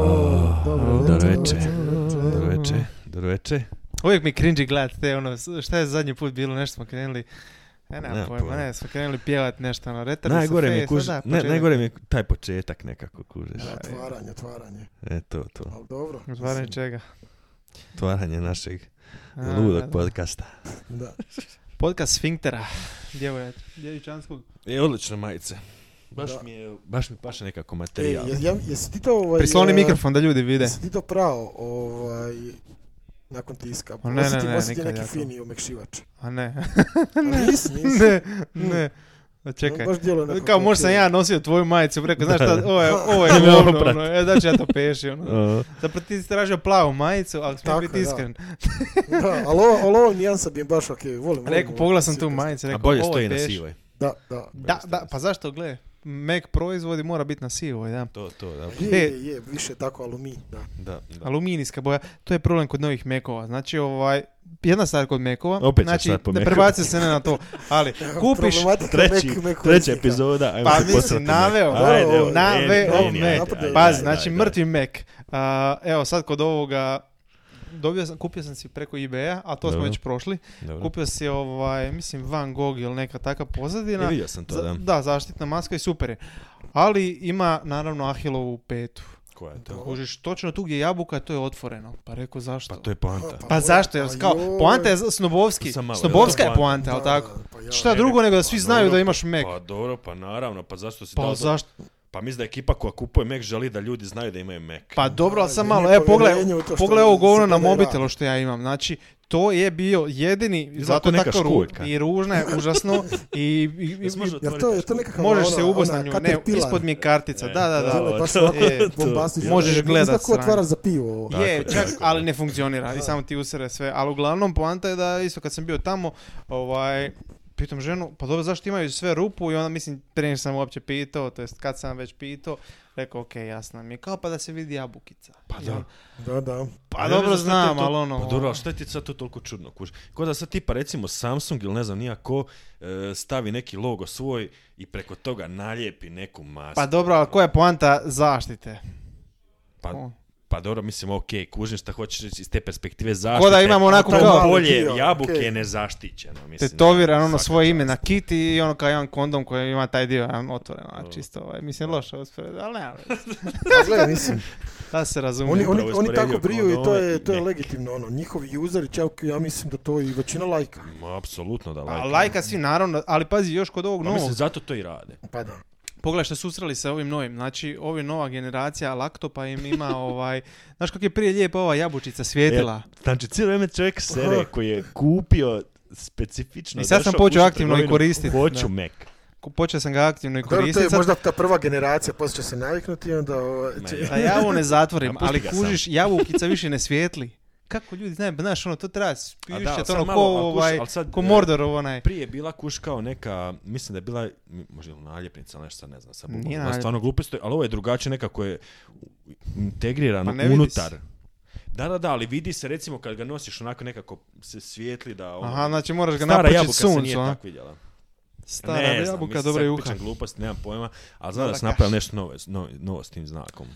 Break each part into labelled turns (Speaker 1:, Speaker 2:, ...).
Speaker 1: Ah,
Speaker 2: inače, uvijek mi cringe gledat te ono, šta je zadnji put bilo, nešto smo krenuli, ne,
Speaker 1: Nemam
Speaker 2: ne,
Speaker 1: pojma.
Speaker 2: pojma, ne, smo krenuli pjevat nešto, ono, retardo
Speaker 1: Najgore
Speaker 2: sa
Speaker 1: mi, je
Speaker 2: face,
Speaker 1: kuž...
Speaker 2: a da,
Speaker 1: ne,
Speaker 2: početak.
Speaker 1: najgore mi je taj početak nekako, kužeš.
Speaker 2: Da.
Speaker 3: Otvaranje, otvaranje.
Speaker 1: E, to, to.
Speaker 3: Ali dobro.
Speaker 2: Otvaranje čega?
Speaker 1: Otvaranje našeg
Speaker 2: A,
Speaker 1: ludog
Speaker 2: da, da.
Speaker 1: podcasta.
Speaker 3: Da.
Speaker 2: Podcast Sfinktera, djevoja, djevičanskog.
Speaker 1: E, odlične majice. Baš
Speaker 3: Da.
Speaker 1: mi je, baš mi paše nekako
Speaker 3: E,
Speaker 1: materijal.
Speaker 3: je, ja, jesi ti to ovaj...
Speaker 2: Prisloni
Speaker 3: eh,
Speaker 2: mikrofon da ljudi vide.
Speaker 3: Jesi ti to prao ovaj... Nakon tiska.
Speaker 2: O, ne, ne,
Speaker 3: Osjeti-
Speaker 2: ne,
Speaker 3: osjeti
Speaker 2: nikad
Speaker 3: neki
Speaker 2: ja to-
Speaker 3: fini omekšivač.
Speaker 2: A ne,
Speaker 3: A Nisi, nisi.
Speaker 2: ne, ne. A Čekaj.
Speaker 3: Baš djeluje nekako
Speaker 2: Kao možda sam
Speaker 3: ok.
Speaker 2: ja nosio tvoju majicu, rekao, znaš šta, ovo je, ovo je
Speaker 1: Ne mogu
Speaker 2: govno,
Speaker 1: prat.
Speaker 2: ono, e, da ću ja to peši, ono.
Speaker 1: O,
Speaker 2: Zapravo ti si tražio plavu majicu, ali smo
Speaker 3: Tako
Speaker 2: biti
Speaker 3: je, da.
Speaker 2: iskren.
Speaker 3: Da, ali ovo, ali ovo nijansa bi im baš ok, volim. volim
Speaker 2: Rekao,
Speaker 3: ovo
Speaker 2: pogledao sam tu
Speaker 3: sjekast.
Speaker 2: majicu,
Speaker 1: a
Speaker 2: rekao,
Speaker 1: bolje
Speaker 2: ovo
Speaker 1: stoji
Speaker 2: je
Speaker 1: na
Speaker 2: peš.
Speaker 1: sivoj.
Speaker 3: Da, da.
Speaker 2: Da, da, pa zašto, gle, Mac proizvodi mora biti na sivoj, da.
Speaker 1: To, to, da.
Speaker 2: E.
Speaker 3: Je, je, je, više tako aluminij, da.
Speaker 1: da, da.
Speaker 2: Aluminijska boja, to je problem kod novih mekova. Znači, ovaj, jedna stvar kod mekova,
Speaker 1: Opet ćeš
Speaker 2: znači,
Speaker 1: sad po
Speaker 2: ne
Speaker 1: Macu.
Speaker 2: prebaci se ne na to, ali kupiš,
Speaker 3: Problematika
Speaker 1: Treći,
Speaker 3: Mac- Mac
Speaker 1: treća
Speaker 3: korisnika.
Speaker 1: epizoda. ajmo
Speaker 2: Pa
Speaker 1: se
Speaker 2: mislim,
Speaker 1: posrati.
Speaker 2: naveo.
Speaker 1: Ajde,
Speaker 3: Ovo,
Speaker 1: evo, meni,
Speaker 2: naveo
Speaker 3: me.
Speaker 1: meni, ajde,
Speaker 3: Napravio.
Speaker 1: ajde,
Speaker 2: Pazi,
Speaker 1: ajde,
Speaker 2: znači
Speaker 1: ajde.
Speaker 2: mrtvi Mac. A, evo sad kod ovoga, dobio sam, kupio sam si preko eBay-a, a to smo
Speaker 1: Dobro.
Speaker 2: već prošli.
Speaker 1: Dobro.
Speaker 2: Kupio si ovaj, mislim Van Gogh ili neka takva
Speaker 1: E,
Speaker 2: pozadina.
Speaker 1: vidio sam to,
Speaker 2: Za-
Speaker 1: da.
Speaker 2: zaštitna maska i super je. Ali ima naravno Ahilovu petu.
Speaker 1: Koja je to?
Speaker 2: Kužiš, točno tu gdje je jabuka, to je otvoreno. Pa rekao zašto?
Speaker 1: Pa to je poanta.
Speaker 3: Pa
Speaker 2: Pa zašto? Jer kao,
Speaker 3: Ajoj.
Speaker 2: poanta je Snobovski.
Speaker 1: Sam malo,
Speaker 2: Snobovska
Speaker 1: jel?
Speaker 2: je poanta, ali
Speaker 3: Da,
Speaker 2: tako?
Speaker 3: pa ja-
Speaker 2: Šta
Speaker 1: Ne, ne,
Speaker 2: drugo nego da svi
Speaker 1: pa
Speaker 2: znaju
Speaker 1: dobro,
Speaker 2: da imaš Mac.
Speaker 1: Pa dobro, pa naravno, pa zašto si
Speaker 2: Pa
Speaker 1: dao-
Speaker 2: zašto?
Speaker 1: Pa mislim da ekipa koja kupuje Mac želi da ljudi znaju da imaju Mac.
Speaker 2: Pa dobro, ali
Speaker 3: Da,
Speaker 2: sam
Speaker 3: da
Speaker 2: malo,
Speaker 3: nije
Speaker 2: evo pogledaj,
Speaker 3: povjerenje u to što
Speaker 2: pogledaj ovo
Speaker 3: se
Speaker 2: govno na
Speaker 3: prodaje
Speaker 2: mobitelu
Speaker 3: rad.
Speaker 2: što ja imam, znači to je bio jedini,
Speaker 1: Izgleda
Speaker 2: zato
Speaker 1: ko neka
Speaker 2: tako ru-
Speaker 1: školjka.
Speaker 2: i ružna je, užasno, i, i- i-
Speaker 1: Jesi može
Speaker 3: Jel
Speaker 1: otvoriti
Speaker 3: to, je
Speaker 1: nešto?
Speaker 3: to nekakva
Speaker 2: možeš
Speaker 3: ona-
Speaker 2: se ubos na
Speaker 3: Ono, ona
Speaker 2: nju, ne,
Speaker 3: caterpillar?
Speaker 2: ispod mi je kartica,
Speaker 1: E,
Speaker 2: da, da,
Speaker 1: to-
Speaker 2: da.
Speaker 3: Djeluje baš
Speaker 1: to-
Speaker 3: ovako
Speaker 2: e,
Speaker 3: bombastično.
Speaker 2: možeš
Speaker 3: Izgleda
Speaker 2: gledat
Speaker 3: ko otvara
Speaker 2: sranje.
Speaker 3: za pivo. ovo.
Speaker 2: Je,
Speaker 1: Tako je,
Speaker 2: čak,
Speaker 1: tako je.
Speaker 2: ali ne funkcionira i samo ti usere sve, ali uglavnom poanta je da isto kad sam bio tamo, ovaj, pitam ženu, pa dobro, zašto imaju sve rupu i onda mislim, prije nego sam uopće pitao, to jest kad sam već pitao, rekao, ok, jasno mi je, kao pa da se vidi jabukica.
Speaker 1: Pa
Speaker 2: I
Speaker 1: da.
Speaker 2: on,
Speaker 3: Da, da.
Speaker 2: Pa
Speaker 1: Ja ne
Speaker 2: dobro
Speaker 1: znam šta ti je
Speaker 2: znam,
Speaker 1: to-
Speaker 2: ali ono...
Speaker 1: Pa dobro, ali šta je ti sad to toliko čudno, kuž? Ko da sad tipa recimo Samsung ili ne znam nijako e, stavi neki logo svoj i preko toga nalijepi neku masku.
Speaker 2: Pa dobro, ali koja je poanta zaštite?
Speaker 1: Pa,
Speaker 2: O.
Speaker 1: pa dobro, mislim, ok, kužim šta hoćeš reći iz te perspektive zaštite.
Speaker 2: Ko da imam onako
Speaker 1: To je
Speaker 2: kao-
Speaker 1: Ono bolje
Speaker 3: Dio,
Speaker 1: jabuke
Speaker 3: okej.
Speaker 1: nezaštićeno, mislim.
Speaker 2: Tetoviran ono
Speaker 1: svaka
Speaker 2: svoje ime
Speaker 1: čast.
Speaker 2: na kiti i ono kao jedan kondom koji ima taj dio jedan otvoren, ono čisto ovaj, mislim loša usporeda, ali nema, veze.
Speaker 3: Pa gledaj, mislim,
Speaker 2: da se razumije.
Speaker 3: oni, oni,
Speaker 1: upravo
Speaker 3: oni tako
Speaker 1: usporedio
Speaker 3: briju i to
Speaker 1: kondome
Speaker 3: je,
Speaker 1: i
Speaker 3: to je
Speaker 1: ne.
Speaker 3: legitimno, ono, njihovi useri, čak ja mislim da to i većina lajka.
Speaker 1: Ma, apsolutno da
Speaker 2: Pa
Speaker 1: lajka.
Speaker 2: lajka svi naravno, ali pazi još kod ovog
Speaker 1: Pa
Speaker 2: novog,
Speaker 1: mislim, zato to i rade.
Speaker 3: Pa da.
Speaker 2: pogledaj što susreli sa ovim novim, znači ovi nova generacija laktopa im ima ovaj, znaš kako je prije lijepa ova jabučica svijetila.
Speaker 1: E, znači, cijelo vrijeme čovjek sere koji je kupio specifično.
Speaker 2: I sad sam
Speaker 1: došao
Speaker 2: počeo
Speaker 1: kući u
Speaker 2: aktivno i
Speaker 1: trgovinu,
Speaker 2: koristiti,
Speaker 1: Hoću
Speaker 2: da.
Speaker 1: Mac.
Speaker 2: Ko- Počeo sam ga aktivno i
Speaker 3: Dobro, to je
Speaker 2: koristiti. sad-
Speaker 3: možda ta prva generacija, poslije će se naviknuti i onda... ovaj,
Speaker 1: Ma
Speaker 3: će-
Speaker 1: je.
Speaker 2: Da javu ne zatvorim,
Speaker 1: Ma pusti
Speaker 2: ali
Speaker 1: ga
Speaker 2: kužiš, jabukica više ne svijetli. Kako ljudi, ne, znaš, ono, to treba
Speaker 1: A da,
Speaker 2: spišće, to
Speaker 1: sad
Speaker 2: ono, ko,
Speaker 1: malo, ali kužiš,
Speaker 2: ovaj,
Speaker 1: ali sad,
Speaker 2: ko
Speaker 1: e,
Speaker 2: Mordor, ovo onaj.
Speaker 1: Prije je bila kuš kao neka, mislim da je bila, m, možda ili naljepnica, ali nešto sad ne znam, sad
Speaker 2: Nije
Speaker 1: bubam, ono,
Speaker 2: naljepnica.
Speaker 1: stvarno gluposti, ali ovo je drugačije nekako je u- integrirano
Speaker 2: Pa ne vidi
Speaker 1: unutar.
Speaker 2: se.
Speaker 1: Da, da, da, ali vidi se recimo kad ga nosiš onako nekako se svijetli da... Ono,
Speaker 2: Aha, znači moraš ga
Speaker 1: stara jabuka
Speaker 2: napučiti
Speaker 1: se nije
Speaker 2: suncu, a?
Speaker 1: tako vidjela.
Speaker 2: Stara
Speaker 1: ne znam,
Speaker 2: jabuka,
Speaker 1: mislim,
Speaker 2: dobra
Speaker 1: sad
Speaker 2: juha.
Speaker 1: pričam glupost, nemam pojma, ali znam
Speaker 2: Dobra
Speaker 1: da sam napravio
Speaker 2: kaša.
Speaker 1: nešto novo, novo, novo s tim znakom.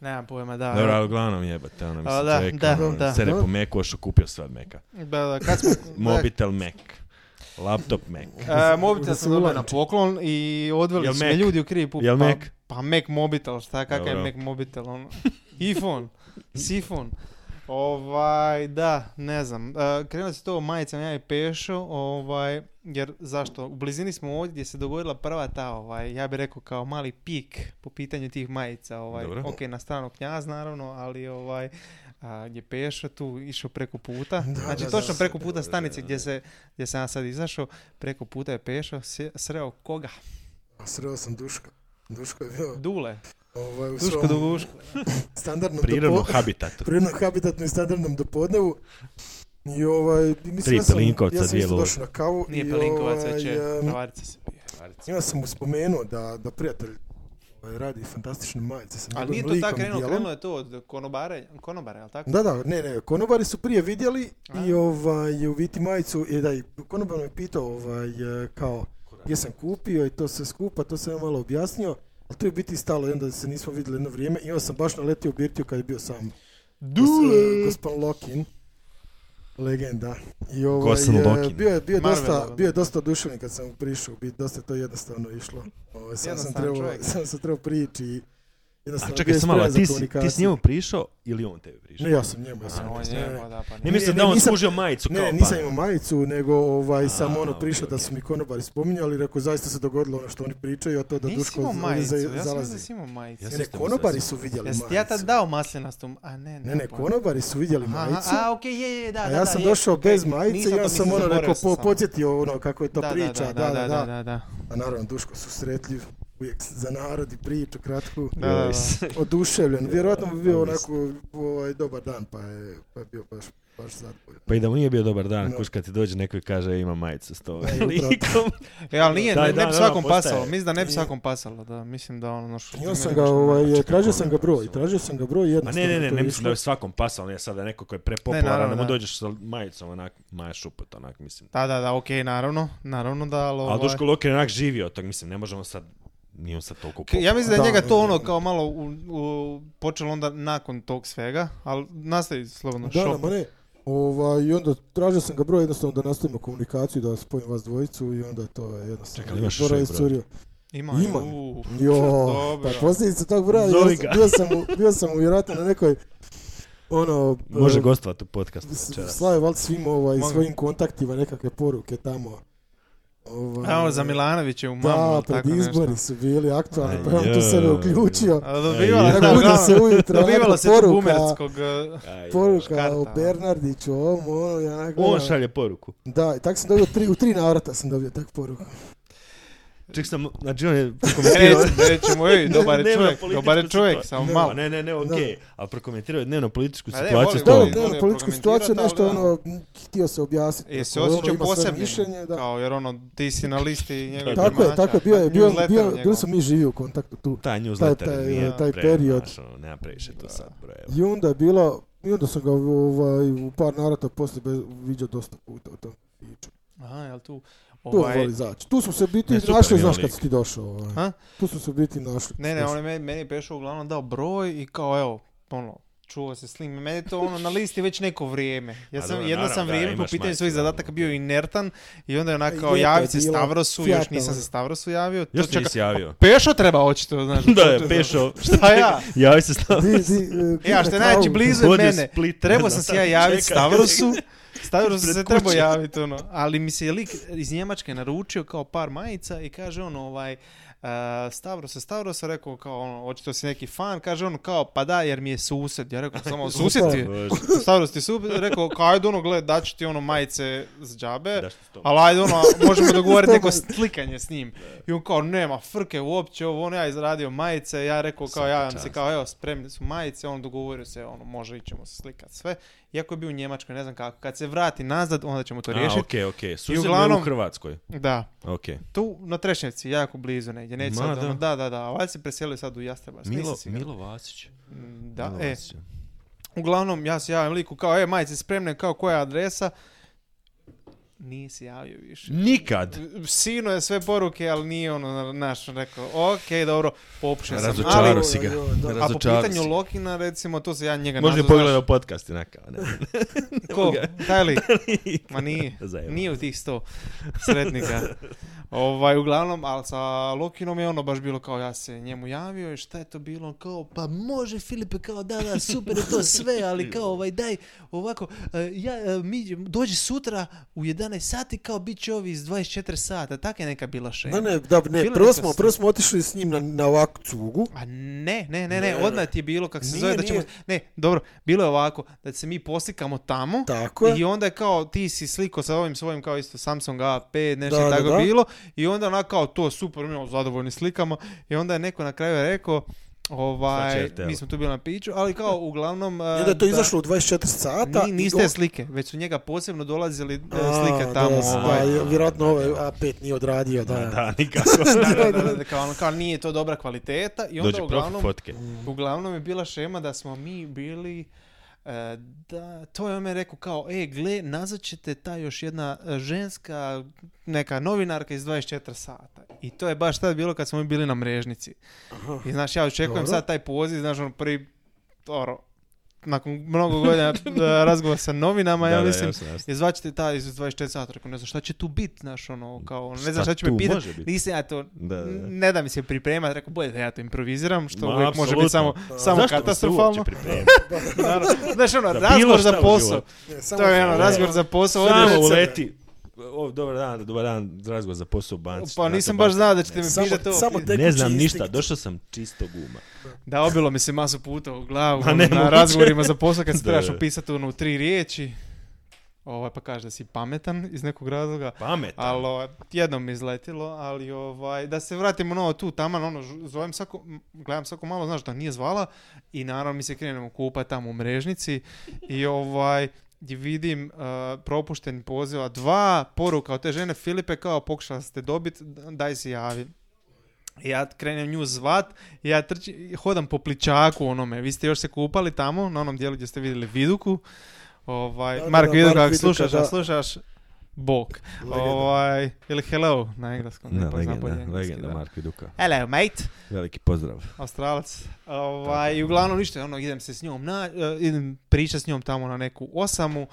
Speaker 2: Nemam pojma, da.
Speaker 1: Dobro, ali uglavnom jebate, ono, mislim,
Speaker 2: da,
Speaker 1: čovjek,
Speaker 2: da,
Speaker 1: ono,
Speaker 2: da.
Speaker 1: sere po Macu, još kupio sve od Meka.
Speaker 2: Da, da, kad smo...
Speaker 1: Mobitel Mac, laptop Mac.
Speaker 2: da, e, mobitel
Speaker 3: Da
Speaker 2: sam
Speaker 3: se
Speaker 2: dobio na
Speaker 3: ulanči.
Speaker 2: poklon i odveli
Speaker 1: Jel
Speaker 2: su me
Speaker 1: Mac?
Speaker 2: ljudi u krivi put.
Speaker 1: Jel
Speaker 2: pa,
Speaker 1: Mac?
Speaker 2: Pa Mac mobitel, šta, kakav je
Speaker 1: Dobro.
Speaker 2: Mac mobitel, ono. iPhone, sifon. Ovaj, da, ne znam. E, Krenuo se to majicama, ja i pešo, ovaj, jer zašto? U blizini smo ovdje gdje se dogodila prva ta, ovaj, ja bih rekao kao mali pik po pitanju tih majica, ovaj,
Speaker 1: Dobro.
Speaker 2: ok, na stranu knjaz naravno, ali ovaj, a, gdje pešo tu išao preko puta,
Speaker 3: Da,
Speaker 2: znači
Speaker 3: da,
Speaker 2: točno
Speaker 3: da.
Speaker 2: preko puta
Speaker 1: Dobro,
Speaker 2: stanice
Speaker 1: da, da.
Speaker 2: gdje se, gdje sam ja sad izašao, preko puta je pešo, sje- sreo koga?
Speaker 3: A sreo sam Duška. Duško je bio
Speaker 2: Dule,
Speaker 3: ovaj, u
Speaker 2: Duško
Speaker 3: svom
Speaker 2: Duguško.
Speaker 3: standardnom
Speaker 1: Prirodno
Speaker 3: dopo-
Speaker 1: habitatu.
Speaker 3: prirodnom habitatnom i standardnom dopodnevu. I ovaj, i mislim,
Speaker 1: Tri
Speaker 3: ja sam,
Speaker 1: pelinkovca,
Speaker 3: ja sam
Speaker 1: dvije
Speaker 3: isto
Speaker 1: lože.
Speaker 3: došao na kavu.
Speaker 2: Nije
Speaker 3: i,
Speaker 2: Pelinkovac,
Speaker 3: ovaj,
Speaker 2: već je
Speaker 3: em,
Speaker 2: Bavarica se pije.
Speaker 3: Znači, Njima sam mu spomenuo da, da prijatelj ovaj, radi fantastične majice sa
Speaker 2: Ali
Speaker 3: njegovim
Speaker 2: nije to tako
Speaker 3: likom i
Speaker 2: krenulo,
Speaker 3: djelom.
Speaker 2: krenulo je to od konobare, konobare, jel tako?
Speaker 3: Da, da, ne, ne, konobari su prije vidjeli
Speaker 2: A.
Speaker 3: i ovaj, u biti majicu, i da, i konobar me pitao ovaj, e, kao, gdje sam kupio i to sve skupa, to sam ja malo objasnio, ali to je u biti stalo, i onda se nismo vidjeli jedno vrijeme i onda sam baš naletio u Birtiju kad je bio sam. Dule! Gospodin e, Lokin. Legenda. I ovaj,
Speaker 1: Gosselin
Speaker 3: e,
Speaker 1: Lokin.
Speaker 3: bio je, bio je dosta,
Speaker 2: Marvelova.
Speaker 3: bio je dosta oduševljen kad sam prišao, bit dosta je to jednostavno išlo. Ovaj, sam, sam
Speaker 2: Jednostavan
Speaker 3: trebao,
Speaker 2: čovjek.
Speaker 3: sam, sam trebao prići i
Speaker 1: A
Speaker 3: jednostavno
Speaker 1: čekaj,
Speaker 3: bio
Speaker 1: sam
Speaker 3: spreman
Speaker 1: malo,
Speaker 3: za
Speaker 1: ti si, ti
Speaker 3: komunikaciju.
Speaker 1: si njemu prišao ili on tebi prišao?
Speaker 3: Ne, ja sam njemu, ja sam
Speaker 1: A,
Speaker 3: njemu,
Speaker 2: On
Speaker 3: ne,
Speaker 2: je,
Speaker 3: ne.
Speaker 2: pa da, pa
Speaker 1: Ne
Speaker 2: ne.
Speaker 1: mislim
Speaker 3: ne,
Speaker 1: da on
Speaker 3: nisam-
Speaker 1: skužio majicu kao
Speaker 3: Ne,
Speaker 1: pa.
Speaker 3: nisam imao majicu, nego ovaj, sam
Speaker 1: A,
Speaker 3: ono
Speaker 1: okej,
Speaker 3: prišao da
Speaker 1: okej.
Speaker 3: su mi konobari spominjali, rekao zaista se dogodilo ono što oni pričaju, a to da
Speaker 2: Nisi
Speaker 3: Duško
Speaker 2: imao
Speaker 3: ovdje
Speaker 2: majicu,
Speaker 3: za-
Speaker 2: ja sam mislio da
Speaker 3: zalazi.
Speaker 2: si imao majicu.
Speaker 1: Ja sam
Speaker 3: Ne, ne,
Speaker 1: isto
Speaker 3: konobari
Speaker 1: mislio
Speaker 3: su vidjeli
Speaker 2: Jesi
Speaker 3: majicu.
Speaker 2: ti ja tad dao maslinastom? A ne,
Speaker 3: Ne, ne,
Speaker 2: pa.
Speaker 3: konobari su vidjeli
Speaker 2: Aha,
Speaker 3: majicu.
Speaker 2: A, okej, je, je, da,
Speaker 3: A
Speaker 2: da,
Speaker 3: ja
Speaker 2: da,
Speaker 3: sam
Speaker 2: je,
Speaker 3: došao
Speaker 2: okej.
Speaker 3: bez majice i
Speaker 2: Nisam
Speaker 3: ja
Speaker 2: to
Speaker 3: sam
Speaker 2: mislio,
Speaker 3: ono
Speaker 2: zaboravio
Speaker 3: rekao,
Speaker 2: sam
Speaker 3: po,
Speaker 2: samo.
Speaker 3: podsjetio ono kako je to
Speaker 2: Da, da,
Speaker 3: priča, da, da,
Speaker 2: da, da, da.
Speaker 3: A naravno, Duško susretljiv, uvijek za narod i priču kratku,
Speaker 2: Da, da, da.
Speaker 3: oduševljen. Vjerojatno bi bio
Speaker 1: Ja, mislim.
Speaker 3: onako ovaj, dobar dan, pa je, pa je bio baš, baš zadovoljan.
Speaker 1: Pa i da mu nije bio dobar dan,
Speaker 3: No.
Speaker 1: kuš kad ti dođe neko i kaže ima majicu s tobom
Speaker 3: E, upravo.
Speaker 1: likom.
Speaker 2: E, ali nije,
Speaker 1: Da,
Speaker 2: ne,
Speaker 1: da,
Speaker 2: ne bi
Speaker 1: da,
Speaker 2: svakom
Speaker 1: postaje.
Speaker 2: pasalo, mislim da ne bi
Speaker 3: Nije.
Speaker 2: svakom pasalo, da, mislim da ono što...
Speaker 3: Ja
Speaker 2: ti
Speaker 3: sam
Speaker 2: meni
Speaker 3: ga,
Speaker 2: baš ne
Speaker 3: ovaj,
Speaker 2: može.
Speaker 1: čekaj,
Speaker 3: tražio
Speaker 1: kako
Speaker 3: sam
Speaker 1: ono
Speaker 3: ga broj,
Speaker 1: napisao?
Speaker 3: tražio sam ga broj
Speaker 1: Ma
Speaker 3: jednostavno.
Speaker 1: ne, ne, ne,
Speaker 3: to je
Speaker 1: ne mislim da
Speaker 3: išlo.
Speaker 1: je svakom pasao, ne sada neko ko je
Speaker 2: Ne,
Speaker 1: prepopularan,
Speaker 2: naravno,
Speaker 1: ne, mu
Speaker 2: da.
Speaker 1: dođeš sa majicom onak, ma je šupot, onak mislim.
Speaker 2: Da, da, da, okej, naravno, naravno da, ali
Speaker 1: A
Speaker 2: ovaj-
Speaker 1: Duško Lokin je onak živio od toga, mislim, ne možemo sad, nije on sad toliko
Speaker 2: K- Ja mislim da
Speaker 3: Da,
Speaker 2: je njega to
Speaker 3: ne,
Speaker 2: ono
Speaker 3: ne.
Speaker 2: kao malo u, u- počelo onda nakon tog svega, ali nastavi slobodno
Speaker 3: Da, da,
Speaker 2: šop.
Speaker 3: ma ne. Ovaj, I onda tražio sam ga broj jednostavno da nastavimo komunikaciju, da spojim vas dvojicu i onda to je jednostavno.
Speaker 1: Čekaj, imaš
Speaker 3: broj
Speaker 1: još broj?
Speaker 3: iscurio.
Speaker 2: Ima,
Speaker 3: Ima.
Speaker 2: u,
Speaker 3: Jo,
Speaker 2: Dobro.
Speaker 3: pa posljedica tog broja,
Speaker 1: Zovi
Speaker 3: bio sam, bio sam, u- bio sam u- vjerojatno na nekoj ono,
Speaker 1: Može
Speaker 3: e,
Speaker 1: gostovat u podcastu
Speaker 3: s-
Speaker 1: večeras.
Speaker 3: slao je valjda svim ovaj,
Speaker 2: Mogu.
Speaker 3: svojim kontaktima nekakve poruke tamo. Ovaj,
Speaker 2: Evo, za Milanovića u mamu,
Speaker 3: Da,
Speaker 2: ili
Speaker 3: pred
Speaker 2: tako nešto.
Speaker 3: izbori su bili aktualni,
Speaker 1: Aj,
Speaker 3: pa ja on tu
Speaker 1: joj.
Speaker 3: sebe uključio.
Speaker 2: A dobivala
Speaker 1: Ej,
Speaker 2: se,
Speaker 1: ja.
Speaker 2: da,
Speaker 3: Tako da
Speaker 2: uglavnom,
Speaker 3: se ujutro
Speaker 2: dobivalo
Speaker 3: onako
Speaker 2: se tu
Speaker 3: poruka,
Speaker 2: bumerskog, eh,
Speaker 1: Aj,
Speaker 3: poruka
Speaker 2: škarta,
Speaker 3: o
Speaker 2: ono.
Speaker 3: Bernardiću, ovom, ono, ja onako
Speaker 1: On
Speaker 3: gledam.
Speaker 1: šalje poruku.
Speaker 3: Da, i tak sam dobio, tri, u tri navrata sam dobio tak poruku.
Speaker 1: Ček sam, znači on je
Speaker 2: Reći,
Speaker 1: prokomentirao...
Speaker 2: reći mu, ej, E, dobar je
Speaker 1: Dnevno
Speaker 2: čovjek,
Speaker 1: političku
Speaker 2: dobar je
Speaker 1: situaciju.
Speaker 2: čovjek, samo malo.
Speaker 1: Ne, ne, ne, okej, a prokomentirao je dnevno političku
Speaker 2: Pa ne,
Speaker 1: situaciju s
Speaker 2: volim,
Speaker 1: tobom.
Speaker 3: Da,
Speaker 2: volim.
Speaker 3: da,
Speaker 2: je
Speaker 3: političku situaciju,
Speaker 2: prokomentirati,
Speaker 3: nešto
Speaker 2: ali da.
Speaker 3: ono, m, htio se objasniti.
Speaker 2: Jesi E, se
Speaker 3: Ono,
Speaker 2: osjećao
Speaker 3: ima svoje
Speaker 2: posebno,
Speaker 3: mišljenje, da.
Speaker 2: kao jer ono, ti si na listi njegovih
Speaker 3: Tako je, tako je, bio je, bio, bio, bili smo mi živi u kontaktu tu.
Speaker 1: Taj newsletter
Speaker 3: taj,
Speaker 1: nije
Speaker 3: taj
Speaker 1: pre-
Speaker 3: period.
Speaker 1: znaš, ono, nema previše tu sad brojeva.
Speaker 3: I onda je bilo, i onda sam ga ovaj, u par navrata poslije bez, viđao dosta puta u tom priču.
Speaker 2: Aha, jel tu,
Speaker 3: Tu on
Speaker 2: ovaj,
Speaker 3: voli zaći. Tu smo se biti
Speaker 1: Ne, super
Speaker 3: našli,
Speaker 1: mi je
Speaker 3: znaš
Speaker 1: lik.
Speaker 3: kad si ti došao. Ovaj.
Speaker 2: Ha?
Speaker 3: Tu smo se biti našli.
Speaker 2: ne, ne, on je meni, meni je Pešo uglavnom dao broj i kao, evo, ono, čuo se s njim. Meni je to ono na listi već neko vrijeme. Ja
Speaker 1: A
Speaker 2: sam,
Speaker 1: dobro,
Speaker 2: jedno sam
Speaker 1: naravno, da,
Speaker 2: vrijeme po
Speaker 1: imaš
Speaker 2: pitanju
Speaker 1: majicu,
Speaker 2: svojih
Speaker 1: da.
Speaker 2: zadataka bio inertan i onda je onako kao
Speaker 3: Lijepo je
Speaker 2: javit se
Speaker 3: bilo,
Speaker 2: Stavrosu, još
Speaker 3: fljatalo.
Speaker 2: nisam se Stavrosu javio. To
Speaker 1: Još ti
Speaker 2: čak-
Speaker 1: nisi javio.
Speaker 2: Pešo treba očito, znaš.
Speaker 1: Da je, pešo.
Speaker 2: Šta ja?
Speaker 1: Javi se stavio.
Speaker 3: Di, di, e,
Speaker 2: E, a što je najveći blizu je
Speaker 1: Vodi
Speaker 2: mene.
Speaker 1: Split,
Speaker 2: Trebao
Speaker 1: ne
Speaker 2: sam
Speaker 1: znam.
Speaker 2: se ja javiti
Speaker 1: Čekaj.
Speaker 2: Stavrosu. Stavrosu se
Speaker 1: Ispred
Speaker 2: trebao
Speaker 1: kuće.
Speaker 2: javiti, ono. Ali mi se je lik iz Njemačke naručio kao par majica i kaže ono, ovaj, uh, Stavros Stavros rekao kao ono, očito si neki fan, kaže ono kao, pa da, jer mi je sused. Ja rekao, samo sused ti je.
Speaker 1: Bože,
Speaker 2: Stavros ti je sused, rekao, kao, ajde ono, gled, daću ti ono majice s džabe.
Speaker 1: daš ti to.
Speaker 2: Ali ajde ono, možemo dogovoriti neko
Speaker 3: Stop.
Speaker 2: slikanje s njim. I on kao, nema frke uopće, ovo ono ja izradio majice, ja rekao kao,
Speaker 1: Svaka
Speaker 2: ja se
Speaker 1: čast.
Speaker 2: kao, evo, spremni su majice, on dogovorio se, ono, može ićemo se slikat sve. Iako je bio u Njemačkoj, ne znam kako, kad se vrati nazad, onda ćemo to
Speaker 1: A,
Speaker 2: riješiti.
Speaker 1: okej, okej. Susjed
Speaker 2: uglavnom-
Speaker 1: u Hrvatskoj.
Speaker 2: Da,
Speaker 1: Okej.
Speaker 2: tu na Trešnjevci, jako blizu negdje, neću
Speaker 1: Ma,
Speaker 2: sad,
Speaker 1: da.
Speaker 2: ono, da, da, da, a valjda se preselio sad u Jastrebac.
Speaker 1: Milo,
Speaker 2: nisam siguran.
Speaker 1: Milo Vasić.
Speaker 2: Mm, Da,
Speaker 1: Milo
Speaker 2: e,
Speaker 1: Vasić.
Speaker 2: uglavnom, ja se javim liku kao, e, majice spremne, kao, koja je adresa? Nije se javio više.
Speaker 1: Nikad.
Speaker 2: Sino je sve poruke, ali nije ono, naš, rekao, ok, dobro, popušio sam.
Speaker 1: Razočarao
Speaker 2: Ali,
Speaker 1: si ga.
Speaker 3: Oj, oj, da.
Speaker 2: a po
Speaker 1: Razočarao si.
Speaker 2: pitanju Lokina, recimo, to se ja njega
Speaker 1: Možda je
Speaker 2: nazvao,
Speaker 1: pogledao podcast inaka. Ne,
Speaker 2: znaš, Ko? Taj lik? Ma nije.
Speaker 1: Zajebano.
Speaker 2: Nije u tih sto sretnika. ovaj, uglavnom, ali sa Lokinom je ono baš bilo kao ja se njemu javio i šta je to bilo, On kao pa može Filipe, kao da, da, super je to sve, ali kao ovaj, daj, ovako, e, ja, e, mi, dođi sutra u 11 sati, kao bit će ovi iz 24 sata, tak je neka bila šema.
Speaker 3: Ne, ne, da, ne,
Speaker 2: Bilo
Speaker 3: prvo
Speaker 2: neka
Speaker 3: smo,
Speaker 2: stvar.
Speaker 3: prvo smo otišli s njim na, na ovakvu cugu.
Speaker 2: A ne, ne, ne, ne,
Speaker 3: Ne,
Speaker 2: odmah ti je bilo kako se
Speaker 3: Nije,
Speaker 2: zove da ćemo...
Speaker 3: nije.
Speaker 2: Ne, dobro, bilo je ovako, da se mi poslikamo tamo
Speaker 3: Tako je.
Speaker 2: i onda je kao ti si sliko sa ovim svojim kao isto Samsung A5, nešto
Speaker 3: Da,
Speaker 2: je
Speaker 3: da,
Speaker 2: tako
Speaker 3: da.
Speaker 2: bilo i onda ona kao to super, mi smo zadovoljni slikama i onda je neko na kraju rekao
Speaker 1: Sad
Speaker 2: ovaj,
Speaker 1: će RTL.
Speaker 2: mi smo tu bili na piću, ali kao uglavnom...
Speaker 3: I onda je to izašlo u 24 sata.
Speaker 2: Ni,
Speaker 3: i
Speaker 2: niste
Speaker 3: on-
Speaker 2: slike, već su njega posebno dolazili e,
Speaker 3: A,
Speaker 2: slike tamo.
Speaker 3: da, da,
Speaker 2: ovaj,
Speaker 3: je- vjerojatno ovaj A5 nije odradio, da.
Speaker 1: Da, nikako.
Speaker 2: da, da, da, da, kao, ono, kao nije to dobra kvaliteta i onda
Speaker 1: Dođe profi
Speaker 2: uglavnom...
Speaker 1: fotke.
Speaker 2: Uglavnom je bila šema da smo mi bili e, da, to je on me rekao kao, e, gle, nazad ćete ta još jedna e, ženska, neka novinarka iz 24 sata. I to je baš tad bilo kad smo mi bili na mrežnici. I znaš, ja očekujem
Speaker 3: Dobro.
Speaker 2: sad taj poziv, znaš, ono prvi, oro, nakon mnogo godina e, razgovora sa novinama, ja
Speaker 1: Da, da,
Speaker 2: mislim,
Speaker 1: jasno, jasno.
Speaker 2: je zvaćete taj iz 24 sata, rekao, ne znam šta će tu biti, znaš, ono, kao, ne
Speaker 1: Šta
Speaker 2: znam šta će
Speaker 1: tu
Speaker 2: me pitati,
Speaker 1: može bit?
Speaker 2: nisam ja to,
Speaker 1: Da, da, da.
Speaker 2: ne da mi se pripremati, rekao, bolje da ja to improviziram, što
Speaker 1: Ma,
Speaker 2: uvijek može
Speaker 1: apsolutno.
Speaker 2: biti samo,
Speaker 1: Zašto
Speaker 2: samo
Speaker 1: vas se uopće
Speaker 2: katastrofalno.
Speaker 1: pripremiti?
Speaker 2: Naravno. Znaš, ono,
Speaker 1: Za bilo
Speaker 2: razgovor
Speaker 1: šta
Speaker 2: za
Speaker 1: u
Speaker 2: posao,
Speaker 1: životu.
Speaker 3: Ne, samo-
Speaker 2: to je ono,
Speaker 3: Ne.
Speaker 2: razgovor za posao,
Speaker 1: Samo
Speaker 2: odeš-
Speaker 1: uleti. O, dobar dan, dobar dan, razgovor za posao u banci.
Speaker 2: pa
Speaker 1: Znači, Znate,
Speaker 2: nisam
Speaker 1: banci-
Speaker 2: baš znao da ćete mi
Speaker 3: Samo-
Speaker 2: pitati ovo.
Speaker 3: samo
Speaker 2: pitanje.
Speaker 3: tekući
Speaker 1: Ne znam
Speaker 3: instinkt.
Speaker 1: ništa, došao sam čisto guma.
Speaker 2: Da, obilo mi se masu puta u glavu
Speaker 1: Ma
Speaker 2: ono,
Speaker 1: ne
Speaker 2: na
Speaker 1: moguće.
Speaker 2: razgovorima za posao kad se
Speaker 1: Da,
Speaker 2: trebaš
Speaker 1: da.
Speaker 2: opisati ono, u tri riječi. Ovaj, pa kaže da si pametan iz nekog razloga.
Speaker 1: Pametan.
Speaker 2: Ali ovaj, jednom mi izletilo, ali ovaj, da se vratimo ono tu taman, ono, žu- zovem svako, m, gledam svako malo, znaš da nije zvala i naravno mi se krenemo kupa tamo u mrežnici i ovaj, gdje vidim eh, propušten poziva dva poruka od te žene Filipe kao pokušala ste dobit, d- daj se javi. I Ja krenem nju zvat, i ja trči, hodam po pličaku onome, vi ste još se kupali tamo, na onom dijelu gdje ste vidjeli Viduku, ovaj,
Speaker 3: Da, da,
Speaker 2: Mark
Speaker 3: da,
Speaker 2: Viduk,
Speaker 3: Mark
Speaker 2: ako
Speaker 3: Viduka,
Speaker 2: slušaš,
Speaker 3: da.
Speaker 2: a slušaš, bok.
Speaker 3: Legenda.
Speaker 2: Ovaj, ili hello na engleskom.
Speaker 1: Ne,
Speaker 2: Ne, poznam bolje
Speaker 1: legenda,
Speaker 2: engleski,
Speaker 1: legenda
Speaker 2: da.
Speaker 1: Marko Viduka.
Speaker 2: Hello mate,
Speaker 1: Veliki pozdrav.
Speaker 2: Australac. Ovaj, I uglavnom ništa, ono, idem se s njom, na, eh, idem pričat s njom tamo na neku osamu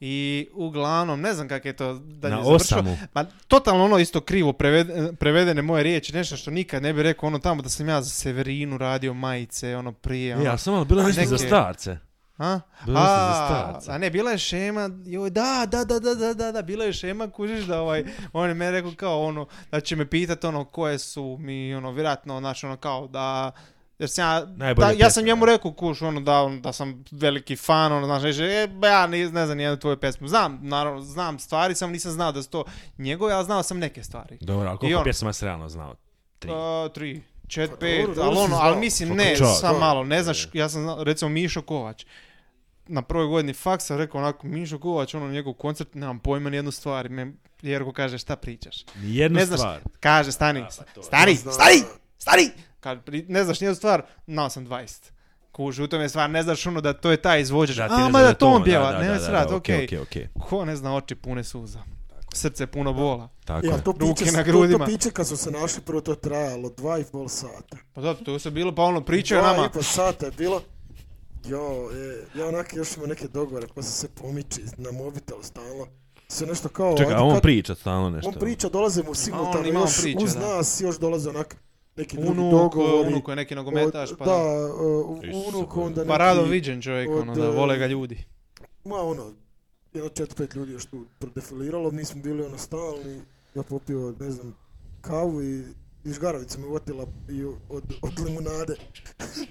Speaker 2: i uglavnom, ne znam kak je to da
Speaker 1: Na
Speaker 2: je završilo.
Speaker 1: osamu.
Speaker 2: Ma, totalno ono isto krivo preved- prevedene moje riječi, nešto što nikad ne bi rekao, ono tamo da sam ja za Severinu radio majice, ono prije, ono,
Speaker 1: Ja E, sam malo bilo nešto
Speaker 2: Neke-
Speaker 1: za starce.
Speaker 2: a?
Speaker 1: Bilo se za
Speaker 2: A,
Speaker 1: starca.
Speaker 2: a ne, bila je šema, joj, da, da, da, da, da, da, da, bila je šema, kužiš da ovaj, on je meni rekao kao ono, da će me pitat ono koje su mi, ono, vjerojatno, znači ono kao da, jer sam ja,
Speaker 1: Najbolje
Speaker 2: da, ja sam
Speaker 1: pjesme,
Speaker 2: njemu
Speaker 1: da.
Speaker 2: rekao kuš, ono, da, ono, da sam veliki fan, ono, znaš, reče, e, ba, ja ni- ne znam nijednu tvoju pesmu, znam, naravno, znam stvari, samo nisam znao da su to njegove, ali znao sam neke stvari.
Speaker 1: Dobro, ali
Speaker 2: I ono. Pa,
Speaker 1: koliko
Speaker 2: on-
Speaker 1: pjesama si realno znao? Tri.
Speaker 2: A, tri. Čet,
Speaker 3: dobro,
Speaker 2: pet,
Speaker 3: Pa dobro
Speaker 2: ali
Speaker 3: si
Speaker 2: ono,
Speaker 3: znao.
Speaker 2: ali mislim ne,
Speaker 1: Čao,
Speaker 2: sam
Speaker 1: da.
Speaker 2: malo, ne znaš, ja sam znao, recimo Mišo Kovač, na prvoj godini faksa rekao onako, Mišo Kovač, ono njegov koncert, nemam pojma ni jednu stvar, i me, Jerko kaže, šta pričaš?
Speaker 1: Nijednu
Speaker 2: ne znaš,
Speaker 1: stvar. pa
Speaker 2: kaže, stani,
Speaker 1: to je.
Speaker 2: stari,
Speaker 3: Znam.
Speaker 2: stari, stari, kad pri- ne znaš nijednu stvar, nao sam 20. Kuži, u tome je stvar, ne znaš ono da to je taj izvođač,
Speaker 1: Da, ti ne
Speaker 2: a ma
Speaker 1: znaš
Speaker 2: da
Speaker 1: je ono,
Speaker 2: to on
Speaker 1: da,
Speaker 2: pjeva,
Speaker 1: da,
Speaker 2: ne
Speaker 1: da,
Speaker 2: se
Speaker 1: da,
Speaker 2: rad,
Speaker 1: da,
Speaker 2: okej.
Speaker 1: okej, okej.
Speaker 2: Ko ne zna, oči pune suza, srce puno bola.
Speaker 1: Tako
Speaker 3: E,
Speaker 1: je.
Speaker 3: ali to
Speaker 2: Ruke
Speaker 3: piće,
Speaker 2: na
Speaker 3: na
Speaker 2: grudima.
Speaker 3: To, piće kad su se našli, prvo to je trajalo dva i pol sata.
Speaker 2: Pa da, to se bilo, pa ono pričaju
Speaker 3: Dva
Speaker 2: nama,
Speaker 3: i pol sata je bilo. Jo, e, ja onak još imam neke dogovore, pa se se pomiči na mobitel stalno. Sve nešto kao...
Speaker 1: Čekaj,
Speaker 3: ajde,
Speaker 1: a on
Speaker 3: kad-
Speaker 1: priča stalno nešto.
Speaker 3: On priča, dolaze mu
Speaker 2: on
Speaker 3: simultano,
Speaker 2: ima, on
Speaker 3: još
Speaker 2: priča,
Speaker 3: uz
Speaker 2: da.
Speaker 3: nas još dolaze onak neki drugi
Speaker 2: unuk, e,
Speaker 3: dogovori.
Speaker 2: unuk je neki nogometaš,
Speaker 3: Od-
Speaker 2: pa
Speaker 3: da,
Speaker 2: da.
Speaker 3: uh,
Speaker 1: Isuse
Speaker 3: unuk
Speaker 1: Bože.
Speaker 3: onda neki...
Speaker 2: Pa rado viđen čovjek,
Speaker 3: od,
Speaker 2: ono, da
Speaker 3: eh,
Speaker 2: vole ga ljudi.
Speaker 3: Ma ono, jedno četiri, pet ljudi još tu prodefiliralo, mi smo bili ono stalni, ja popio, ne znam, kavu i i žgaravica me otila i od, od limunade.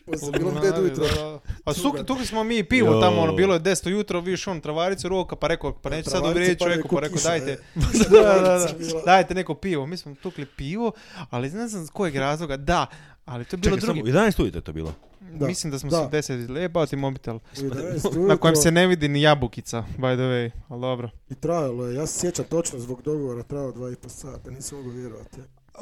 Speaker 3: Pa sam bilo gdje ujutro.
Speaker 2: Da, da. A suk, tukli smo mi i pivo
Speaker 1: Jo.
Speaker 2: tamo, ono, bilo je 10 ujutro, viš on travaricu roka, pa rekao, pa neću sad
Speaker 3: Travarica,
Speaker 2: uvrijediti
Speaker 3: pa
Speaker 2: čovjeku, pa
Speaker 3: neko
Speaker 2: rekao
Speaker 3: kiša,
Speaker 2: dajte,
Speaker 3: e.
Speaker 2: da, da, da,
Speaker 3: Bila.
Speaker 2: dajte neko pivo. Mi smo tukli pivo, ali ne znam iz kojeg razloga, da, ali to je bilo
Speaker 1: Čekaj, samo,
Speaker 2: drugi.
Speaker 1: 11 ujutro je to bilo.
Speaker 3: Da,
Speaker 2: Mislim da smo
Speaker 3: da.
Speaker 2: se 10 lejebao ti mobitel.
Speaker 3: U 11
Speaker 2: Na kojem
Speaker 3: ujutro
Speaker 2: se ne vidi ni jabukica, by the way, ali dobro.
Speaker 3: I trajalo je, ja se sjećam točno zbog dogovora, trajalo dva i po sata, nisam mogao vjerovati.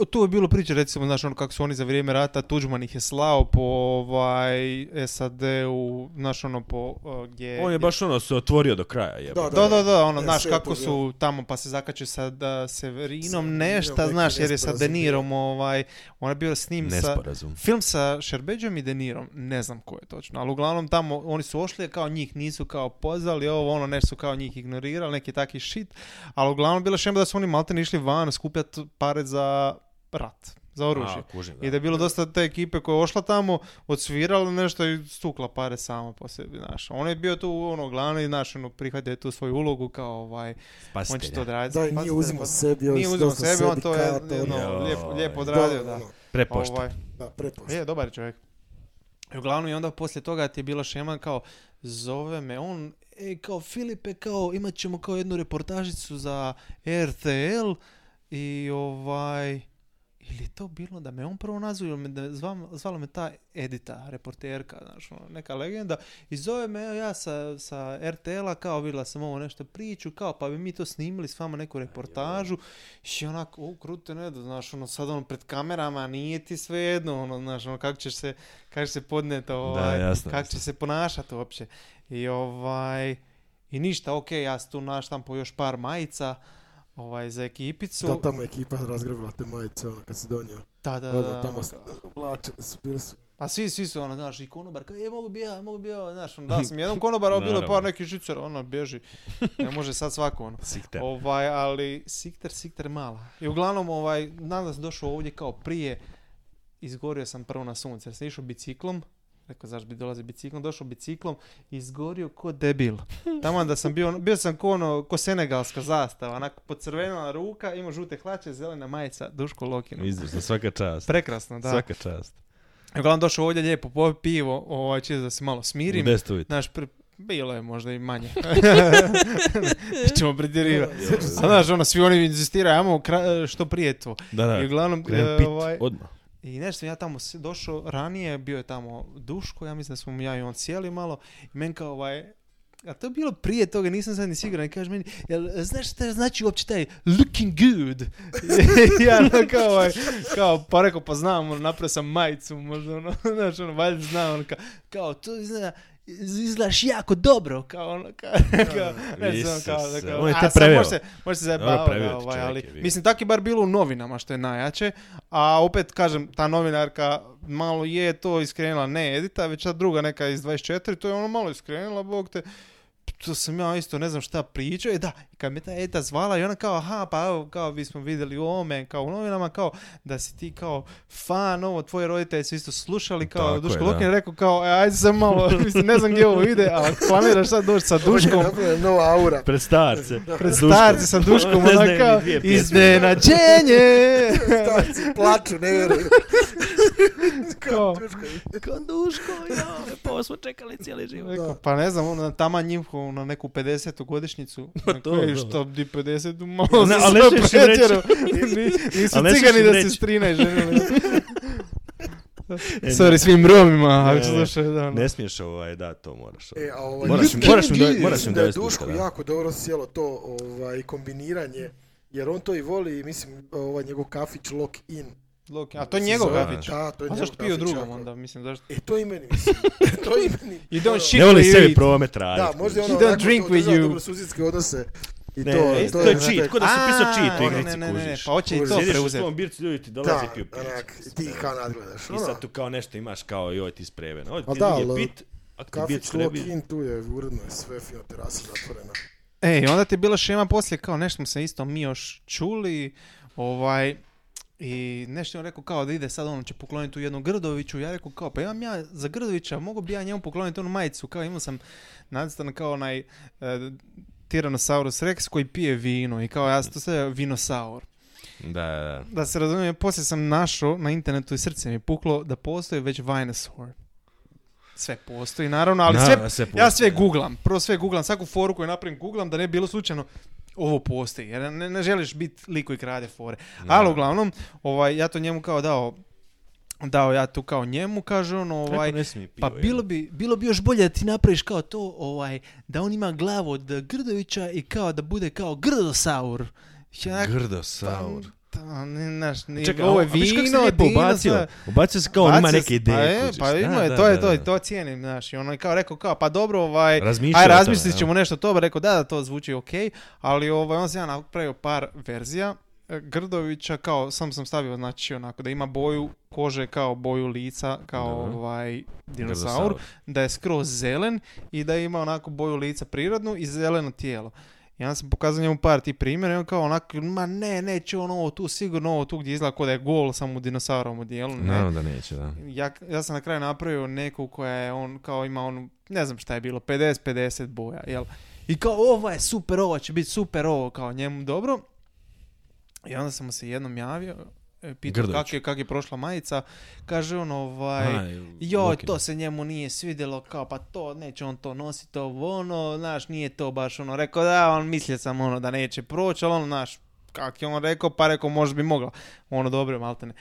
Speaker 2: Tu je bilo priče, recimo, znaš, ono kako su oni za vrijeme rata, Tuđman ih je slao po ovaj, SAD-u, znaš, ono po, eh, gdje...
Speaker 1: On je baš ono se otvorio do kraja, jebe.
Speaker 3: E, Da,
Speaker 2: Da, da, da, ono,
Speaker 3: Ja
Speaker 2: znaš,
Speaker 3: sve
Speaker 2: kako
Speaker 3: pogledam.
Speaker 2: su tamo, pa se zakače sa da, Severinom
Speaker 3: Severinom,
Speaker 2: nešta,
Speaker 3: neki
Speaker 2: znaš, jer je sa
Speaker 3: nesporazum bio.
Speaker 2: Denirom, ovaj, on je bio s njim sa...
Speaker 1: Nesporazum.
Speaker 2: Film sa Šerbeđom i Denirom, ne znam ko je točno, ali uglavnom tamo oni su ošli, kao njih nisu kao pozvali, ovo ono, nešto su kao njih ignorirali, neki taki shit, ali uglavnom bila šema da su oni maltene išli van skupljati pare za rat, za oružje.
Speaker 1: A, kužim, da.
Speaker 2: I da je bilo dosta te ekipe koja je ošla tamo, odsvirala nešto i stukla pare samo po sebi, znaš. On je bio tu ono glavni, znaš, ono, prihvatio je tu svoju ulogu kao ovaj, on će to
Speaker 1: Spasitelja.
Speaker 2: odraditi.
Speaker 3: Da, i nije
Speaker 2: Pazite,
Speaker 3: uzimao
Speaker 2: pazite.
Speaker 3: sebi,
Speaker 2: Nije uzimao
Speaker 3: dosta
Speaker 2: sebi, on to je
Speaker 3: kato,
Speaker 2: ono,
Speaker 3: ono.
Speaker 1: Joj.
Speaker 2: lijepo, lijepo
Speaker 1: Da,
Speaker 2: odradio, da.
Speaker 3: ono,
Speaker 1: Prepošta.
Speaker 2: Ovaj,
Speaker 3: Da, prepošta.
Speaker 2: je, dobar je čovjek. I uglavnom i onda poslije toga ti je bila šema kao, zove me on, e, kao Filipe, kao, imat ćemo kao jednu reportažicu za RTL i ovaj... Ili je to bilo da me on prvo nazvao ili me da zvam- zvala me ta Edita, reporterka, znaš, ono, neka legenda. I zove me, evo ja sa, sa RTL-a, kao vidjela sam ovo nešto priču, kao pa bi mi to snimili s vama neku reportažu. I onako, u, krute ne da, znaš, ono, sad ono, pred kamerama nije ti sve jedno, ono, znaš, ono, kako ćeš se, kako ćeš se podneti, ovaj,
Speaker 1: jasno,
Speaker 2: kako
Speaker 1: jasno.
Speaker 2: ćeš se ponašati uopće. I ovaj, i ništa, okej, ja sam tu naštampo još par majica, ovaj, za ekipicu.
Speaker 3: Da, tamo je ekipa razgrebila te majice, ono, kad si donio.
Speaker 2: da, da,
Speaker 3: Da,
Speaker 2: da,
Speaker 3: da, tamo
Speaker 2: ono,
Speaker 3: su oblačeni su, bili su
Speaker 2: Pa svi, svi su ono, znaš, i konobar, kao, je, mogu bi ja, mogu bi ja, znaš, ono, da sam jednom konobaru, bilo je par
Speaker 1: Naravno.
Speaker 2: nekih žicera, ono, bježi. Ne može sad svako, ono.
Speaker 1: Sikter.
Speaker 2: Ovaj, ali Sikter, Sikter mala. I uglavnom, ovaj, nadam sam došao ovdje kao prije, izgorio sam prvo na sunce, jer sam išao biciklom, rekao zašto bi dolazi biciklom, došao biciklom, izgorio ko debil. Tamo da sam bio, bio sam ko ono, ko senegalska zastava, onako pocrvenila ruka, imao žute hlače, zelena majica, Duško Lokinu.
Speaker 1: Izvrsno, svaka čast.
Speaker 2: Prekrasno, da.
Speaker 1: Svaka čast.
Speaker 2: I Uglavnom došao ovdje lijepo, popio pivo, ovaj, čisto da se malo smirim.
Speaker 1: Gde ste uvijek?
Speaker 2: Znaš, pr- bilo je možda i manje. Nećemo pretjerivati. A znaš, ono, svi oni inzistiraju, ajmo kra- što prije to.
Speaker 1: Da, da.
Speaker 2: I uglavnom,
Speaker 1: Krenu
Speaker 2: e,
Speaker 1: pit,
Speaker 2: ovaj,
Speaker 1: odmah.
Speaker 2: i nešto sam ja tamo s- došao ranije, bio je tamo Duško, ja mislim da smo mu ja i on sjeli malo, i men kao ovaj, a to je bilo prije toga, nisam sad ni siguran, i kaže meni, jel, e, znaš šta znači uopće taj looking good? I ja ono kao, ovaj, kao, pa rekao, pa znam, ono, napravio sam majicu, možda ono, znaš, ono, valjda znam, ono, kao, kao to izgleda, izgledaš jako dobro, kao ono, kao, kao, ne znam, kao, da,
Speaker 1: Isuse,
Speaker 2: kao,
Speaker 1: on je te
Speaker 2: a, sad
Speaker 1: preveo.
Speaker 2: može se, može se zajebavao,
Speaker 1: preveo
Speaker 2: da,
Speaker 1: ti
Speaker 2: ovaj,
Speaker 1: čovjek
Speaker 2: ali,
Speaker 1: je, vidi.
Speaker 2: mislim, tak je bar bilo u novinama, što je najjače, a opet, kažem, ta novinarka malo je to iskrenila, ne Edita, već ta druga neka iz 24, to je ono malo iskrenila, bog te, to sam ja isto ne znam šta pričao, i da, kad me ta Edita zvala i ona kao, aha, pa evo, kao, vi smo vidjeli u ovome, kao u novinama, kao, da si ti kao fan, ovo, tvoji roditelji su isto slušali, kao,
Speaker 1: Tako je,
Speaker 2: Duško
Speaker 1: da.
Speaker 2: Lokin je rekao, kao, e, ajde sam malo, mislim, ne znam gdje ovo ide, ali planiraš sad doći sa Duškom,
Speaker 3: Napravljena nova aura.
Speaker 1: Pred starce.
Speaker 2: pred
Speaker 1: Duškom.
Speaker 2: starce sa Duškom,
Speaker 1: Ne znaju
Speaker 2: ona
Speaker 1: ni
Speaker 2: kao,
Speaker 1: dvije pjesme.
Speaker 2: iznenađenje,
Speaker 3: Starci plaču, ne vjeruju.
Speaker 2: kao,
Speaker 4: Kao Duško, ja, pa ovo smo čekali cijeli život.
Speaker 2: Rekao,
Speaker 3: Da.
Speaker 2: pa ne znam, ono, tama njimhu na neku 50. godišnjicu. na
Speaker 1: to, da.
Speaker 2: koju što di 50. malo
Speaker 1: Ne,
Speaker 2: se
Speaker 1: ali
Speaker 2: sve
Speaker 1: nešto ću im reći.
Speaker 2: pretjerao. Ni- Nisu
Speaker 1: Ali nešto ću
Speaker 2: cigani
Speaker 1: im
Speaker 2: da
Speaker 1: reći.
Speaker 2: se strina i ženili.
Speaker 1: E,
Speaker 2: Sorry svim Romima,
Speaker 1: Ne,
Speaker 2: ako
Speaker 1: ne.
Speaker 2: slušaju, da, ono.
Speaker 1: E, Ne smiješ ovaj, da, to moraš. ovaj.
Speaker 3: E, a ovaj,
Speaker 1: Moraš im-
Speaker 3: Lutkin
Speaker 1: moraš im do-
Speaker 3: Gee,
Speaker 1: moraš im
Speaker 3: mislim da je
Speaker 1: dovesti
Speaker 3: Duško
Speaker 1: Luka, da.
Speaker 3: jako dobro sjelo to ovaj, kombiniranje, jer on to i voli, mislim, ovaj, njegov kafić Lock In.
Speaker 2: Loki, A to je njegov
Speaker 1: Zove.
Speaker 2: kafić.
Speaker 3: Da, to je
Speaker 2: A
Speaker 3: njegov
Speaker 2: zašto piju
Speaker 3: kafić,
Speaker 2: drugom
Speaker 3: jako.
Speaker 2: onda, mislim, zašto?
Speaker 3: E, to i meni, mislim. to i meni.
Speaker 2: You don't
Speaker 3: Ono,
Speaker 2: shit
Speaker 1: Ne voli
Speaker 2: where you
Speaker 1: sebi
Speaker 2: eat.
Speaker 1: promet raditi.
Speaker 3: Da, možda je
Speaker 2: He
Speaker 3: ono
Speaker 2: don't
Speaker 3: onako
Speaker 2: drink
Speaker 3: to
Speaker 2: with
Speaker 3: održava
Speaker 2: you.
Speaker 3: dobrosusjedske odnose. I
Speaker 1: Ne,
Speaker 3: to,
Speaker 1: ne,
Speaker 3: to,
Speaker 1: to je cheat, ko da si
Speaker 2: A,
Speaker 1: pisao cheat u
Speaker 2: ne,
Speaker 1: igrici,
Speaker 2: ne, ne, ne,
Speaker 1: kužiš.
Speaker 2: Pa hoće i to
Speaker 1: Sjediš u
Speaker 2: preuzeti.
Speaker 1: svom bircu, ljudi ti
Speaker 3: Da,
Speaker 1: dolaze i piju piće.
Speaker 3: onak, ti kao nadgledaš.
Speaker 1: I
Speaker 3: ono.
Speaker 1: sad tu kao nešto imaš kao joj ti spreven. Ovo ti
Speaker 3: Pa da,
Speaker 1: drugi je
Speaker 3: ali-
Speaker 1: pit, a ti birc
Speaker 3: Kafić Lock
Speaker 1: trebi.
Speaker 3: In, tu je uredno je sve fino terasa zatvorena.
Speaker 2: Ej, E, onda ti je bila šema poslije, kao nešto smo se isto mi još čuli, ovaj, i nešto je on rekao kao da ide sad ono će pokloniti tu jednu Grdoviću, ja rekao kao pa imam ja za Grdovića, mogu bi ja njemu pokloniti onu majicu, kao imao sam nacrtan kao onaj e, Tyrannosaurus Rex koji pije vino i kao ja sam to sve vinosaur.
Speaker 1: Da, da, da.
Speaker 2: Da se razumijem, poslije sam našao na internetu i srce mi je puklo da postoji već Vinosaur. Sve postoji, naravno, ali sve
Speaker 1: Da, sve
Speaker 2: ja sve
Speaker 1: postoji, da.
Speaker 2: googlam, prvo sve googlam, svaku foru koju napravim googlam da ne bi bilo slučajno ovo postoji, jer ne, ne želiš biti lik koji krade fore. Ali uglavnom, ovaj, ja to njemu kao dao, dao ja tu kao njemu, kaže on, ovaj,
Speaker 1: Neko ne smije pivo,
Speaker 2: pa
Speaker 1: jel?
Speaker 2: bilo bi, bilo bi još bolje da ti napraviš kao to, ovaj, da on ima glavu od Grdovića i kao da bude kao Grdosaur. Ja onak-
Speaker 1: Grdo saur.
Speaker 2: Ta, Pa, ne, znaš, ni-
Speaker 1: Čekaj,
Speaker 2: ovo je
Speaker 1: a- a viš kako se
Speaker 2: vino,
Speaker 1: lijepo
Speaker 2: dino,
Speaker 1: ubacio?
Speaker 2: sve.
Speaker 1: Ubacio se kao on ima
Speaker 2: Bacio
Speaker 1: neke
Speaker 2: se- Pa
Speaker 1: ideje,
Speaker 2: je,
Speaker 1: kužiš.
Speaker 2: pa
Speaker 1: Da,
Speaker 2: ima je,
Speaker 1: da,
Speaker 2: to je
Speaker 1: da,
Speaker 2: to,
Speaker 1: da.
Speaker 2: i to cijenim, znaš, i ono je kao rekao kao, pa dobro, ovaj,
Speaker 1: Razmišljao
Speaker 2: aj
Speaker 1: o tome,
Speaker 2: razmislit
Speaker 1: da.
Speaker 2: ćemo nešto to, rekao da, da, to zvuči ok, ali ovaj, on sam ja napravio par verzija, e, Grdovića kao, sam sam stavio, znači onako, da ima boju kože kao boju lica, kao
Speaker 1: Dobro.
Speaker 2: ovaj dinosaur,
Speaker 1: Grdosaur.
Speaker 2: da je skroz zelen i da ima onako boju lica prirodnu i zeleno tijelo. Ja sam pokazao njemu par ti primjera i on kao onako, ma ne, neće on ovo tu, sigurno ovo tu gdje izgleda kao da je gol samo u dinosaurovom odijelu, ne.
Speaker 1: Naravno da neće, da.
Speaker 2: Ja, ja sam na kraju napravio neku koja je on, kao ima onu, ne znam šta je bilo, 50-50 boja, jel? I kao, ovo je super, ovo će biti super, ovo kao njemu dobro. I onda sam mu se jednom javio, e, pitao
Speaker 1: Grdović.
Speaker 2: kak je, kak je prošla majica, kaže on ovaj...
Speaker 1: Aha,
Speaker 2: Joj,
Speaker 1: Lokin.
Speaker 2: to se njemu nije svidjelo, kao pa to, neće on to nositi, ovo ono, znaš, nije to baš ono, rekao da, on mislio sam ono da neće proći, ali ono, znaš, kak je on rekao, pa rekao možda bi mogla, ono dobro, maltene.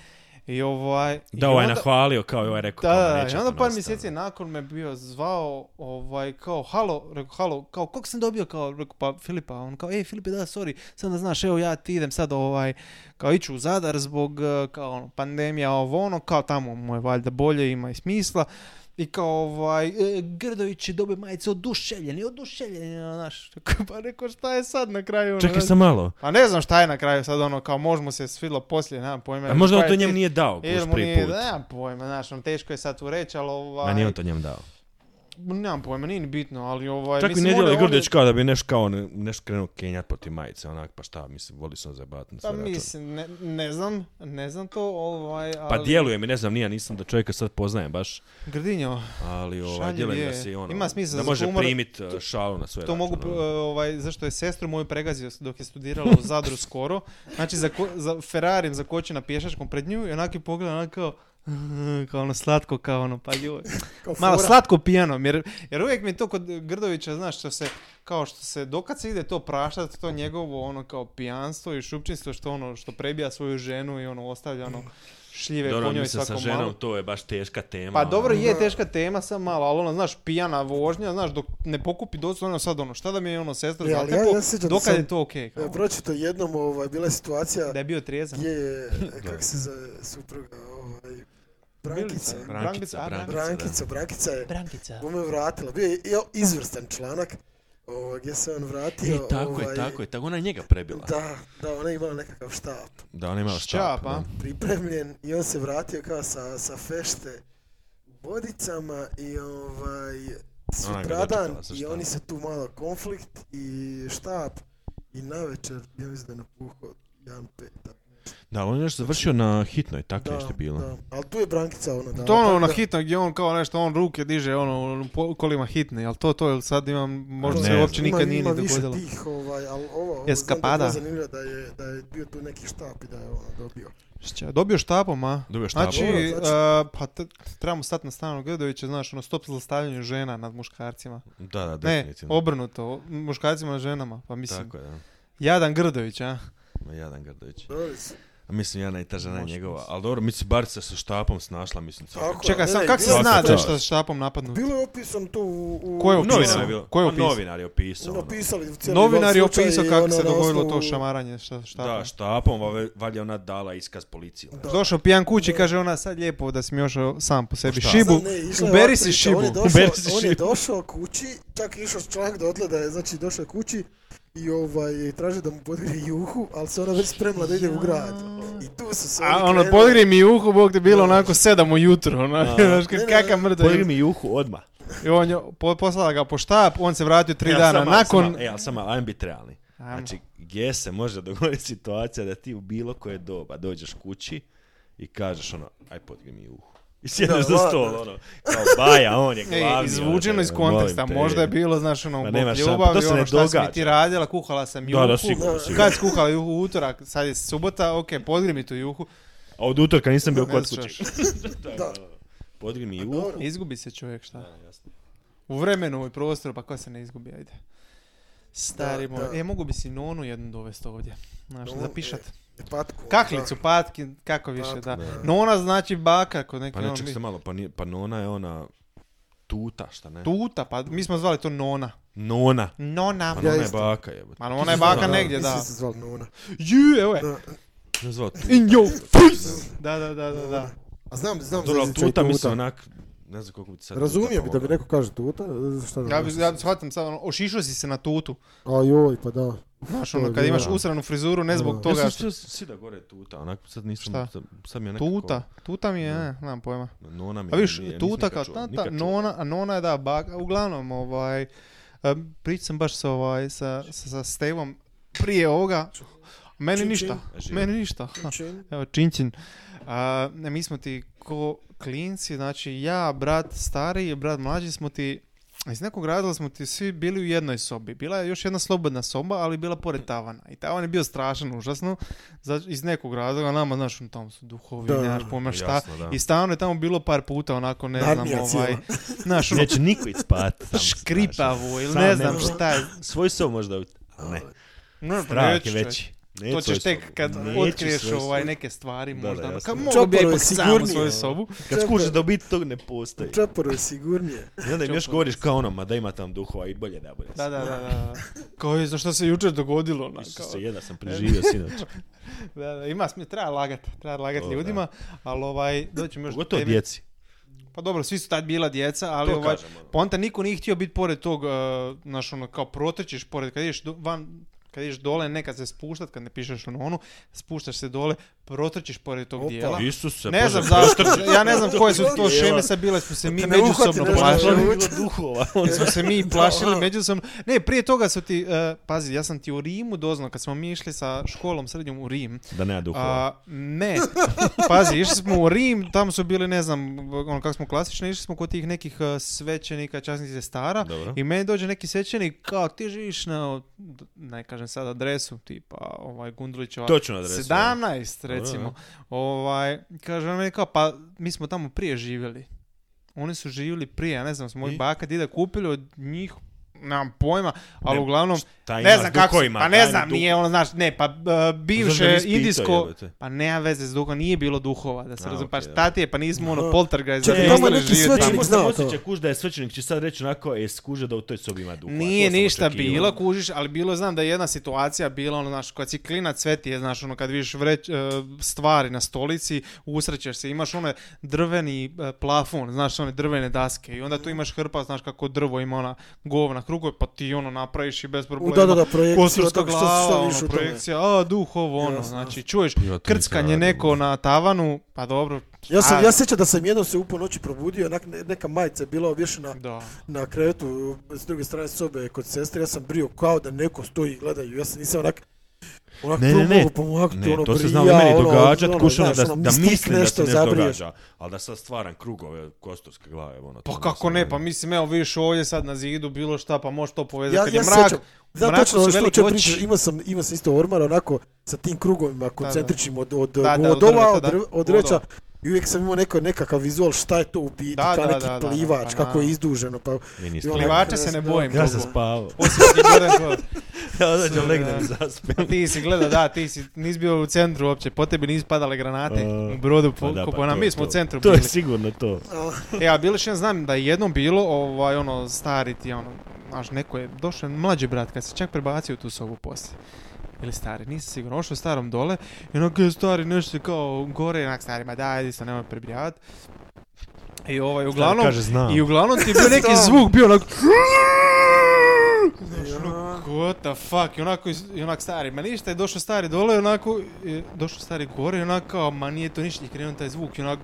Speaker 2: I ovaj...
Speaker 1: Da,
Speaker 2: i
Speaker 1: ovaj
Speaker 2: onda-
Speaker 1: nahvalio kao i ovaj rekao.
Speaker 2: da,
Speaker 1: kao,
Speaker 2: da, da,
Speaker 1: neće
Speaker 2: i onda
Speaker 1: to
Speaker 2: par
Speaker 1: nastaviti.
Speaker 2: mjeseci nakon me bio zvao, ovaj, kao, halo, rekao, halo, kao, kog sam dobio, kao, rekao, pa, Filipa, on kao, ej, Filipe, da, sorry, sad da znaš, evo, ja ti idem sad, ovaj, kao, iću u Zadar zbog, eh, kao, ono, pandemija, ovo, ono, kao, tamo mu je valjda bolje, ima i smisla, I kao ovaj, e, Grdović je dobio majice oduševljeni, oduševljeni, ono, znaš. Pa rekao, šta je sad na kraju? ono,
Speaker 1: Čekaj
Speaker 2: znaš?
Speaker 1: sam malo.
Speaker 2: A ne znam šta je na kraju sad ono, kao možda mu se svilo poslije, nemam pojma.
Speaker 1: A možda on
Speaker 2: Šta
Speaker 1: to
Speaker 2: je
Speaker 1: njem
Speaker 2: ti-
Speaker 1: nije dao kuš
Speaker 2: Ili mu
Speaker 1: Pa prvi
Speaker 2: nije,
Speaker 1: put.
Speaker 2: da, nemam pojma, znaš, on teško je sad tu reći, ali ovaj...
Speaker 1: A nije on to njem dao.
Speaker 2: Nemam pojma, nije ni bitno, ali ovaj...
Speaker 1: Čak i
Speaker 2: mislim,
Speaker 1: ne
Speaker 2: on je-
Speaker 1: djeli
Speaker 2: on je-
Speaker 1: Grdić kao da bi nešto kao ne- nešto krenuo kenjat po ti majice, onak, pa šta, mislim, voli se on zajebati na sve
Speaker 2: Pa
Speaker 1: račune.
Speaker 2: mislim, ne, ne znam, ne znam to, ovaj, ali...
Speaker 1: Pa djeluje mi, ne znam, nija, nisam da čovjeka sad poznajem baš,
Speaker 2: Grdinjo,
Speaker 1: ali ovaj,
Speaker 2: Šaljiv
Speaker 1: djeluje mi da
Speaker 2: je.
Speaker 1: si ono,
Speaker 2: Ima smisla
Speaker 1: da
Speaker 2: za
Speaker 1: može
Speaker 2: humor.
Speaker 1: primit uh, šalu na sve
Speaker 2: to mogu,
Speaker 1: račune,
Speaker 2: e,
Speaker 1: ono.
Speaker 2: ovaj, zašto je sestru moju pregazio dok je studirala u Zadru skoro, znači za, za Ferrarijem zakoči na pješačkom pred nju i onak je pogleda onak kao, kao ono slatko, kao ono, pa joj.
Speaker 3: Kao
Speaker 2: Malo
Speaker 3: fora.
Speaker 2: slatko pijanom, jer, jer uvijek mi je to kod Grdovića, znaš, što se, kao što se, dokad se ide to praštati, to njegovo, ono, kao pijanstvo i šupčinstvo, što ono, što prebija svoju ženu i ono, ostavlja, ono, šljive
Speaker 1: Dobro,
Speaker 2: po njoj
Speaker 1: mislim,
Speaker 2: svako
Speaker 1: sa ženom to je baš teška tema.
Speaker 2: Pa
Speaker 1: ono.
Speaker 2: dobro je
Speaker 3: Da.
Speaker 2: teška tema sam malo, ali ono, znaš, pijana vožnja, znaš, dok ne pokupi dozu, ono sad ono, šta da mi je ono sestra
Speaker 3: E, ali
Speaker 2: zatepo,
Speaker 3: ja- ja se sjećam da
Speaker 2: dokad
Speaker 3: sam-
Speaker 2: je to okej,
Speaker 3: Ja
Speaker 2: kao,
Speaker 3: e, pročito jednom, ovaj, bila je situacija
Speaker 2: da je bio trijezan.
Speaker 3: gdje je, e, kak se zove supruga, ovaj, Brankica.
Speaker 2: Milica.
Speaker 1: Brankica,
Speaker 2: Brankica, a,
Speaker 1: Brankica, da.
Speaker 3: Brankica, Brankica je
Speaker 4: Brankica.
Speaker 3: Bome je vratila. Bio je i- izvrstan članak ovaj, gdje se on vratio.
Speaker 1: E, tako
Speaker 3: ovaj,
Speaker 1: je, tako je, tako ona je njega prebila.
Speaker 3: Da, da, ona je imala nekakav štap
Speaker 1: Da, ona je imala
Speaker 2: Šćap,
Speaker 1: štap.
Speaker 2: a?
Speaker 1: da.
Speaker 3: pripremljen i on se vratio kao sa, sa fešte u bodicama i ovaj
Speaker 1: Ona ga
Speaker 3: sutradan
Speaker 1: dočekala sa
Speaker 3: i
Speaker 1: štapom.
Speaker 3: oni se tu malo konflikt i štap i navečer ja mislim da je napuhao jedan peta.
Speaker 1: Da, ali on je nešto završio na hitnoj, tako
Speaker 3: Da,
Speaker 1: nešto je bilo.
Speaker 3: da, ali tu je Brankica ono da.
Speaker 2: To ono na hitno gdje on kao nešto, on ruke diže ono po- kolima hitni, ali to to je sad imam, možda
Speaker 1: Ne
Speaker 2: se
Speaker 1: znam.
Speaker 2: uopće nikad nije ni
Speaker 3: Ima
Speaker 2: dogodilo.
Speaker 3: više tih, ovaj, ali ovo, ovo
Speaker 2: Eskapada.
Speaker 3: znam da je bilo zanimljivo da je, da je bio tu neki štap i da je ono dobio.
Speaker 2: Šća, Dobio štapom, a?
Speaker 1: Dobio štap.
Speaker 2: Znači,
Speaker 3: Dobro,
Speaker 2: e, pa t- trebamo stati na stranu Grdovića, znaš, ono, stop zlostavljanju žena nad muškarcima.
Speaker 1: da, da,
Speaker 2: Ne,
Speaker 1: definitivno.
Speaker 2: obrnuto, o- muškarcima nad ženama, pa mislim,
Speaker 1: Tako je, da.
Speaker 2: jadan Grdović, a?
Speaker 1: Ma, Jadan Grdović.
Speaker 3: Dobili su.
Speaker 1: A Mislim, ja i ta žena
Speaker 2: Možda
Speaker 1: njegova. Ali dobro, mislim, bar se sa štapom snašla, mislim. svaka
Speaker 3: Tako
Speaker 1: čast.
Speaker 2: Čekaj,
Speaker 3: Ne,
Speaker 2: sam,
Speaker 3: ne,
Speaker 2: kak se
Speaker 3: bilo je
Speaker 2: zna
Speaker 1: to-
Speaker 2: da je šta s štapom napadnut?
Speaker 3: Bilo je opisano to u... u
Speaker 2: Ko je opisao?
Speaker 1: Novinar je
Speaker 2: Pisao.
Speaker 1: bio.
Speaker 2: Ko je
Speaker 1: Pa,
Speaker 2: opisao?
Speaker 1: Novinar je opisao. ono.
Speaker 3: Napisali u cijeli
Speaker 2: Novinar je
Speaker 3: vam slučaj
Speaker 2: opisao
Speaker 3: i
Speaker 2: kako
Speaker 3: ono
Speaker 2: se
Speaker 3: na
Speaker 2: dogodilo
Speaker 3: osnovu-
Speaker 2: to šamaranje šta, šta
Speaker 1: Da, štapom, va- valjda je ona dala iskaz policiji.
Speaker 3: Da.
Speaker 2: Došao pijan kući i kaže ona sad lijepo da si mi još sam po sebi.
Speaker 1: Pa Šta?
Speaker 2: Šibu,
Speaker 3: Sad ne, išla je
Speaker 2: uberi
Speaker 3: ovako
Speaker 2: si
Speaker 3: priča,
Speaker 2: šibu.
Speaker 3: On je
Speaker 1: uberi
Speaker 3: došao,
Speaker 1: si
Speaker 3: on je
Speaker 1: šibu.
Speaker 3: došao kući, čak je išao članak do otle da je, znači, došao kući i ovaj, traže da mu podgrije juhu, ali se ona već spremila da ide u grad. I tu su se oni
Speaker 2: A ono,
Speaker 3: krenuli.
Speaker 2: podgri mi juhu, bog te bilo onako sedam ujutro, ono, znaš,
Speaker 3: Ne, ne,
Speaker 2: kakav
Speaker 3: ne.
Speaker 2: mrdav.
Speaker 1: mi juhu odmah.
Speaker 2: I on je, po- poslala ga po štap, on se vratio tri
Speaker 1: E, ali
Speaker 2: dana
Speaker 1: samo-
Speaker 2: nakon.
Speaker 1: samo- E, ali samo, ajmo biti realni.
Speaker 2: Ajmo.
Speaker 1: Znači, gdje se može dogoditi situacija da ti u bilo koje doba dođeš kući i kažeš ono, aj podgri mi uhu. I sjedneš za
Speaker 3: ladno.
Speaker 1: stol, ono, kao baja, on je
Speaker 2: Ej,
Speaker 1: glavni. ono,
Speaker 2: izvučeno iz
Speaker 1: molim
Speaker 2: konteksta,
Speaker 1: te.
Speaker 2: možda je bilo, znaš, ono,
Speaker 1: Ma
Speaker 2: bog
Speaker 1: nema šanse,
Speaker 2: ljubavi,
Speaker 1: to se ne
Speaker 2: ono, šta si mi
Speaker 1: događa.
Speaker 2: ti radila, kuhala sam juhu.
Speaker 1: Da, da, sigurno, sigurno.
Speaker 2: Kad si kuhala juhu u utorak, sad je subota, okej, podgri mi tu juhu.
Speaker 1: A od utorka nisam bio
Speaker 2: Ne
Speaker 1: kod
Speaker 2: znaš.
Speaker 1: kuće.
Speaker 3: Da.
Speaker 1: Podgri mi uhu.
Speaker 3: Dobro.
Speaker 2: Izgubi se čovjek, šta?
Speaker 1: Da, jasno.
Speaker 2: U vremenu i prostoru, pa ko se ne izgubi, ajde. Stari
Speaker 3: Da,
Speaker 2: moj,
Speaker 3: da. e,
Speaker 2: e, mogu bi si nonu jednu dovesti ovdje. Znaš,
Speaker 3: Nonu,
Speaker 2: zapišat.
Speaker 3: Patku.
Speaker 2: Kaklicu, patki, kako više, da.
Speaker 1: da.
Speaker 2: Nona znači baka, kod neke
Speaker 1: Pa
Speaker 2: ono,
Speaker 1: ne, ček
Speaker 2: mi-
Speaker 1: se malo, pa, nije, pa nona je ona tuta, šta ne?
Speaker 2: tuta, pa mi smo zvali to nona.
Speaker 1: Nona.
Speaker 2: Nona.
Speaker 1: Pa
Speaker 3: Ja
Speaker 1: nona je
Speaker 3: isto.
Speaker 1: baka, jebote.
Speaker 2: Ma nona je baka
Speaker 1: Da, da.
Speaker 2: negdje, da.
Speaker 3: Mislim se zvali Nona.
Speaker 2: Ju, evo je.
Speaker 3: Da.
Speaker 1: Ne zvao tuta.
Speaker 2: In your face! Da, da, da, da, da.
Speaker 3: A znam, znam
Speaker 1: Pa Dobro, ali
Speaker 3: zezica i
Speaker 1: tuta mislim onak, ne znam koliko bi ti sad... tuta
Speaker 3: Razumio bi da mi
Speaker 1: pomogla.
Speaker 3: neko kaže tuta, e, šta da
Speaker 2: Ja, bi- ja shvatim sad, ono, ošišao si se na tutu.
Speaker 3: A joj, pa da.
Speaker 2: Znaš,
Speaker 3: To je
Speaker 2: ono, kad imaš
Speaker 3: bilo.
Speaker 2: usranu frizuru, ne zbog
Speaker 3: Da.
Speaker 2: toga
Speaker 1: Ja
Speaker 2: što...
Speaker 1: sam što... sida gore tuta, onako sad nisam...
Speaker 2: Šta?
Speaker 1: Sad, sad mi je nekako...
Speaker 2: Tuta, tuta mi je, ne, nemam pojma.
Speaker 1: Nona mi
Speaker 2: A
Speaker 1: je-
Speaker 2: viš,
Speaker 1: nije- nisam
Speaker 2: tuta
Speaker 1: nikad
Speaker 2: kao
Speaker 1: čuo,
Speaker 2: tata,
Speaker 1: nikad čuo.
Speaker 2: nona, a nona je da, baka, uglavnom, ovaj, em, pričao sam baš sa, ovaj, sa, sa, sa Stevom prije ovoga, meni
Speaker 3: Čin,
Speaker 2: ništa,
Speaker 1: čin.
Speaker 2: meni ništa, ha,
Speaker 3: Čin.
Speaker 2: evo, činčin. A, ne, mi smo ti ko klinci, znači ja, brat stariji, brat mlađi smo ti, iz nekog razloga smo ti svi bili u jednoj sobi. Bila je još jedna slobodna soba, ali bila pored tavana. I tavan je bio strašan, užasno. za- iz nekog razloga, nama, znaš, ono, tamo su duhovi,
Speaker 3: Da.
Speaker 2: nemaš pojma šta.
Speaker 1: Jasno, da.
Speaker 2: I stvarno je tamo bilo par puta onako, ne znam,
Speaker 3: Nadmija cijela.
Speaker 2: ovaj, znaš, ono,
Speaker 1: Neće niko ići spat. sam, znaš.
Speaker 2: škripavo ili
Speaker 1: Sam
Speaker 2: ne
Speaker 1: ne
Speaker 2: znam
Speaker 1: možeš.
Speaker 2: šta je.
Speaker 1: Svoj sob možda... ut- ali Ne,
Speaker 2: No, pa
Speaker 1: strah
Speaker 2: neću,
Speaker 1: je
Speaker 2: čovjek.
Speaker 1: veći.
Speaker 2: To
Speaker 1: Neću svoju
Speaker 2: ćeš tek
Speaker 1: sobu.
Speaker 2: kad
Speaker 1: Neću
Speaker 2: otkriješ
Speaker 1: svoju
Speaker 2: ovaj
Speaker 1: sobu.
Speaker 2: neke stvari
Speaker 1: Da,
Speaker 2: možda.
Speaker 1: da,
Speaker 2: ono,
Speaker 1: jasno.
Speaker 2: Kako mogu bi ja
Speaker 3: Čoporo je
Speaker 2: ipak sam u svoju
Speaker 3: sigurnije,
Speaker 2: sobu?
Speaker 1: Kad skužiš da u biti tog ne postoji.
Speaker 3: Čeporu je sigurnije.
Speaker 1: I onda im još
Speaker 2: Čopor.
Speaker 1: govoriš kao ono, ma da ima tam duhova i bolje da bude.
Speaker 2: Da, da, da, da, da. Kao je, znaš što se jučer dogodilo? ono, kao-
Speaker 1: Isuse, jedna sam preživio sinoć.
Speaker 2: Da, da, ima smije, treba lagat, treba lagat
Speaker 1: O, da.
Speaker 2: ljudima, ali ovaj, doćemo još
Speaker 1: Pogotovo
Speaker 2: temi.
Speaker 1: djeci.
Speaker 2: Pa dobro, svi su tad bila djeca, ali
Speaker 1: To
Speaker 2: ovaj,
Speaker 1: kažem, ono.
Speaker 2: ponta niko nije htio biti pored tog, uh, znaš, ono, kao protrčeš pored, kad ideš do- van, kad ideš dole, nekad se spuštat, kad ne pišeš ono, onu, spuštaš se dole, protrčeš pored tog
Speaker 3: Opa.
Speaker 2: dijela.
Speaker 1: Isuse,
Speaker 2: Ne
Speaker 1: Bože,
Speaker 2: znam
Speaker 1: prostrčeš.
Speaker 2: zašto, ja ne znam koje su to
Speaker 1: Dijela.
Speaker 2: šeme, sad bile smo se mi
Speaker 3: Te ne uhvati
Speaker 2: međusobno
Speaker 3: nešto.
Speaker 2: plašili.
Speaker 1: Bilo je duhova. ono.
Speaker 2: Jer smo se mi plašili međusobno. Ne, prije toga su ti, e, pazi, ja sam ti u Rimu doznao, kad smo mi išli sa školom srednjom u Rim.
Speaker 1: Da nema duhova.
Speaker 2: A, ne, pazi, išli smo u Rim, tamo su bili, ne znam, ono kako smo klasični, išli smo kod tih nekih e, svećenika, časnih sestara.
Speaker 1: Dobro. E,
Speaker 2: I meni dođe neki svećenik, kao ti živiš na, ne kažem sad adresu, tipa ovaj Gundulićeva.
Speaker 1: Točnu adresu, Dobro,
Speaker 2: 17, recimo. Ovaj, kaže on meni kao, pa mi smo tamo prije živjeli. Oni su živjeli prije, ja ne znam, smo moji
Speaker 1: I?
Speaker 2: baka, dida kupili od njih, nemam pojma, ali
Speaker 1: Ne,
Speaker 2: uglavnom,
Speaker 1: Šta
Speaker 2: ne
Speaker 1: imaš
Speaker 2: znam kako,
Speaker 1: duhovima,
Speaker 2: pa
Speaker 1: šta
Speaker 2: ne
Speaker 1: ima
Speaker 2: znam,
Speaker 1: duh-
Speaker 2: nije ono, znaš, ne, pa e,
Speaker 1: Zašto
Speaker 2: bivše
Speaker 1: nisi pitao,
Speaker 2: indijsko,
Speaker 1: jebote?
Speaker 2: pa nema veze s duhom, nije bilo duhova, da se
Speaker 1: A,
Speaker 2: razum,
Speaker 1: okej,
Speaker 2: pa
Speaker 1: da.
Speaker 2: šta ti je, pa nismo ono
Speaker 3: Aha.
Speaker 2: poltergeist,
Speaker 3: Čekaj,
Speaker 2: da
Speaker 1: tamo
Speaker 2: ne možeš
Speaker 3: neki
Speaker 2: živjeti
Speaker 3: svećenik
Speaker 2: tamo.
Speaker 3: Možda
Speaker 1: Možda
Speaker 3: znao
Speaker 1: osjeća kuš da je svećenik će sad reći onako, e, skuže da u toj sobi ima duha.
Speaker 2: Nije
Speaker 1: To sam
Speaker 2: ništa
Speaker 1: očekivao.
Speaker 2: bilo, kužiš, ali bilo znam da je jedna situacija bila, ono, znaš, kad si klinac sve ti je, znaš, ono, kad vidiš vreć, e, stvari na stolici, usrećeš se, imaš onaj drveni e, plafon, znaš, one drvene daske i onda tu imaš hrpa, znaš, kako drvo ima ona govna krugove, pa ti ono napraviš i bez problema.
Speaker 3: da, da, da, projekcija,
Speaker 2: Kosturska
Speaker 3: tako što se
Speaker 2: glava,
Speaker 3: staviš
Speaker 2: ono,
Speaker 3: u tome.
Speaker 2: projekcija, a, duh, ovo, ono,
Speaker 3: Jasno.
Speaker 2: znači, čuješ,
Speaker 1: Ja to
Speaker 2: krckanje
Speaker 1: nisam radio.
Speaker 2: neko na tavanu, pa dobro.
Speaker 3: Ja
Speaker 2: a,
Speaker 3: sam, ja sjećam da sam jednom se u po noći probudio, onak ne- neka majica je bila obješena
Speaker 2: Da.
Speaker 3: na krevetu s druge strane sobe kod sestre, ja sam brio kao da neko stoji i gleda ju, ja sam nisam onak Onak
Speaker 1: Ne,
Speaker 3: tu
Speaker 1: ne, ne,
Speaker 3: mogu pomaknuti,
Speaker 1: ne,
Speaker 3: ono,
Speaker 1: to se
Speaker 3: brija,
Speaker 1: znalo i meni
Speaker 3: ono,
Speaker 1: događat,
Speaker 3: ono,
Speaker 1: kušano
Speaker 3: znaš,
Speaker 1: da,
Speaker 3: ono,
Speaker 1: da
Speaker 3: mistik
Speaker 1: mislim da se nešto
Speaker 3: zabriješ.
Speaker 1: događa, ali da sad stvaram krugove kosturske glave, ono. to
Speaker 2: Pa
Speaker 1: ne
Speaker 2: kako
Speaker 1: znam,
Speaker 2: ne,
Speaker 1: ono.
Speaker 2: pa mislim, evo vidiš ovdje sad na zidu bilo šta, pa možeš to povezati
Speaker 3: Ja,
Speaker 2: kad je
Speaker 3: ja
Speaker 2: mrak.
Speaker 3: sjećam, znam
Speaker 2: mraku
Speaker 3: točno
Speaker 2: su
Speaker 3: ono što
Speaker 2: velike
Speaker 3: će
Speaker 2: oči.
Speaker 3: pričati, imao sam, imao sam isto ormar, onako, sa tim krugovima koncentričnim od, od
Speaker 2: da, od
Speaker 3: vodova,
Speaker 2: drveta,
Speaker 3: od,
Speaker 2: da.
Speaker 3: drv- od
Speaker 2: Vodova.
Speaker 3: drveća, i uvijek sam imao neko, nekakav vizual šta je to u biti,
Speaker 2: Da,
Speaker 3: kao
Speaker 2: da,
Speaker 3: neki
Speaker 2: da, da, da,
Speaker 3: plivač,
Speaker 2: pa
Speaker 3: kako je
Speaker 2: naravno.
Speaker 3: izduženo, pa...
Speaker 1: Meni isto.
Speaker 3: i onak-
Speaker 2: Plivača se ne bojim.
Speaker 1: Ja sam
Speaker 2: dugo.
Speaker 1: spavao.
Speaker 2: Osim ti Goran Kovač.
Speaker 1: Ja da
Speaker 2: Sve, Pa
Speaker 1: legnem
Speaker 2: da.
Speaker 1: i zaspim.
Speaker 2: Ti si gledao, da, ti si, nisi bio u centru uopće, po tebi nisu padale granate
Speaker 1: E,
Speaker 2: u brodu, po,
Speaker 1: Pa da, pa
Speaker 2: po nam,
Speaker 1: to
Speaker 2: mi
Speaker 1: je
Speaker 2: smo u
Speaker 1: to.
Speaker 2: centru
Speaker 1: To
Speaker 2: bili.
Speaker 1: je sigurno to.
Speaker 2: E, a bilo što ja znam da je jednom bilo, ovaj, ono, stari ti, ono, znaš, neko je došao, mlađi brat, kad se čak prebacio u tu sobu poslije. Ili stari, nisam siguran, ošao starom dole, i onako je stari nešto kao gore, i onak stari, ma daj, se nemoj prebrijavati. I ovaj, uglavnom,
Speaker 1: kaže, znam.
Speaker 2: i uglavnom ti je bio neki
Speaker 3: Znam.
Speaker 2: zvuk, bio onako,
Speaker 3: Ja.
Speaker 2: what the fuck, i onako, iz- i onak stari, ma ništa, je došao stari dole, i onako, i došao stari gore, i onako, kao, ma nije to ništa, i krenuo taj zvuk, i onako,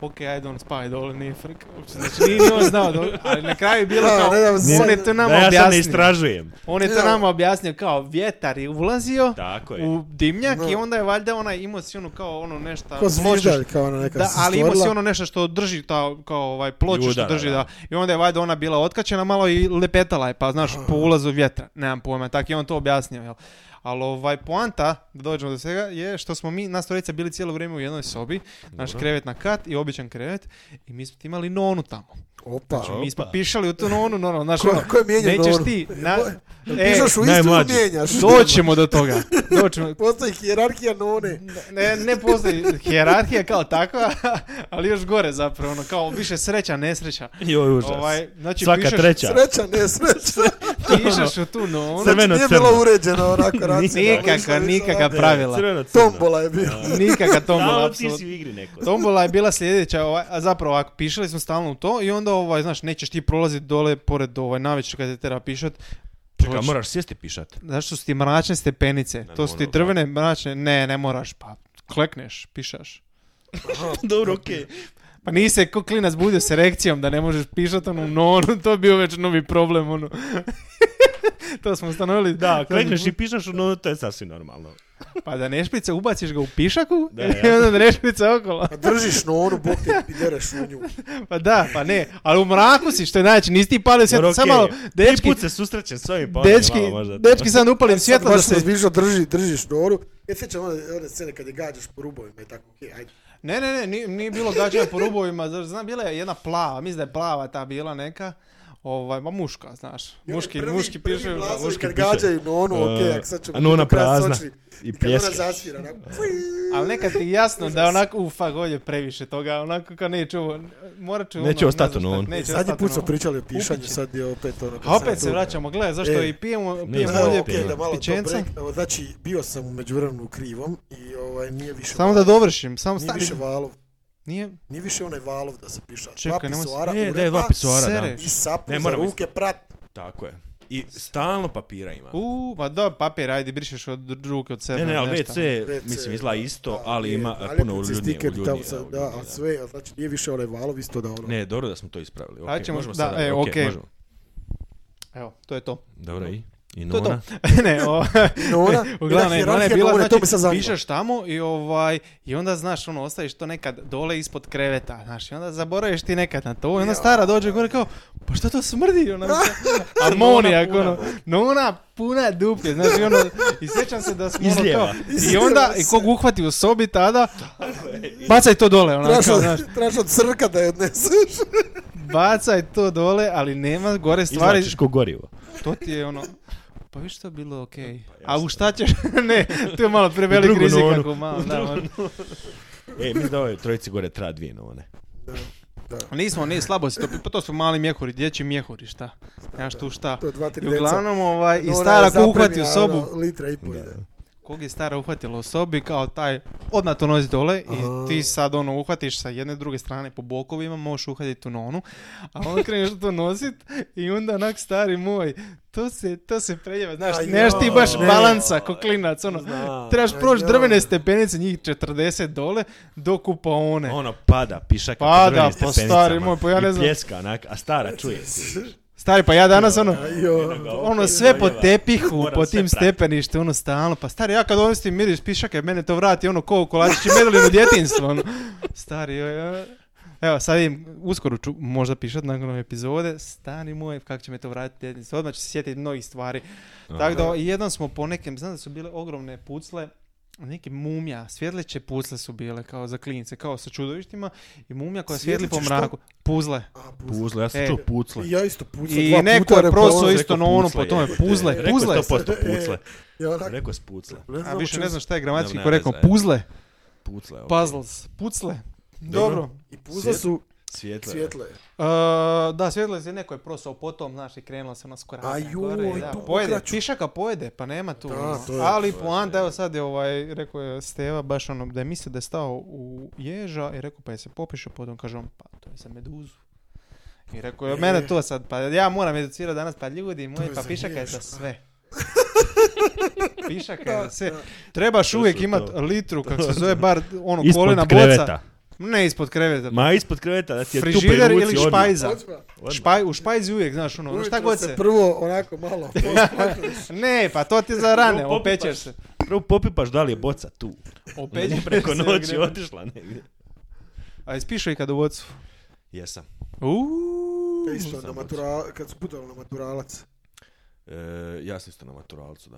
Speaker 2: ok, ajde on spavaj dole, nije frka, uopće, znači nije ni on znao, dobro, ali na kraju je bilo
Speaker 3: Da,
Speaker 2: kao,
Speaker 3: ne, da,
Speaker 2: on
Speaker 3: sad-
Speaker 2: je to
Speaker 1: Da
Speaker 2: nama
Speaker 1: ja sad ne
Speaker 2: objasnio,
Speaker 1: istražujem.
Speaker 2: on je to
Speaker 3: Da.
Speaker 2: nama objasnio, kao, vjetar je ulazio
Speaker 1: Tako je.
Speaker 2: u dimnjak
Speaker 3: Da.
Speaker 2: i onda je valjda ona imao si ono kao ono nešto,
Speaker 3: Ko
Speaker 2: ploču
Speaker 3: zviždalj, kao ona neka
Speaker 2: da,
Speaker 3: se
Speaker 2: ali imao si
Speaker 3: stvorila.
Speaker 2: ono nešto što drži ta, kao ovaj ploču
Speaker 1: Ju,
Speaker 2: što
Speaker 1: da, da,
Speaker 2: drži, da,
Speaker 1: da.
Speaker 2: I onda je valjda ona bila otkačena malo i lepetala je, pa znaš,
Speaker 3: Ah.
Speaker 2: po ulazu vjetra, nemam pojma, tak je on to objasnio, jel? Ali ovaj poanta, da dođemo do svega, je što smo mi, nas trojica bili cijelo vrijeme u jednoj sobi, naš krevet na kat i običan krevet, i mi smo imali nonu tamo.
Speaker 3: Opa.
Speaker 2: Znači, mi smo
Speaker 1: Opa.
Speaker 2: pišali u tu nonu, normalno, znaš,
Speaker 3: Ko-
Speaker 2: ono,
Speaker 3: ko je mijenjao
Speaker 2: nećeš
Speaker 3: nonu?
Speaker 2: ti, na, e,
Speaker 3: Pišaš Znači, u istu ili
Speaker 1: najmlađi.
Speaker 3: mijenjaš?
Speaker 2: doćemo do toga, doćemo,
Speaker 3: Postoji hijerarkija none.
Speaker 2: ne, ne postoji hijerarhija kao takva, ali još gore zapravo, ono, kao više sreća, nesreća.
Speaker 1: Joj, užas. E,
Speaker 2: Ovaj, znači,
Speaker 1: Svaka
Speaker 2: pišeš,
Speaker 1: treća.
Speaker 3: Sreća, ne sreća.
Speaker 2: pišeš u tu nonu,
Speaker 1: Crveno,
Speaker 3: Znači,
Speaker 1: crno.
Speaker 3: nije bilo uređeno onako racionalno.
Speaker 2: nikakva,
Speaker 3: ništa, ništa,
Speaker 2: nikakva pravila.
Speaker 1: Crveno, crno.
Speaker 3: Tombola je bila.
Speaker 2: Nikakva tombola,
Speaker 1: Da, ti si
Speaker 2: apsolutno.
Speaker 1: u igri neko.
Speaker 2: Tombola je bila sljedeća, ovaj, a zapravo ovako, pišali smo stalno u to i onda, ovaj, znaš, nećeš ti prolaziti dole pored ovaj, navečer kad te tera pišat.
Speaker 1: Čekaj,
Speaker 2: Hoće-
Speaker 1: moraš sjesti pišat.
Speaker 2: Znaš, su ti mračne stepenice, to su ti
Speaker 1: ono,
Speaker 2: drvene mračne, ne, ne moraš, pa klekneš, pišaš.
Speaker 1: Dobro, okej.
Speaker 2: Pa nisi se ko klinac budio s erekcijom da ne možeš pišat ono u nonu, to bi bio već novi problem ono. to smo ustanovili.
Speaker 1: Da, klekneš i pišaš, no to je sasvim normalno.
Speaker 2: Pa da ne špice, ubaciš ga u pišaku
Speaker 1: Da,
Speaker 2: i
Speaker 1: ja.
Speaker 2: onda da ne špice okolo.
Speaker 3: A držiš nonu, bok te pidereš u nju.
Speaker 2: Pa da, pa ne. Ali u mraku si, što je najveće, nisi ti palio svjetlo,
Speaker 1: Dobro,
Speaker 2: samo
Speaker 1: okej.
Speaker 2: malo,
Speaker 1: Ti
Speaker 2: dečki,
Speaker 1: put se susreće s ovim, pa onda je
Speaker 2: dečki,
Speaker 1: malo možda to.
Speaker 2: dečki sad upalim svjetlo da
Speaker 3: Baš se
Speaker 2: se...
Speaker 3: zbižao, drži, držiš noru. Ja se sjećam one, one scene kada gađaš po rubovima i tako, okej, ajde.
Speaker 2: Ne, ne, ne, nije, nije bilo gađanja po rubovima, znaš, znam, bila je jedna plava, mislim da je plava ta bila neka. Ovaj, ma muška, znaš.
Speaker 3: I
Speaker 2: Muški,
Speaker 3: oni prvi-
Speaker 2: muški
Speaker 3: prvi
Speaker 2: piše.
Speaker 3: glasovi
Speaker 1: muški
Speaker 3: kad
Speaker 1: piše.
Speaker 3: gađaju nonu, okej,
Speaker 1: E,
Speaker 3: ak sad ćemo...
Speaker 1: a nona
Speaker 3: do kraja
Speaker 1: prazna.
Speaker 3: sočvi.
Speaker 1: I
Speaker 3: kad ona
Speaker 1: pljeske.
Speaker 3: zasvira, onako, fuiii.
Speaker 2: Ali nekad ti je jasno da onako, u fuck, ovdje je previše toga, onako kao neću ovo, morat ću ono,
Speaker 1: Neću
Speaker 2: ne
Speaker 1: ostati
Speaker 2: znam
Speaker 1: ono,
Speaker 2: šta,
Speaker 1: on.
Speaker 2: neću
Speaker 3: Zadnji
Speaker 2: ostati
Speaker 3: put smo
Speaker 2: ono.
Speaker 3: pričali o pišanju,
Speaker 2: Upit će.
Speaker 3: sad je opet ono...
Speaker 2: A opet se
Speaker 3: sad-
Speaker 2: vraćamo, gledaj, zašto
Speaker 3: E.
Speaker 2: i pijemo,
Speaker 1: Nije
Speaker 2: pijemo
Speaker 1: okej,
Speaker 2: ovdje
Speaker 3: okej, da malo to
Speaker 2: pičenca.
Speaker 3: break- evo, Znači, bio sam u međuvremenu krivom i ovaj, nije više...
Speaker 2: Samo da
Speaker 3: valov.
Speaker 2: dovršim, samo
Speaker 3: Nije
Speaker 2: stani.
Speaker 3: više valov.
Speaker 2: Nije,
Speaker 3: Nije više onaj valov da se piša.
Speaker 2: Čekaj,
Speaker 3: dva
Speaker 2: nemoj se-
Speaker 3: pisoara,
Speaker 1: E, da je
Speaker 3: uredba
Speaker 1: dva pisoara, da.
Speaker 2: sereš.
Speaker 3: i sapu
Speaker 1: Ne,
Speaker 3: za
Speaker 1: moram
Speaker 3: ruke, prat.
Speaker 1: Tako je. I stalno papira ima.
Speaker 2: u, ma da, papir, ajde, brišeš od ruke od sebe.
Speaker 1: Ne, ne, ali
Speaker 2: nešto.
Speaker 1: WC, mislim, izgleda isto,
Speaker 3: Da,
Speaker 1: ali
Speaker 3: je,
Speaker 1: ima e,
Speaker 3: naljepnice,
Speaker 1: puno uljudnije.
Speaker 3: stikeri
Speaker 1: uljudnije,
Speaker 3: tamo sa-
Speaker 1: uljudnije,
Speaker 3: Da, a sve, a znači nije više onaj valov isto da ono.
Speaker 1: Ne, dobro da smo to ispravili.
Speaker 2: Ajde
Speaker 1: Ok,
Speaker 2: ćemo-
Speaker 1: možemo
Speaker 2: da,
Speaker 1: sada.
Speaker 2: e,
Speaker 1: ok,
Speaker 2: okej.
Speaker 1: možemo.
Speaker 2: Evo, to je to.
Speaker 1: Dobro, i? I
Speaker 2: To je
Speaker 1: Nona?
Speaker 2: to. ne, o,
Speaker 3: No, ona,
Speaker 2: E, Uglavnom, ne, ona je bila,
Speaker 3: znači, to me sad
Speaker 2: znači,
Speaker 3: zanima.
Speaker 2: pišeš tamo i, ovaj, i onda, znaš, ono, ostaviš to nekad dole ispod kreveta, znaš, i onda zaboraviš ti nekad na to, i onda stara dođe gore kao, pa šta to smrdi, ona, amonijak, ono, nona puna duplje, znači, ono, i sjećam se da smo, ono,
Speaker 1: Izlijeva.
Speaker 2: kao, i onda, i kog uhvati u sobi tada, bacaj to dole, ono,
Speaker 3: Trebaš
Speaker 2: kao,
Speaker 3: od-
Speaker 2: znaš,
Speaker 3: trebaš od crka da je odneseš.
Speaker 2: bacaj to dole, ali nema gore stvari,
Speaker 1: Izvlačiš ko gorivo.
Speaker 2: to ti je, ono, pa viš to je bilo okej.
Speaker 1: E,
Speaker 2: A u šta ćeš? ne, tu je malo prevelik
Speaker 1: pa drugu
Speaker 2: rizik
Speaker 1: nonu.
Speaker 2: ako malo. Da, ono.
Speaker 1: E, mi da ove trojici gore treba dvije None.
Speaker 2: Nismo, ni slabo si to, pi- pa to su mali mjehuri, dječji mjehuri, šta? Nemaš tu šta.
Speaker 3: To je dva, tri
Speaker 2: I
Speaker 3: deca.
Speaker 2: uglavnom, ovaj, i
Speaker 3: Ona je
Speaker 2: stara ko uhvati u
Speaker 3: zapremljena,
Speaker 2: sobu,
Speaker 3: ono, Litra i pol. ide.
Speaker 2: kog je stara uhvatila u sobi, kao taj, odmah to nosi dole
Speaker 3: Aha.
Speaker 2: i ti sad ono uhvatiš sa jedne druge strane po bokovima, možeš uhvatiti tu nonu, a on kreneš to nosit i onda onak stari moj, to se, to se preljeva, znaš,
Speaker 3: Aj,
Speaker 2: nemaš ti
Speaker 3: joj.
Speaker 2: baš
Speaker 1: Ne.
Speaker 2: balanca ko klinac, ono, trebaš
Speaker 3: Aj,
Speaker 2: proći
Speaker 3: joj.
Speaker 2: drvene stepenice, njih 40 dole, do kupaone.
Speaker 1: Ono pada, pišaka
Speaker 2: Pada,
Speaker 1: po drvenim
Speaker 2: pa
Speaker 1: stepenicama
Speaker 2: stari moj, pa ja ne znam.
Speaker 1: I pljeska, onak, a stara čuje.
Speaker 2: Stari, pa ja danas ono,
Speaker 3: Jo,
Speaker 2: ono sve
Speaker 1: E.
Speaker 2: po tepihu,
Speaker 1: Moram
Speaker 2: po
Speaker 1: sve
Speaker 2: tim
Speaker 1: pratiti.
Speaker 2: stepeništu, ono stalno. Pa stari, ja kad ovistim miris pišake, mene to vrati ono ko u kolačići medulinu djetinstvo. Ono. Stari, joj, joj. Evo, sad im uskoro ću možda pišat nakon ove epizode. Stani moj, kako će me to vratiti djetinstvo. Odmah ću se sjetiti mnogih stvari. Tako da, i jednom smo po nekim, znam da su bile ogromne pucle, neke mumija, svjetleće pucle su bile kao za klince, kao sa čudovištima i mumija koja svijetli po
Speaker 3: Svjetleće što?
Speaker 2: mraku. Puzle.
Speaker 3: A, puzle.
Speaker 1: Puzle, ja sam
Speaker 2: E.
Speaker 1: čuo pucle.
Speaker 3: I ja isto pucam
Speaker 2: I
Speaker 3: dva
Speaker 2: neko
Speaker 3: puta,
Speaker 2: je proso
Speaker 3: rekao,
Speaker 2: isto na onu po
Speaker 1: pucle,
Speaker 2: tome,
Speaker 1: jebote.
Speaker 2: puzle, puzle.
Speaker 1: Rekao
Speaker 2: E,
Speaker 1: je 100% pucle.
Speaker 3: E, Ja onak,
Speaker 1: Rekao je s pucle.
Speaker 3: ne znam
Speaker 2: A više
Speaker 3: o
Speaker 2: ne
Speaker 3: čemu
Speaker 2: znam šta je gramatički
Speaker 1: Nema
Speaker 2: korektno.
Speaker 1: veze.
Speaker 2: Puzzle,
Speaker 1: Pucle, ok.
Speaker 2: Pa, puzzles, pucle.
Speaker 3: Dobro.
Speaker 2: Dobro.
Speaker 3: I puza su
Speaker 1: Svijetle.
Speaker 3: svjetle.
Speaker 2: E, da, svijetlo se neko je prosao potom, znaš, i krenulo se ono skoro.
Speaker 3: A joj,
Speaker 2: da,
Speaker 3: tu
Speaker 2: pojede,
Speaker 3: pokraću.
Speaker 2: pišaka pojede, pa nema tu.
Speaker 3: Da,
Speaker 2: ono.
Speaker 3: to je-
Speaker 2: Ali poanta, evo sad je ovaj, rekao je Steva, baš ono, da je mislio da je stao u ježa i rekao pa je se popišao, potom kaže on, pa to je za meduzu. I rekao je, mene to sad, pa ja moram educirati danas, pa ljudi moji,
Speaker 3: je
Speaker 2: pa
Speaker 3: za
Speaker 2: pišaka je za
Speaker 3: ježa.
Speaker 2: sve. pišaka je za sve. Trebaš uvijek
Speaker 1: su to.
Speaker 2: imat litru, kako se zove, bar ono kolena
Speaker 1: Ispod
Speaker 2: boca.
Speaker 1: kreveta.
Speaker 2: Ne ispod kreveta,
Speaker 1: Ma ispod kreveta, da ti je tu
Speaker 2: frižider
Speaker 1: privuci
Speaker 2: ili
Speaker 1: odmah.
Speaker 2: špajza.
Speaker 3: Odmah.
Speaker 2: Špaj, u špajzi ujek, znaš, ono, šta
Speaker 3: Ujutro
Speaker 2: god se.
Speaker 3: Prvo onako malo.
Speaker 2: Ne, pa to ti je za rane,
Speaker 1: Prvo popipaš.
Speaker 2: opečeš se.
Speaker 1: Prvo popipaš da li je boca tu.
Speaker 2: Opečeš
Speaker 1: Preko
Speaker 2: se,
Speaker 1: noći
Speaker 2: gre-
Speaker 1: otišla negdje.
Speaker 2: A ispišao i kad u vocu.
Speaker 1: Jesam.
Speaker 2: Uuu.
Speaker 3: Pa Isto na
Speaker 1: Samo
Speaker 3: matura, kad su putovali na maturalac.
Speaker 1: E, ja sam isto na maturalcu, da.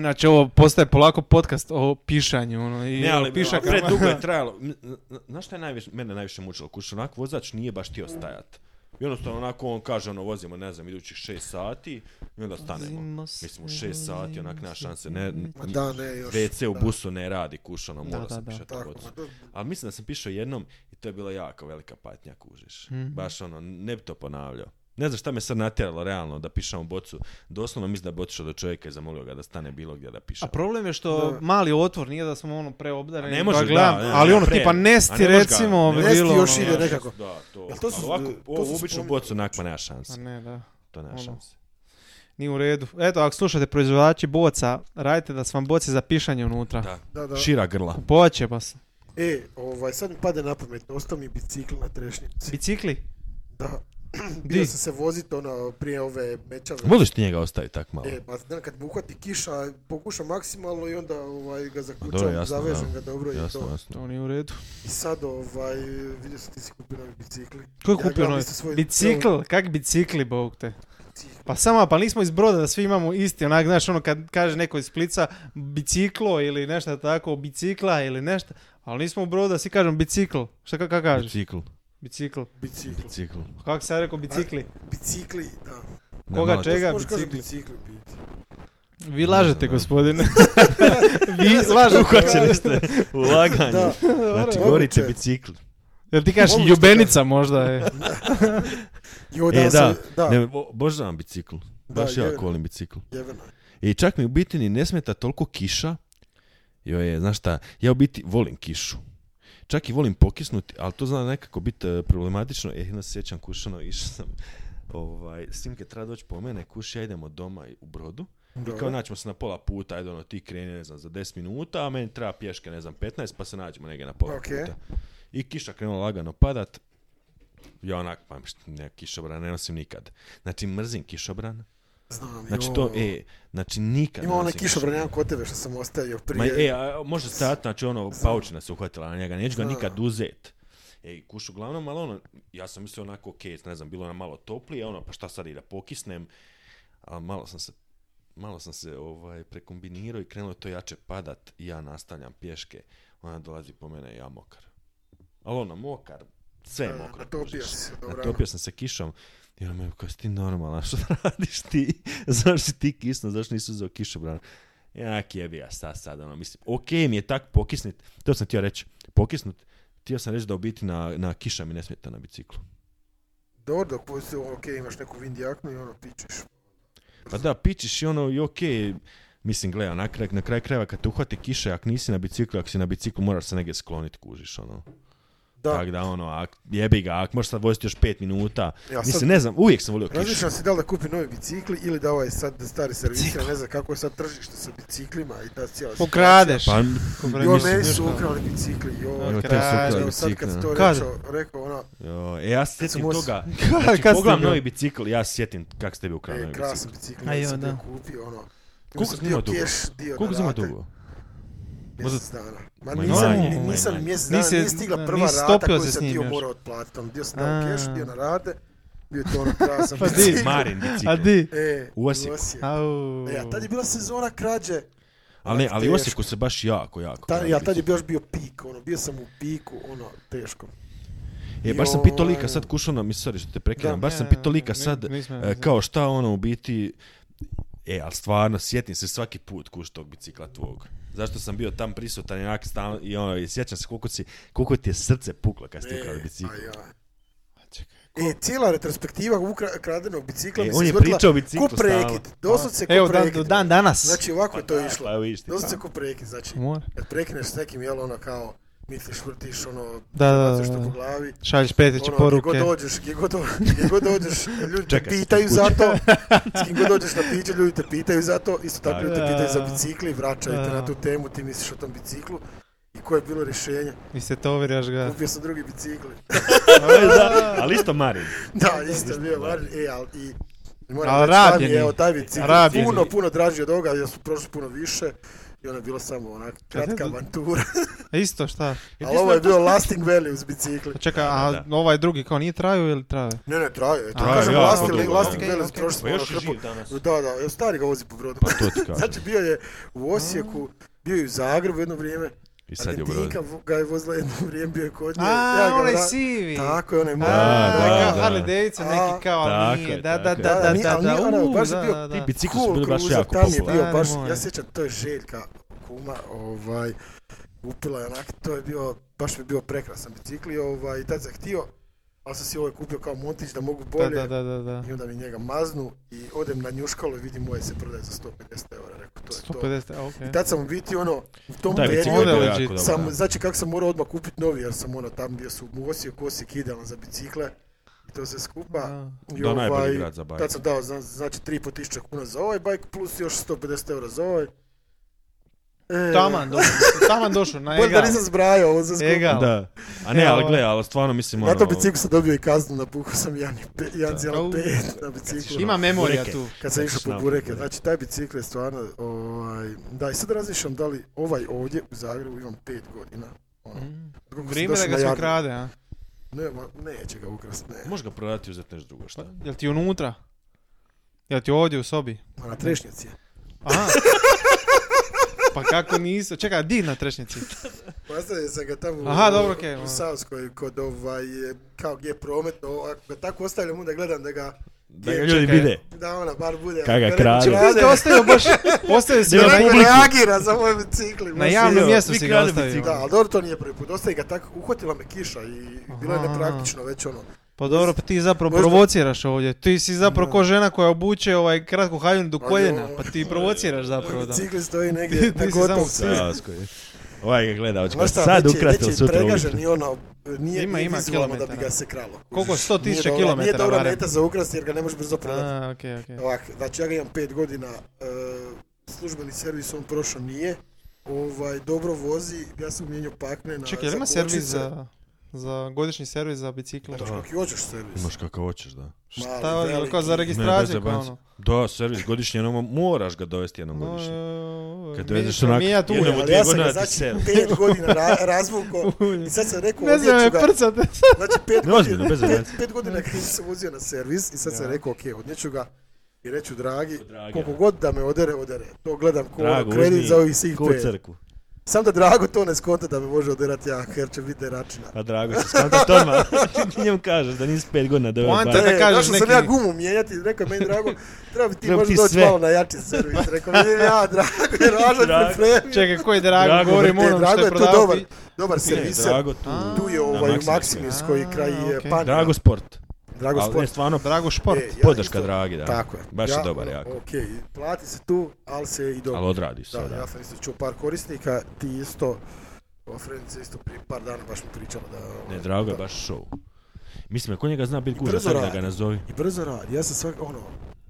Speaker 2: Znači, ovo postaje polako podcast o pišanju, ono, i
Speaker 1: Ne, ali
Speaker 2: piša
Speaker 1: piša predugo je trajalo. M- n- n- Znaš šta je najviše, mene najviše mučilo? Kuš, onak vozač nije baš htio stajat. I jednostavno onako on kaže, ono, vozimo, ne znam, idućih šest sati i onda stanemo.
Speaker 2: Vozimo se,
Speaker 1: Mislim, u ono. šest sati, onak, nema šanse, ne,
Speaker 3: Ma da, ne, još.
Speaker 1: WC u
Speaker 3: da,
Speaker 1: busu ne radi, kuš, ono,
Speaker 2: da,
Speaker 1: morao sam
Speaker 2: da.
Speaker 1: pišati na
Speaker 3: Tako,
Speaker 1: vozu.
Speaker 3: ma to-
Speaker 1: Ali mislim da sam pišao jednom i to je bila jako velika patnja, kužiš.
Speaker 2: Mhm.
Speaker 1: Baš ono, ne bi to ponavljao. Ne znam šta me sad natjeralo realno da pišem u bocu. Doslovno mislim da bi otišao do čovjeka i zamolio ga da stane bilo gdje da piše.
Speaker 2: A problem je što mali otvor nije da smo ono preobdareni.
Speaker 1: A ne možeš,
Speaker 2: pa gledam,
Speaker 1: da, ne,
Speaker 2: ali
Speaker 1: ne,
Speaker 2: ono,
Speaker 1: pre-
Speaker 2: tipa
Speaker 1: a ne
Speaker 2: nesti
Speaker 1: možeš ga,
Speaker 2: recimo,
Speaker 1: ne
Speaker 2: bi
Speaker 3: možeš. Nesti
Speaker 2: bilo
Speaker 3: još
Speaker 2: ono,
Speaker 3: ide
Speaker 2: ja.
Speaker 3: nekako.
Speaker 1: Da, to.
Speaker 3: Jel to su-
Speaker 1: Ali ovako,
Speaker 3: to
Speaker 1: ovo
Speaker 3: su
Speaker 1: običnu
Speaker 3: spominjali?
Speaker 1: bocu nakon nema
Speaker 2: Pa
Speaker 1: šanse.
Speaker 2: ne, da.
Speaker 1: To nema
Speaker 2: ono.
Speaker 1: šanse.
Speaker 2: Nije u redu. Eto, ako slušate proizvođači boca, radite da su vam boci za pišanje unutra.
Speaker 1: Da.
Speaker 3: Da, da.
Speaker 1: Šira grla.
Speaker 2: Poće vas.
Speaker 3: E, ovaj, sad mi pade na pamet, ostao mi bicikl na trešnjici.
Speaker 2: Bicikli?
Speaker 3: Da.
Speaker 2: Di?
Speaker 3: Bio sam se vozit, ono, prije ove mečave.
Speaker 1: Voliš ti njega ostaviti tak malo?
Speaker 3: E, pa znam, kad mu uhvati kiša, pokušam maksimalno i onda ovaj, ga
Speaker 1: Pa dobro,
Speaker 3: zakućam,
Speaker 1: jasno,
Speaker 3: zavežem
Speaker 1: da.
Speaker 3: ga dobro i
Speaker 1: jasno,
Speaker 3: to.
Speaker 1: jasno.
Speaker 2: To nije u redu.
Speaker 3: I sad, ovaj, vidio sam ti si kupio novi bicikli.
Speaker 2: Ko je
Speaker 3: Ja
Speaker 2: kupio
Speaker 3: gledam
Speaker 2: novi?
Speaker 3: isto svoj-
Speaker 2: Bicikl, kak bicikli, bog te.
Speaker 3: Bicikl.
Speaker 2: Pa sama, pa nismo iz broda da svi imamo isti, onak, znaš, ono kad kaže neko iz Splica biciklo ili nešto tako, bicikla ili nešto, ali nismo u brodu da svi kažemo bicikl. Šta ka, ka kažeš?
Speaker 1: Bicikl.
Speaker 2: Bicikl.
Speaker 3: Bicikl.
Speaker 1: Bicikl.
Speaker 2: Kako sam ja rekao bicikli?
Speaker 3: Bicikli, da.
Speaker 1: Ne,
Speaker 2: Koga
Speaker 1: malo ti-
Speaker 2: čega
Speaker 3: Možeš kažem
Speaker 2: bicikli?
Speaker 3: bicikli u biti.
Speaker 2: Vi lažete,
Speaker 1: da.
Speaker 2: gospodine. Vi lažete.
Speaker 1: Uhvaćeni ste u laganju.
Speaker 3: Da.
Speaker 1: Znači,
Speaker 3: Moguće.
Speaker 1: govorite bicikl.
Speaker 2: Jel ti kažeš
Speaker 3: Moguće,
Speaker 2: jubenica možda e? je?
Speaker 3: Jo,
Speaker 1: E,
Speaker 3: da,
Speaker 1: da,
Speaker 3: sam- da,
Speaker 1: ne, bo- obožavam bicikl. Baš
Speaker 3: Da,
Speaker 1: ja
Speaker 3: je.
Speaker 1: volim bicikl.
Speaker 3: jeveno.
Speaker 1: I čak mi u biti ni ne smeta toliko kiša. Jo je, znaš šta, ja u biti volim kišu. Čak i volim pokisnuti, ali to zna nekako biti e, problematično. E, jedno se sjećam kušano, išao sam. Ovaj, Simke treba doći po mene, kuš, ja idemo doma i- u brodu. I kao naćemo se na pola puta, ajde ono, ti kreni, ne znam, za 10 minuta, a meni treba pješke, ne znam, 15, pa se nađemo negdje na pola
Speaker 3: Ok.
Speaker 1: puta. I kiša krenula lagano padat. Ja onak, pa št- ne, kišobran ne nosim nikad. Znači, mrzim kišobran.
Speaker 3: Znam,
Speaker 1: Znači
Speaker 3: joj.
Speaker 1: to, e, znači nikad
Speaker 3: Ima
Speaker 1: ne
Speaker 3: onaj
Speaker 1: nosim
Speaker 3: kišobran jedan kod tebe što sam ostavio prije.
Speaker 1: Ma, e, a, može stat, znači ono, paučina se uhvatila na njega, neću ga
Speaker 3: Znam.
Speaker 1: nikad uzet. E, kuš, uglavnom, ali ono, ja sam mislio onako, ok, ne znam, bilo je ono malo toplije, ono, pa šta sad i da pokisnem, a malo sam se malo sam se ovaj prekombinirao i krenulo je to jače padat i ja nastavljam pješke. Ona dolazi po mene ja mokar. Ali ono, mokar, sve je
Speaker 3: A,
Speaker 1: mokro.
Speaker 3: natopio
Speaker 1: kužiš.
Speaker 3: si se, dobro.
Speaker 1: Natopio sam se kišom. I ona me kao, "Jesi ti normalan, što radiš ti? Znaš si ti kisno, zašto nisi uzeo kišobran? Jak jebi ja sad, sad, ono, mislim, okej mi je tak pokisnit, to sam htio reći, pokisnut, htio sam reći da u biti na, na kiša mi ne smeta na biciklu.
Speaker 3: Do, dok postoji, ok, imaš neku wind jaknu i ono, pičeš.
Speaker 1: Pa da, pičiš i ono, i okej, mislim, gleda, na kraj, na kraj krajeva kad te uhvati kiša, ako nisi na biciklu, ako si na biciklu, moraš se negdje sklonit, kužiš, ono.
Speaker 3: Da,
Speaker 1: Tako da, ono, ak, jebi ga, ako možeš sad voziti još pet minuta,
Speaker 3: Ja sad-
Speaker 1: mislim, ne znam, uvijek sam volio kišu.
Speaker 3: Razmišljam se da li da kupi novi bicikli ili da ovaj sad stari servis, ja ne znam kako je sad tržište sa biciklima i ta cijela
Speaker 2: Ukradeš.
Speaker 1: Pa,
Speaker 2: Dobro,
Speaker 3: Jo,
Speaker 2: mislim,
Speaker 3: meni
Speaker 2: još
Speaker 3: su
Speaker 2: kao-
Speaker 3: ukrali bicikli,
Speaker 2: Evo,
Speaker 3: jo.
Speaker 1: evo,
Speaker 2: te
Speaker 1: te
Speaker 2: su ukrali
Speaker 3: Evo, sad kad si
Speaker 1: bicikl,
Speaker 3: to
Speaker 2: Kad?
Speaker 3: rekao, rekao ono,
Speaker 1: Jo, e, ja se sjetim
Speaker 3: Kad sam
Speaker 1: toga.
Speaker 2: Ka-
Speaker 1: Znači,
Speaker 2: kad ste
Speaker 1: pogledam
Speaker 2: bio-
Speaker 1: novi bicikl, ja se sjetim kak ste vi ukrali
Speaker 3: e,
Speaker 1: novi
Speaker 3: krasan
Speaker 1: bicikl.
Speaker 3: bicikl,
Speaker 2: A
Speaker 3: ja
Speaker 2: jo,
Speaker 3: sam
Speaker 2: da.
Speaker 3: ga kupio, ono.
Speaker 1: Koliko
Speaker 3: sam
Speaker 1: si imao
Speaker 3: dio
Speaker 1: dugo?
Speaker 3: keš, dio
Speaker 1: Koliko
Speaker 3: na
Speaker 1: zima
Speaker 3: rate,
Speaker 1: dugo?
Speaker 3: Mjesec dana. Ma
Speaker 1: Ma
Speaker 3: nisam,
Speaker 2: manje,
Speaker 3: ni-
Speaker 2: manje,
Speaker 3: nisam ni
Speaker 1: manje.
Speaker 3: mjesec dana,
Speaker 2: Nisi-
Speaker 3: nije stigla prva
Speaker 2: nisi
Speaker 3: rata
Speaker 2: stopio
Speaker 3: koju
Speaker 2: se s
Speaker 3: sam
Speaker 2: njim
Speaker 3: dio
Speaker 2: još.
Speaker 3: morao otplatiti. ono, Dio sam dao keš,
Speaker 2: A.
Speaker 3: dio na rate, bio je to ono krasan
Speaker 2: Pa di?
Speaker 3: bicikl.
Speaker 1: Marin bicikl.
Speaker 2: A di?
Speaker 3: E,
Speaker 1: U Osijeku.
Speaker 2: Au.
Speaker 3: E, a tad je bila sezona krađe. Ono,
Speaker 1: Ali ne, ali u
Speaker 3: Teško.
Speaker 1: Osijeku se baš jako, jako.
Speaker 3: Ta,
Speaker 1: krađe
Speaker 3: ja tad je
Speaker 1: bicikla.
Speaker 3: još bio pik, ono, bio sam u piku, ono, teško.
Speaker 1: E, baš sam pitao lika
Speaker 3: Joj.
Speaker 1: sad kušano, mi sorry što te prekidam,
Speaker 3: Da,
Speaker 1: baš
Speaker 2: ne,
Speaker 1: sam
Speaker 2: ne,
Speaker 1: pitao
Speaker 2: ne,
Speaker 1: lika
Speaker 2: ne,
Speaker 1: sad,
Speaker 2: nismo-
Speaker 1: e, kao šta ono u biti, e, ali stvarno, sjetim se svaki put kuš tog bicikla tvog. Zašto sam bio tam prisutan i onak stalno, i ono, i sjećam se koliko, si, koliko ti je srce puklo kad ste
Speaker 3: pa
Speaker 1: ukrali bicikl.
Speaker 3: E, a ja.
Speaker 2: Čekaj.
Speaker 3: E, cijela retrospektiva ukra- kradenog bicikla
Speaker 1: E,
Speaker 3: mi se
Speaker 1: on je
Speaker 3: izvrtila
Speaker 1: pričao o biciklu
Speaker 3: ko prekid,
Speaker 1: stalno.
Speaker 3: doslovce ko
Speaker 2: Evo, dan,
Speaker 3: prekid.
Speaker 2: dan danas.
Speaker 3: Znači ovako je to
Speaker 1: da,
Speaker 3: išlo.
Speaker 1: pa vidiš ti,
Speaker 3: Doslovce
Speaker 1: pa.
Speaker 3: ko prekid, znači
Speaker 2: Mora.
Speaker 3: kad prekineš s nekim, jel ono kao misliš, vrtiš ono,
Speaker 2: Da, da, da,
Speaker 3: bacaš to
Speaker 2: da.
Speaker 3: po glavi,
Speaker 2: Šalješ prijeteće
Speaker 3: ono,
Speaker 2: poruke.
Speaker 3: gdje god dođeš, gdje god, do- gdje god dođeš, ljudi te
Speaker 1: Čekaj,
Speaker 3: pitaju
Speaker 1: kući.
Speaker 3: za to, s kim god dođeš na piće, ljudi te pitaju za to, isto tako
Speaker 1: Da.
Speaker 3: ljudi te pitaju za bicikli, vraćaju te
Speaker 2: Da.
Speaker 3: na tu temu, ti misliš o tom biciklu i koje je bilo rješenje,
Speaker 2: I se to uvjeraš ga.
Speaker 3: kupio sam drugi bicikli.
Speaker 1: Ali da, ali isto Marin.
Speaker 3: Da, isto je bio Marin, e, ali i... i Moram
Speaker 2: Ali
Speaker 3: reći, taj mi je,
Speaker 2: rabljeni.
Speaker 3: Evo, taj bicikl
Speaker 2: Rabljeni.
Speaker 3: puno, puno draži od ovoga, jer su prošli puno više. I ono je bilo samo onak kratka
Speaker 2: da-
Speaker 3: avantura.
Speaker 2: E, Isto šta?
Speaker 3: ali ovo je bio lasting values bicikli.
Speaker 2: Pa Čekaj, a ovaj drugi kao nije traju ili traju?
Speaker 3: Ne, ne, traju. To
Speaker 2: Traju,
Speaker 3: kažem,
Speaker 2: ja,
Speaker 3: lasting,
Speaker 1: pa dobro,
Speaker 3: lasting
Speaker 1: ok,
Speaker 3: values,
Speaker 2: ok.
Speaker 3: prošli smo
Speaker 1: Pa
Speaker 3: ono
Speaker 1: još je
Speaker 3: hrpu.
Speaker 1: živ danas.
Speaker 3: Da, da, evo, stari ga vozi po brodu.
Speaker 1: Pa to ti kažem.
Speaker 3: Znači, bio je u Osijeku, bio je u Zagrebu jedno vrijeme.
Speaker 1: I sad je u brodu.
Speaker 3: Argentinka vo- ga je vozila jedno vrijeme, bio je kod nje. ja
Speaker 2: A,
Speaker 3: ga
Speaker 2: onaj
Speaker 3: vra-
Speaker 2: sivi.
Speaker 3: Tako je, onaj moj.
Speaker 1: da,
Speaker 2: Da,
Speaker 1: da.
Speaker 2: kao Harley Davidson, neki kao,
Speaker 1: Tako
Speaker 2: ali
Speaker 1: je,
Speaker 2: nije. Da,
Speaker 1: tako
Speaker 2: da, da,
Speaker 1: je.
Speaker 2: da,
Speaker 3: Da, nije-
Speaker 2: da,
Speaker 3: ali nije
Speaker 2: da,
Speaker 3: ono,
Speaker 2: u,
Speaker 3: baš
Speaker 2: da,
Speaker 3: bio
Speaker 2: da, da.
Speaker 1: Ti bicikli su bili baš
Speaker 3: cruiser,
Speaker 1: jako
Speaker 3: tam je
Speaker 1: popularni.
Speaker 3: bio
Speaker 2: Da,
Speaker 3: baš,
Speaker 2: nemoj.
Speaker 3: ja sjećam, to je Željka kuma, ovaj, kupila je onak, to je bio, baš mi je bio prekrasan bicikl i ovaj, tad sam htio, ali sam si ovaj kupio kao montić da mogu bolje,
Speaker 2: Da, da, da, da, da.
Speaker 3: i onda mi njega maznu i odem na njuškalo i vidim moje se prodaje za 150 eura, rekao, to je to.
Speaker 2: 150, a, okej.
Speaker 3: I tad sam u biti ono, u tom
Speaker 1: Taj bicikl je
Speaker 2: Onda
Speaker 1: bio
Speaker 2: je
Speaker 1: jako
Speaker 2: legit.
Speaker 1: dobar.
Speaker 3: sam,
Speaker 1: da.
Speaker 3: znači kako sam morao odmah kupiti novi, jer sam ono, tam bio su u Osijeku, Osijek idealan za bicikle, i to sve skupa.
Speaker 2: Da.
Speaker 3: I
Speaker 1: Da, najbolji grad za bajk.
Speaker 3: Tad sam dao, zna- znači, 3,5 tisuća kuna za ovaj bajk, plus još 150 eura za ovaj. E,
Speaker 2: Taman došao, taman došao, na
Speaker 3: Bolje da
Speaker 2: egal.
Speaker 3: nisam zbrajao ovo za skupa.
Speaker 2: Egal.
Speaker 1: Da. A ne, ali
Speaker 2: Evo.
Speaker 1: gle, ali stvarno mislim ono...
Speaker 3: Na tom biciklu sam dobio i kaznu, napuhao sam 1,5 na biciklu.
Speaker 2: Ima memorija
Speaker 1: Bureke.
Speaker 2: tu.
Speaker 3: Kad sam išao
Speaker 1: Snap,
Speaker 3: po bureke,
Speaker 1: burek.
Speaker 3: znači taj bicikl je stvarno, ovaj, da i sad razmišljam da li ovaj ovdje u Zagrebu imam 5 godina. Ono, kako sam
Speaker 2: Vrijeme da
Speaker 3: došao
Speaker 2: ga
Speaker 3: na
Speaker 2: se
Speaker 3: Jarno.
Speaker 2: ukrade, a?
Speaker 3: Ne, ma, neće ga ukrast, ne.
Speaker 1: Možeš ga prodati i uzeti nešto drugo, šta?
Speaker 2: Pa, Jel ti unutra? Jel ti ovdje u sobi?
Speaker 3: Ma, na trešnjaci je.
Speaker 2: Aha. Pa kako nisi? Čekaj, di na trešnici?
Speaker 3: Ostavio sam ga tamo
Speaker 2: Aha,
Speaker 3: u,
Speaker 2: dobro, okej,
Speaker 3: u
Speaker 2: ono.
Speaker 3: Savskoj kod ovaj, e, kao gdje je promet, o, ako ga tako ostavljam onda gledam da ga,
Speaker 1: Da
Speaker 3: Je,
Speaker 1: ga ljudi
Speaker 2: čekaj.
Speaker 1: vide.
Speaker 3: da ona bar bude.
Speaker 1: Kaj ga
Speaker 3: da neko
Speaker 1: krade.
Speaker 3: će
Speaker 2: Ovdje
Speaker 3: da-
Speaker 2: ostavio baš, ostavio si
Speaker 1: Da
Speaker 2: ga
Speaker 1: ga
Speaker 2: na-
Speaker 3: da
Speaker 1: publiku.
Speaker 3: reagira za moj bicikli.
Speaker 2: na
Speaker 3: baš
Speaker 2: javnom
Speaker 1: Evo,
Speaker 2: mjestu
Speaker 1: vi
Speaker 2: si ga
Speaker 1: krade
Speaker 2: ostavio.
Speaker 1: bicikl.
Speaker 3: Da, ali dobro to nije prvi put, ostavi ga tako, uhvatila me kiša i bilo je
Speaker 2: Aha.
Speaker 3: nepraktično već ono.
Speaker 2: Pa dobro, pa ti zapravo
Speaker 3: Možda-
Speaker 2: provociraš ovdje. Ti si zapravo
Speaker 3: Da.
Speaker 2: ko žena koja obuče ovaj kratku haljinu do
Speaker 3: Ali
Speaker 2: koljena,
Speaker 3: ovo-
Speaker 2: pa ti provociraš zapravo da.
Speaker 3: Bicikli stoji
Speaker 2: Ti-
Speaker 3: negdje
Speaker 2: ti
Speaker 3: na
Speaker 2: si
Speaker 3: gotov
Speaker 2: samo
Speaker 3: svi.
Speaker 1: Da, skoj. Ovaj ga gleda, hoće ga
Speaker 3: Znaš šta,
Speaker 1: sad
Speaker 3: već je-
Speaker 1: ukrati
Speaker 3: već
Speaker 1: ili
Speaker 3: je
Speaker 1: sutra
Speaker 3: pregažen
Speaker 1: ubiti.
Speaker 3: i ono, nije,
Speaker 2: Ima- ima
Speaker 3: ima, ima vizualno da bi
Speaker 2: kilometara.
Speaker 3: ga se kralo.
Speaker 2: Koliko? 100
Speaker 3: Nije
Speaker 2: tisuća
Speaker 3: dobra- Nije
Speaker 2: kilometara
Speaker 3: dobra
Speaker 2: barem.
Speaker 3: meta za ukrasti jer ga ne možeš brzo prodati.
Speaker 2: A, okej, okej.
Speaker 3: Ovak, znači ja ga imam pet godina, e, službeni servis on prošao nije, ovaj, dobro vozi, ja sam mijenjao pakne na...
Speaker 2: Čekaj, jel
Speaker 3: za
Speaker 2: ima servis
Speaker 3: kočnice.
Speaker 2: za, za godišnji servis za bicikle?
Speaker 3: Znači, kak i hoćeš servis.
Speaker 1: Imaš kako hoćeš, da.
Speaker 2: Šta
Speaker 3: mali,
Speaker 2: je,
Speaker 3: veliki.
Speaker 2: kao za
Speaker 3: Ne,
Speaker 1: bez
Speaker 2: registraciju, kao
Speaker 1: zabanci.
Speaker 2: ono?
Speaker 1: Da, servis godišnje, jednom, moraš ga dovesti jednom godišnje.
Speaker 2: No,
Speaker 1: Kad
Speaker 2: e,
Speaker 1: dovedeš
Speaker 2: vidiš,
Speaker 1: onako
Speaker 2: mi ja tu.
Speaker 1: jednom
Speaker 2: ja.
Speaker 1: u
Speaker 3: Ali
Speaker 1: dvije
Speaker 3: ja sam
Speaker 1: godine
Speaker 3: ga
Speaker 1: da ti
Speaker 3: znači
Speaker 1: seru.
Speaker 3: pet godina ra razvukao i sad sam rekao
Speaker 2: Ne znam,
Speaker 3: odnijet
Speaker 2: me
Speaker 3: ću ga,
Speaker 2: prcate.
Speaker 3: znači pet
Speaker 1: Ne, ozbiljno,
Speaker 3: godina,
Speaker 1: bez
Speaker 3: pet,
Speaker 1: veze.
Speaker 3: pet godina kad sam vozio na servis i sad sam
Speaker 2: Ja.
Speaker 3: rekao ok, odnijet ću ga i reću dragi,
Speaker 1: Dragi,
Speaker 3: koliko
Speaker 1: ja.
Speaker 3: god da me odere, odere. To gledam ko
Speaker 1: Drago,
Speaker 3: kredit
Speaker 1: uzmi
Speaker 3: za ovih svih
Speaker 1: ko u
Speaker 3: pet.
Speaker 1: crku.
Speaker 3: Sam da drago to ne skonta da me može oderati ja, jer će biti deračina.
Speaker 1: A Pa drago se skantaš toma. Ti njemu kažeš da nisi pet godina doveo
Speaker 2: Poanta
Speaker 1: bar.
Speaker 2: je-
Speaker 3: E,
Speaker 2: kažeš
Speaker 3: došao sam
Speaker 2: neki-
Speaker 3: ja gumu mijenjati, rekao je meni drago, treba bi ti
Speaker 1: Treba bi
Speaker 3: možda
Speaker 1: ti
Speaker 3: doći
Speaker 1: sve.
Speaker 3: malo na jači servis. Rekao, vidim ja, drago je ražan
Speaker 1: Drago.
Speaker 3: pripremio.
Speaker 2: Čekaj, koji drago,
Speaker 1: Drago,
Speaker 2: govorim
Speaker 3: E,
Speaker 2: ono što
Speaker 3: drago
Speaker 2: je
Speaker 3: je tu
Speaker 2: prodavao.
Speaker 3: dobar,
Speaker 2: ti-
Speaker 3: dobar
Speaker 1: Ne,
Speaker 3: servis.
Speaker 1: drago tu.
Speaker 2: A,
Speaker 3: Tu je
Speaker 2: na
Speaker 3: ovaj u
Speaker 1: Maksimirsku.
Speaker 3: Maksimirskoj koji kraj
Speaker 2: A,
Speaker 3: je
Speaker 2: okej.
Speaker 3: Panija.
Speaker 1: Drago sport.
Speaker 3: drago
Speaker 1: Ali ne,
Speaker 3: sport.
Speaker 1: stvarno,
Speaker 2: Drago šport.
Speaker 3: E, ja
Speaker 1: podrška
Speaker 3: isto-
Speaker 1: dragi, da.
Speaker 3: Tako je.
Speaker 1: Baš je
Speaker 3: Ja,
Speaker 1: dobar,
Speaker 3: ono,
Speaker 1: jako.
Speaker 3: Okej, plati se tu, ali se i dobro.
Speaker 1: Ali odradi se,
Speaker 3: Da,
Speaker 1: da.
Speaker 3: ja sam isto čuo par korisnika, ti isto, ova Frenca isto prije par dana baš mi pričala da...
Speaker 1: Ne,
Speaker 3: ovaj,
Speaker 1: drago je
Speaker 3: da-
Speaker 1: baš show. Mislim, ako njega zna biti guža,
Speaker 3: brzo
Speaker 1: sad da
Speaker 3: radi.
Speaker 1: ga nazovi.
Speaker 3: I brzo radi, ja sam svak, ono,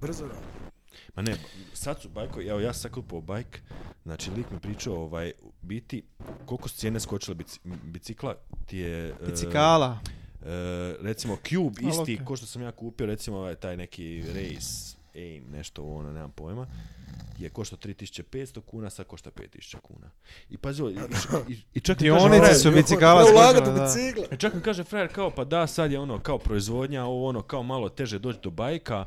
Speaker 3: brzo radi.
Speaker 1: Ma ne, sad su bajkovi, evo ja sam sad kupio bajk, znači lik mi pričao ovaj, u biti, koliko su cijene skočile bici- bicikla, ti je... e,
Speaker 2: Bicikala.
Speaker 1: e, recimo Cube,
Speaker 2: Al,
Speaker 1: isti
Speaker 2: okej.
Speaker 1: ko što sam ja kupio, recimo ovaj, taj neki Race, Aim, nešto ono, nemam pojma, je koštao 3500 kuna, sad košta 5000 kuna. I pazi, ovo, i, i, i, i čak mi kaže
Speaker 2: Dionice
Speaker 1: frajer-
Speaker 2: su bicikala
Speaker 3: Ne
Speaker 2: skočile,
Speaker 3: ulagati u
Speaker 2: da.
Speaker 3: bicigle.
Speaker 1: E, Čak mi kaže frajer kao pa da sad je ono kao proizvodnja ovo ono kao malo teže doći do bajka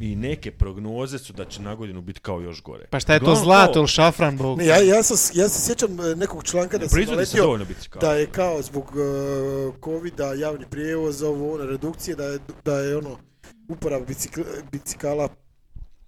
Speaker 1: i neke prognoze su da će na godinu biti kao još gore.
Speaker 2: Pa šta je to
Speaker 1: Uglavnom,
Speaker 2: zlato
Speaker 1: kao,
Speaker 2: ili šafran, bog?
Speaker 3: Ne, ja, ja, sam, ja se sjećam e, nekog članka
Speaker 1: Ne
Speaker 3: da sam
Speaker 1: proizvodi se
Speaker 3: naletio
Speaker 1: dovoljno bicikala.
Speaker 3: da je kao zbog uh, covida, javni prijevoz, ovo, one redukcije, da je, da je ono uporaba bicikl- bicikala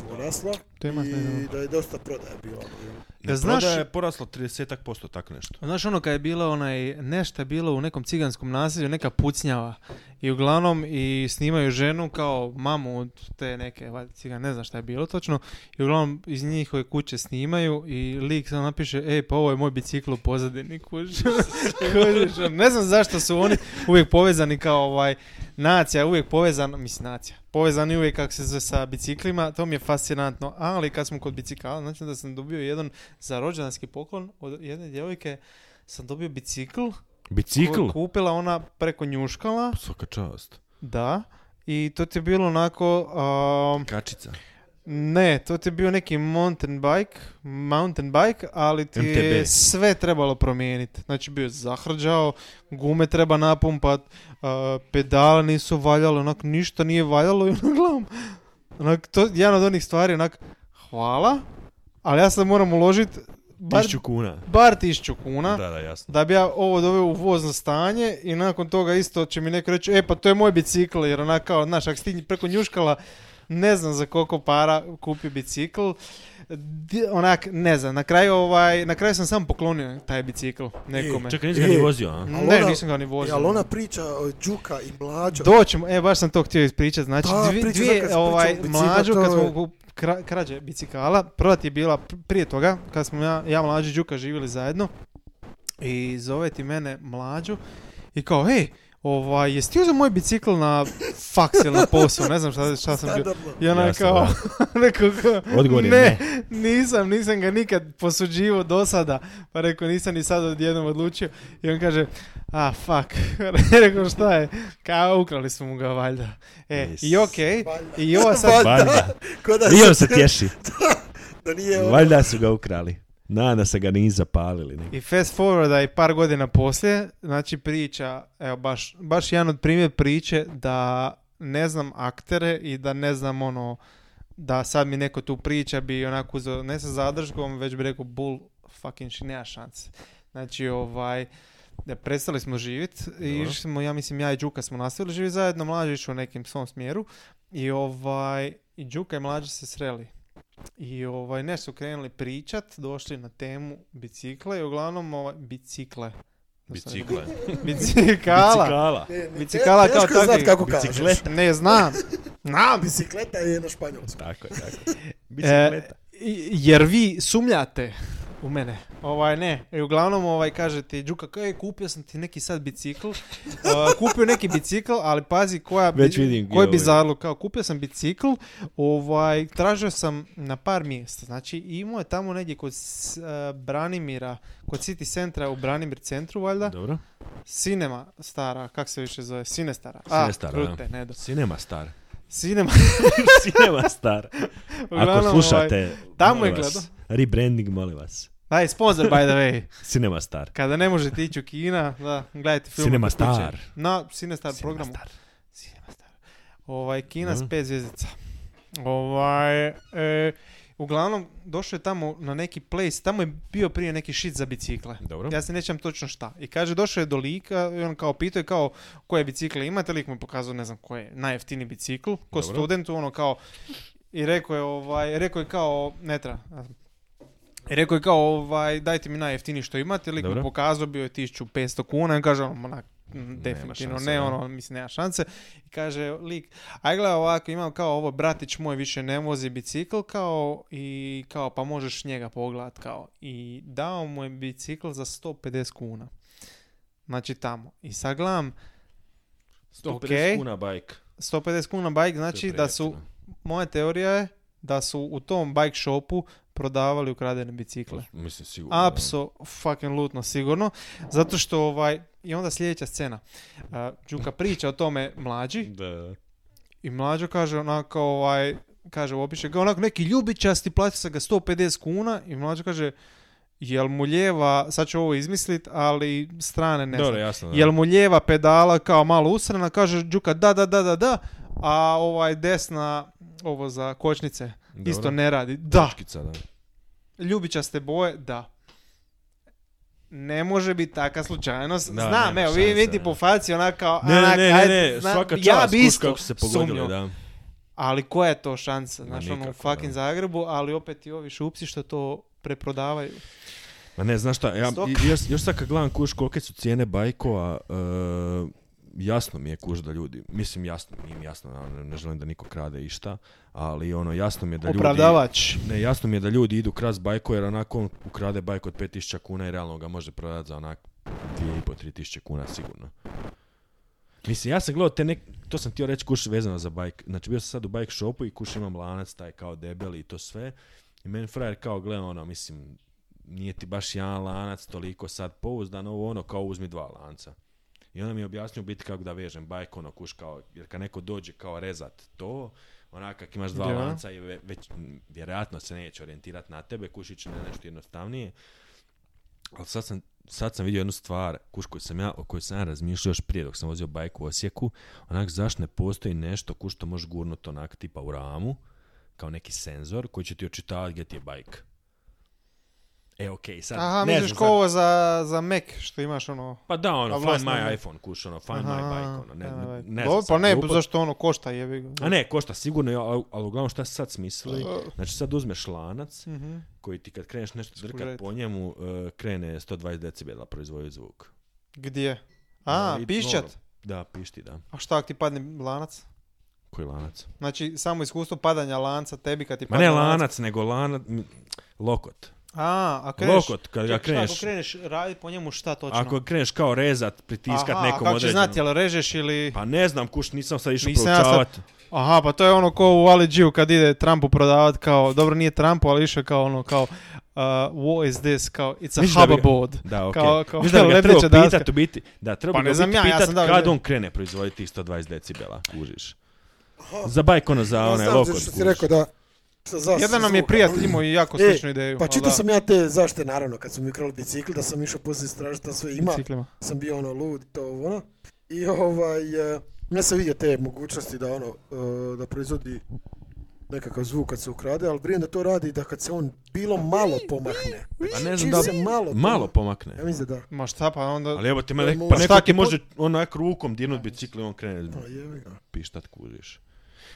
Speaker 3: porasla
Speaker 2: To ima, ne,
Speaker 3: i
Speaker 2: ne.
Speaker 3: da je dosta ono, prodaja bila.
Speaker 1: Ne,
Speaker 2: Ja, znaš-
Speaker 1: prodaja je poraslo 30% tako nešto.
Speaker 2: Znaš ono kad je bilo onaj, nešto je bilo u nekom ciganskom naselju, neka pucnjava. I uglavnom i snimaju ženu kao mamu od te neke, valjda cigan, ne znam šta je bilo točno. I uglavnom iz njihove kuće snimaju i lik samo napiše, ej pa ovo je moj bicikl u pozadini, kužiš. Kužiš, ono, ne znam zašto su oni uvijek povezani kao ovaj, nacija, je uvijek povezana, mislim nacija, povezani uvijek kako se zove sa biciklima, to mi je fascinantno. Ali kad smo kod bicikala, znači da sam dobio jedan za rođendanski poklon od jedne djevojke, sam dobio bicikl,
Speaker 1: Bicikl?
Speaker 2: koju je kupila ona preko njuškala,
Speaker 1: Svaka čast.
Speaker 2: da, i to ti je bilo onako, um,
Speaker 1: Kačica.
Speaker 2: ne, to ti je bio neki mountain bike, mountain bike, ali ti je
Speaker 1: MTB.
Speaker 2: sve trebalo promijeniti. Znači bio je zahrđao, gume treba napumpat, a, pedale nisu valjale, onak ništa nije valjalo i onak gledam, Onak, to je jedna od onih stvari, onak, hvala, ali ja sad moram uložiti bar,
Speaker 1: Tišću kuna.
Speaker 2: bar tišću kuna.
Speaker 1: Da, da, jasno.
Speaker 2: Da bi ja ovo doveo u vozno stanje i nakon toga isto će mi neko reći, e pa to je moj bicikl, jer onak kao, znaš, ako stigni preko njuškala, ne znam za koliko para kupi bicikl. Di- onak, ne znam, na kraju, ovaj, na kraju sam sam poklonio taj bicikl nekome.
Speaker 1: Čekaj, nisi ga ni
Speaker 3: E,
Speaker 1: vozio, a?
Speaker 2: Ne,
Speaker 3: Ali ona- e,
Speaker 2: nisam ga ni vozio.
Speaker 3: Ali ona priča o Đuka i Mlađo.
Speaker 2: Doćemo, e, baš sam to htio ispričati, znači
Speaker 3: Da,
Speaker 2: dvi-
Speaker 3: priča,
Speaker 2: dvije,
Speaker 3: sad kad se
Speaker 2: ovaj,
Speaker 3: priča o biciklu,
Speaker 2: mlađu,
Speaker 3: to
Speaker 2: kad
Speaker 3: je-
Speaker 2: smo u kra- krađe bicikala, prva ti je bila pr- prije toga, kad smo ja, ja mlađi Đuka živjeli zajedno, i zove ti mene mlađu, i kao, hej, ovaj, jesi ti uzeo moj bicikl na faks ili na posao, ne znam šta, šta sam bio.
Speaker 3: Standardno.
Speaker 2: I ona
Speaker 1: Jasno,
Speaker 2: kao, rekao kao,
Speaker 1: Odgovor je
Speaker 2: ne, nisam, nisam ga nikad posuđivo do sada. Pa rekao, nisam ni sad odjednom odlučio. I on kaže, a, fuck. rekao, šta je? Kao, ukrali smo mu ga, valjda. E,
Speaker 1: Yes.
Speaker 2: i okej,
Speaker 3: Valjda.
Speaker 2: i ova sad...
Speaker 1: Valjda.
Speaker 3: Ko da,
Speaker 1: I on se tješi.
Speaker 3: da nije ono-
Speaker 1: Valjda su ga ukrali. Nada se ga ni zapalili.
Speaker 2: I fast forwarda i par godina poslije, znači priča, evo baš, baš jedan od primjer priče da ne znam aktere i da ne znam ono, da sad mi neko tu priča bi onako uzeo, ne sa zadrškom, već bi rekao bull fucking shit, nema šanse. Znači ovaj, da prestali smo živjeti i
Speaker 1: Dobro.
Speaker 2: išli smo, ja mislim, ja i Đuka smo nastavili živjeti zajedno, mlađi je išao u nekim svom smjeru i ovaj, i Đuka i mlađi se sreli. I ovaj, nešto su krenuli pričat, došli na temu bicikle i uglavnom ovaj, bicikle.
Speaker 1: Bicikle.
Speaker 2: Bicikala.
Speaker 3: Ne, ne,
Speaker 2: Bicikala
Speaker 3: te- teško
Speaker 2: kao
Speaker 3: je znat
Speaker 2: takvi.
Speaker 3: kako kažeš.
Speaker 1: Bicikleta.
Speaker 2: Ne znam. Znam.
Speaker 3: Bicikleta je na španjolskom.
Speaker 1: Tako je, tako.
Speaker 2: E, i- jer vi sumljate u mene. Ovaj, ne. I uglavnom, ovaj, kaže ti, Đuka, e, kupio sam ti neki sad bicikl. Uh, kupio neki bicikl, ali pazi koja... bi-
Speaker 1: Već vidim gdje ovaj.
Speaker 2: Koji
Speaker 1: ovo je.
Speaker 2: bizarluk. Kao, kupio sam bicikl, ovaj, tražio sam na par mjesta. Znači, imao je tamo negdje kod s- eh, Branimira, kod City centra u Branimir centru, valjda.
Speaker 1: Dobro.
Speaker 2: Sinema stara, kak se više zove? Sinestara.
Speaker 1: Sinestara,
Speaker 2: A,
Speaker 1: da.
Speaker 2: krute, ne do.
Speaker 1: Cinema star.
Speaker 2: Sinema.
Speaker 1: Cinema star. Ako
Speaker 2: Uglavnom,
Speaker 1: slušate,
Speaker 2: ovaj, tamo
Speaker 1: molim
Speaker 2: je
Speaker 1: vas,
Speaker 2: gledao.
Speaker 1: Rebranding, molim vas.
Speaker 2: daj, sponsor, by the way.
Speaker 1: Cinema star.
Speaker 2: Kada ne možete ići u kina, da, gledajte film.
Speaker 1: Cinema Star.
Speaker 2: Na Cinestar
Speaker 1: Cinema
Speaker 2: programu.
Speaker 1: Star.
Speaker 2: Cinema Star. Ovaj, kina
Speaker 1: Mhm.
Speaker 2: s pet zvijezdica. Ovaj, e, uglavnom, došao je tamo na neki place, tamo je bio prije neki shit za bicikle.
Speaker 1: Dobro.
Speaker 2: Ja se nećem točno šta. I kaže, došao je do lika i on kao pitao je kao koje bicikle imate, lik mu je pokazao ne znam koje, najjeftiniji bicikl, ko
Speaker 1: Dobro.
Speaker 2: studentu, ono kao, i rekao je ovaj, rekao je kao, ne treba, i rekao je kao, ovaj, dajte mi najjeftiniji što imate, lik
Speaker 1: Dobro.
Speaker 2: mu pokazao, bio je 1500 kuna, i kaže, ono, onak, m, definitivno
Speaker 1: šanse,
Speaker 2: ne,
Speaker 1: da.
Speaker 2: ono, mislim, nema šanse. I kaže, lik, aj gledaj ovako, imam kao ovo, bratić moj više ne vozi bicikl, kao, i kao, pa možeš njega pogledat, kao. I dao mu je bicikl za 150 kuna. Znači tamo. I sad gledam,
Speaker 1: 150
Speaker 2: Okej.
Speaker 1: kuna bajk.
Speaker 2: 150 kuna bike, znači da su, moja teorija je da su u tom bike shopu prodavali ukradene bicikle.
Speaker 1: Mislim, sigurno. da.
Speaker 2: Apso fucking lutno sigurno, zato što ovaj, i onda sljedeća scena. Uh, Đuka priča o tome mlađi
Speaker 1: Da.
Speaker 2: i mlađo kaže onako ovaj, kaže opiše ga onako neki ljubičasti, plaća se ga 150 kuna i mlađo kaže jel mu ljeva, sad ću ovo izmislit, ali strane ne znam.
Speaker 1: Dobro, jasno. da.
Speaker 2: Jel mu ljeva pedala kao malo usrana, kaže Đuka da, da, da, da, da, a ovaj desna, ovo za kočnice,
Speaker 1: Dobro.
Speaker 2: isto ne radi. Da,
Speaker 1: Točkica, da.
Speaker 2: ljubičaste boje, da. Ne može biti taka slučajnost.
Speaker 1: Da,
Speaker 2: Znam,
Speaker 1: nema
Speaker 2: evo, vi
Speaker 1: šanse,
Speaker 2: vidite
Speaker 1: da.
Speaker 2: po faci onaka,
Speaker 1: Ne, ne,
Speaker 2: onak,
Speaker 1: ne, ne,
Speaker 2: ajde,
Speaker 1: ne,
Speaker 2: zna-
Speaker 1: svaka čast,
Speaker 2: ja bi
Speaker 1: kuš
Speaker 2: isto
Speaker 1: kako se pogodilo,
Speaker 2: sumnjao.
Speaker 1: da.
Speaker 2: Ali koja je to šansa,
Speaker 1: Ma
Speaker 2: znaš, ono, u
Speaker 1: nikako, da.
Speaker 2: fucking Zagrebu, ali opet i ovi šupci što to preprodavaju.
Speaker 1: Ma Pa ne, znaš šta, ja,
Speaker 2: Stok.
Speaker 1: i- još, još sad kad gledam kuš kolike su cijene bajkova, e, jasno mi je kuš da ljudi, mislim jasno, nije mi jasno, naravno, ne, želim da niko krade išta, ali ono, jasno mi je da ljudi...
Speaker 2: Opravdavač.
Speaker 1: Ne, jasno mi je da ljudi idu kras bajko jer onako on ukrade bajk od 5000 kuna i realno ga može prodati za onak 2500-3000 kuna sigurno. Mislim, ja sam gledao te nek... To sam htio reći kuš vezano za bajk. Znači, bio sam sad u bajk shopu i kuš imam lanac taj kao debeli i to sve. I meni frajer kao gleda ono, mislim, nije ti baš jedan lanac toliko sad pouzdan, ovo ono, kao uzmi dva lanca. I onda mi je objasnio u biti kako da vežem bajk, ono, kuš kao, jer kad neko dođe kao rezat to, onak kak imaš dva
Speaker 2: Da.
Speaker 1: lanca i ve- već, m, vjerojatno se neće orijentirati na tebe, kušić na nešto jednostavnije. Ali sad sam, sad sam vidio jednu stvar, kuš koju sam ja, o kojoj sam ja razmišljao još prije dok sam vozio bajk u Osijeku, onak zašto ne postoji nešto kuš što možeš gurnut onak tipa u ramu, kao neki senzor koji će ti očitavati gdje ti je bajk. E, okej, sad...
Speaker 2: Aha,
Speaker 1: ne
Speaker 2: misliš
Speaker 1: znam,
Speaker 2: ko
Speaker 1: sad-
Speaker 2: ovo za, za Mac, što imaš ono...
Speaker 1: Pa da, ono,
Speaker 2: A
Speaker 1: find
Speaker 2: vlast na
Speaker 1: my
Speaker 2: ne.
Speaker 1: iPhone, kuš, ono, find my
Speaker 2: Aha,
Speaker 1: bike, ono, ne,
Speaker 2: da, da, da.
Speaker 1: ne, ne
Speaker 2: Dobro,
Speaker 1: znam
Speaker 2: pa ne,
Speaker 1: sad, glupo-
Speaker 2: zašto ono košta jebi ga.
Speaker 1: A ne, košta sigurno, ja, ali, ali uglavnom šta ste sad smislili?
Speaker 2: Pa-
Speaker 1: Znači sad uzmeš lanac
Speaker 2: Mhm.
Speaker 1: koji ti kad kreneš nešto drkat
Speaker 2: Skužajte.
Speaker 1: po njemu, eh, krene 120 decibela proizvoju zvuk.
Speaker 2: Gdje? A,
Speaker 1: Ali i
Speaker 2: pišćat?
Speaker 1: dobro. Da, pišti, da.
Speaker 2: A šta ako ti padne lanac?
Speaker 1: Koji lanac?
Speaker 2: Znači, samo iskustvo padanja lanca tebi kad ti
Speaker 1: Ma
Speaker 2: padne
Speaker 1: ne lanac, nego lanac, lokot.
Speaker 2: A, a kreneš...
Speaker 1: Lokot, kad ga
Speaker 2: Čekaj, šta,
Speaker 1: kreneš,
Speaker 2: Ako kreneš radit po njemu, šta točno?
Speaker 1: ako kreneš kao rezat, pritiskat
Speaker 2: Aha, a
Speaker 1: nekom
Speaker 2: kako ćeš
Speaker 1: određenom.
Speaker 2: znati, jel režeš ili...
Speaker 1: Pa ne znam, kuš, nisam sad išao
Speaker 2: Nisam ja sad-
Speaker 1: proučavat.
Speaker 2: Aha, pa to je ono ko u Ali G-u kad ide Trumpu prodavat kao, dobro nije Trumpu, ali išao kao ono, kao, uh, what is this, kao, it's a
Speaker 1: Misliš da bi ga-
Speaker 2: hoverboard.
Speaker 1: Da, okej.
Speaker 2: Kao- kao
Speaker 1: Mislim da bi ga
Speaker 2: lebdeća
Speaker 1: trebao
Speaker 2: daska.
Speaker 1: pitat u biti, da, trebao
Speaker 2: Pa
Speaker 1: bi
Speaker 2: ne
Speaker 1: ga
Speaker 2: znam
Speaker 1: biti
Speaker 2: ja, ja sam
Speaker 1: pitat
Speaker 2: da,
Speaker 1: kad
Speaker 2: da.
Speaker 1: on krene proizvoditi tih 120 decibela, kužiš. Za bajk ono, za onaj
Speaker 3: znam
Speaker 1: lokot.
Speaker 3: što si
Speaker 1: kužiš.
Speaker 3: rekao da... sa zaštitom
Speaker 2: Jedan nam je
Speaker 3: zvuka.
Speaker 2: prijatelj imao i jako
Speaker 3: E,
Speaker 2: sličnu ideju.
Speaker 3: Pa
Speaker 2: ali
Speaker 3: čitao
Speaker 2: da,
Speaker 3: sam ja te zašte, naravno, kad sam mi krali bicikl, da sam išao poslije istražiti da sve ima.
Speaker 2: biciklima.
Speaker 3: sam bio ono lud i to ono. I ovaj, e, ja sam vidio te mogućnosti da ono, e, da proizvodi nekakav zvuk kad se ukrade, ali brinem da to radi da kad se on bilo malo pomakne.
Speaker 1: Pa ne znam
Speaker 3: Čim
Speaker 1: da
Speaker 3: se malo,
Speaker 1: malo pomakne.
Speaker 3: Ja mislim da da.
Speaker 2: Ma šta pa onda...
Speaker 1: Ali evo ti me nek-
Speaker 3: Pa
Speaker 1: pa
Speaker 2: šta
Speaker 1: neko ti
Speaker 2: ti po-
Speaker 1: može onak rukom dirnut bicikl i on krene
Speaker 3: Pa jebi ga.
Speaker 1: pištat kužiš.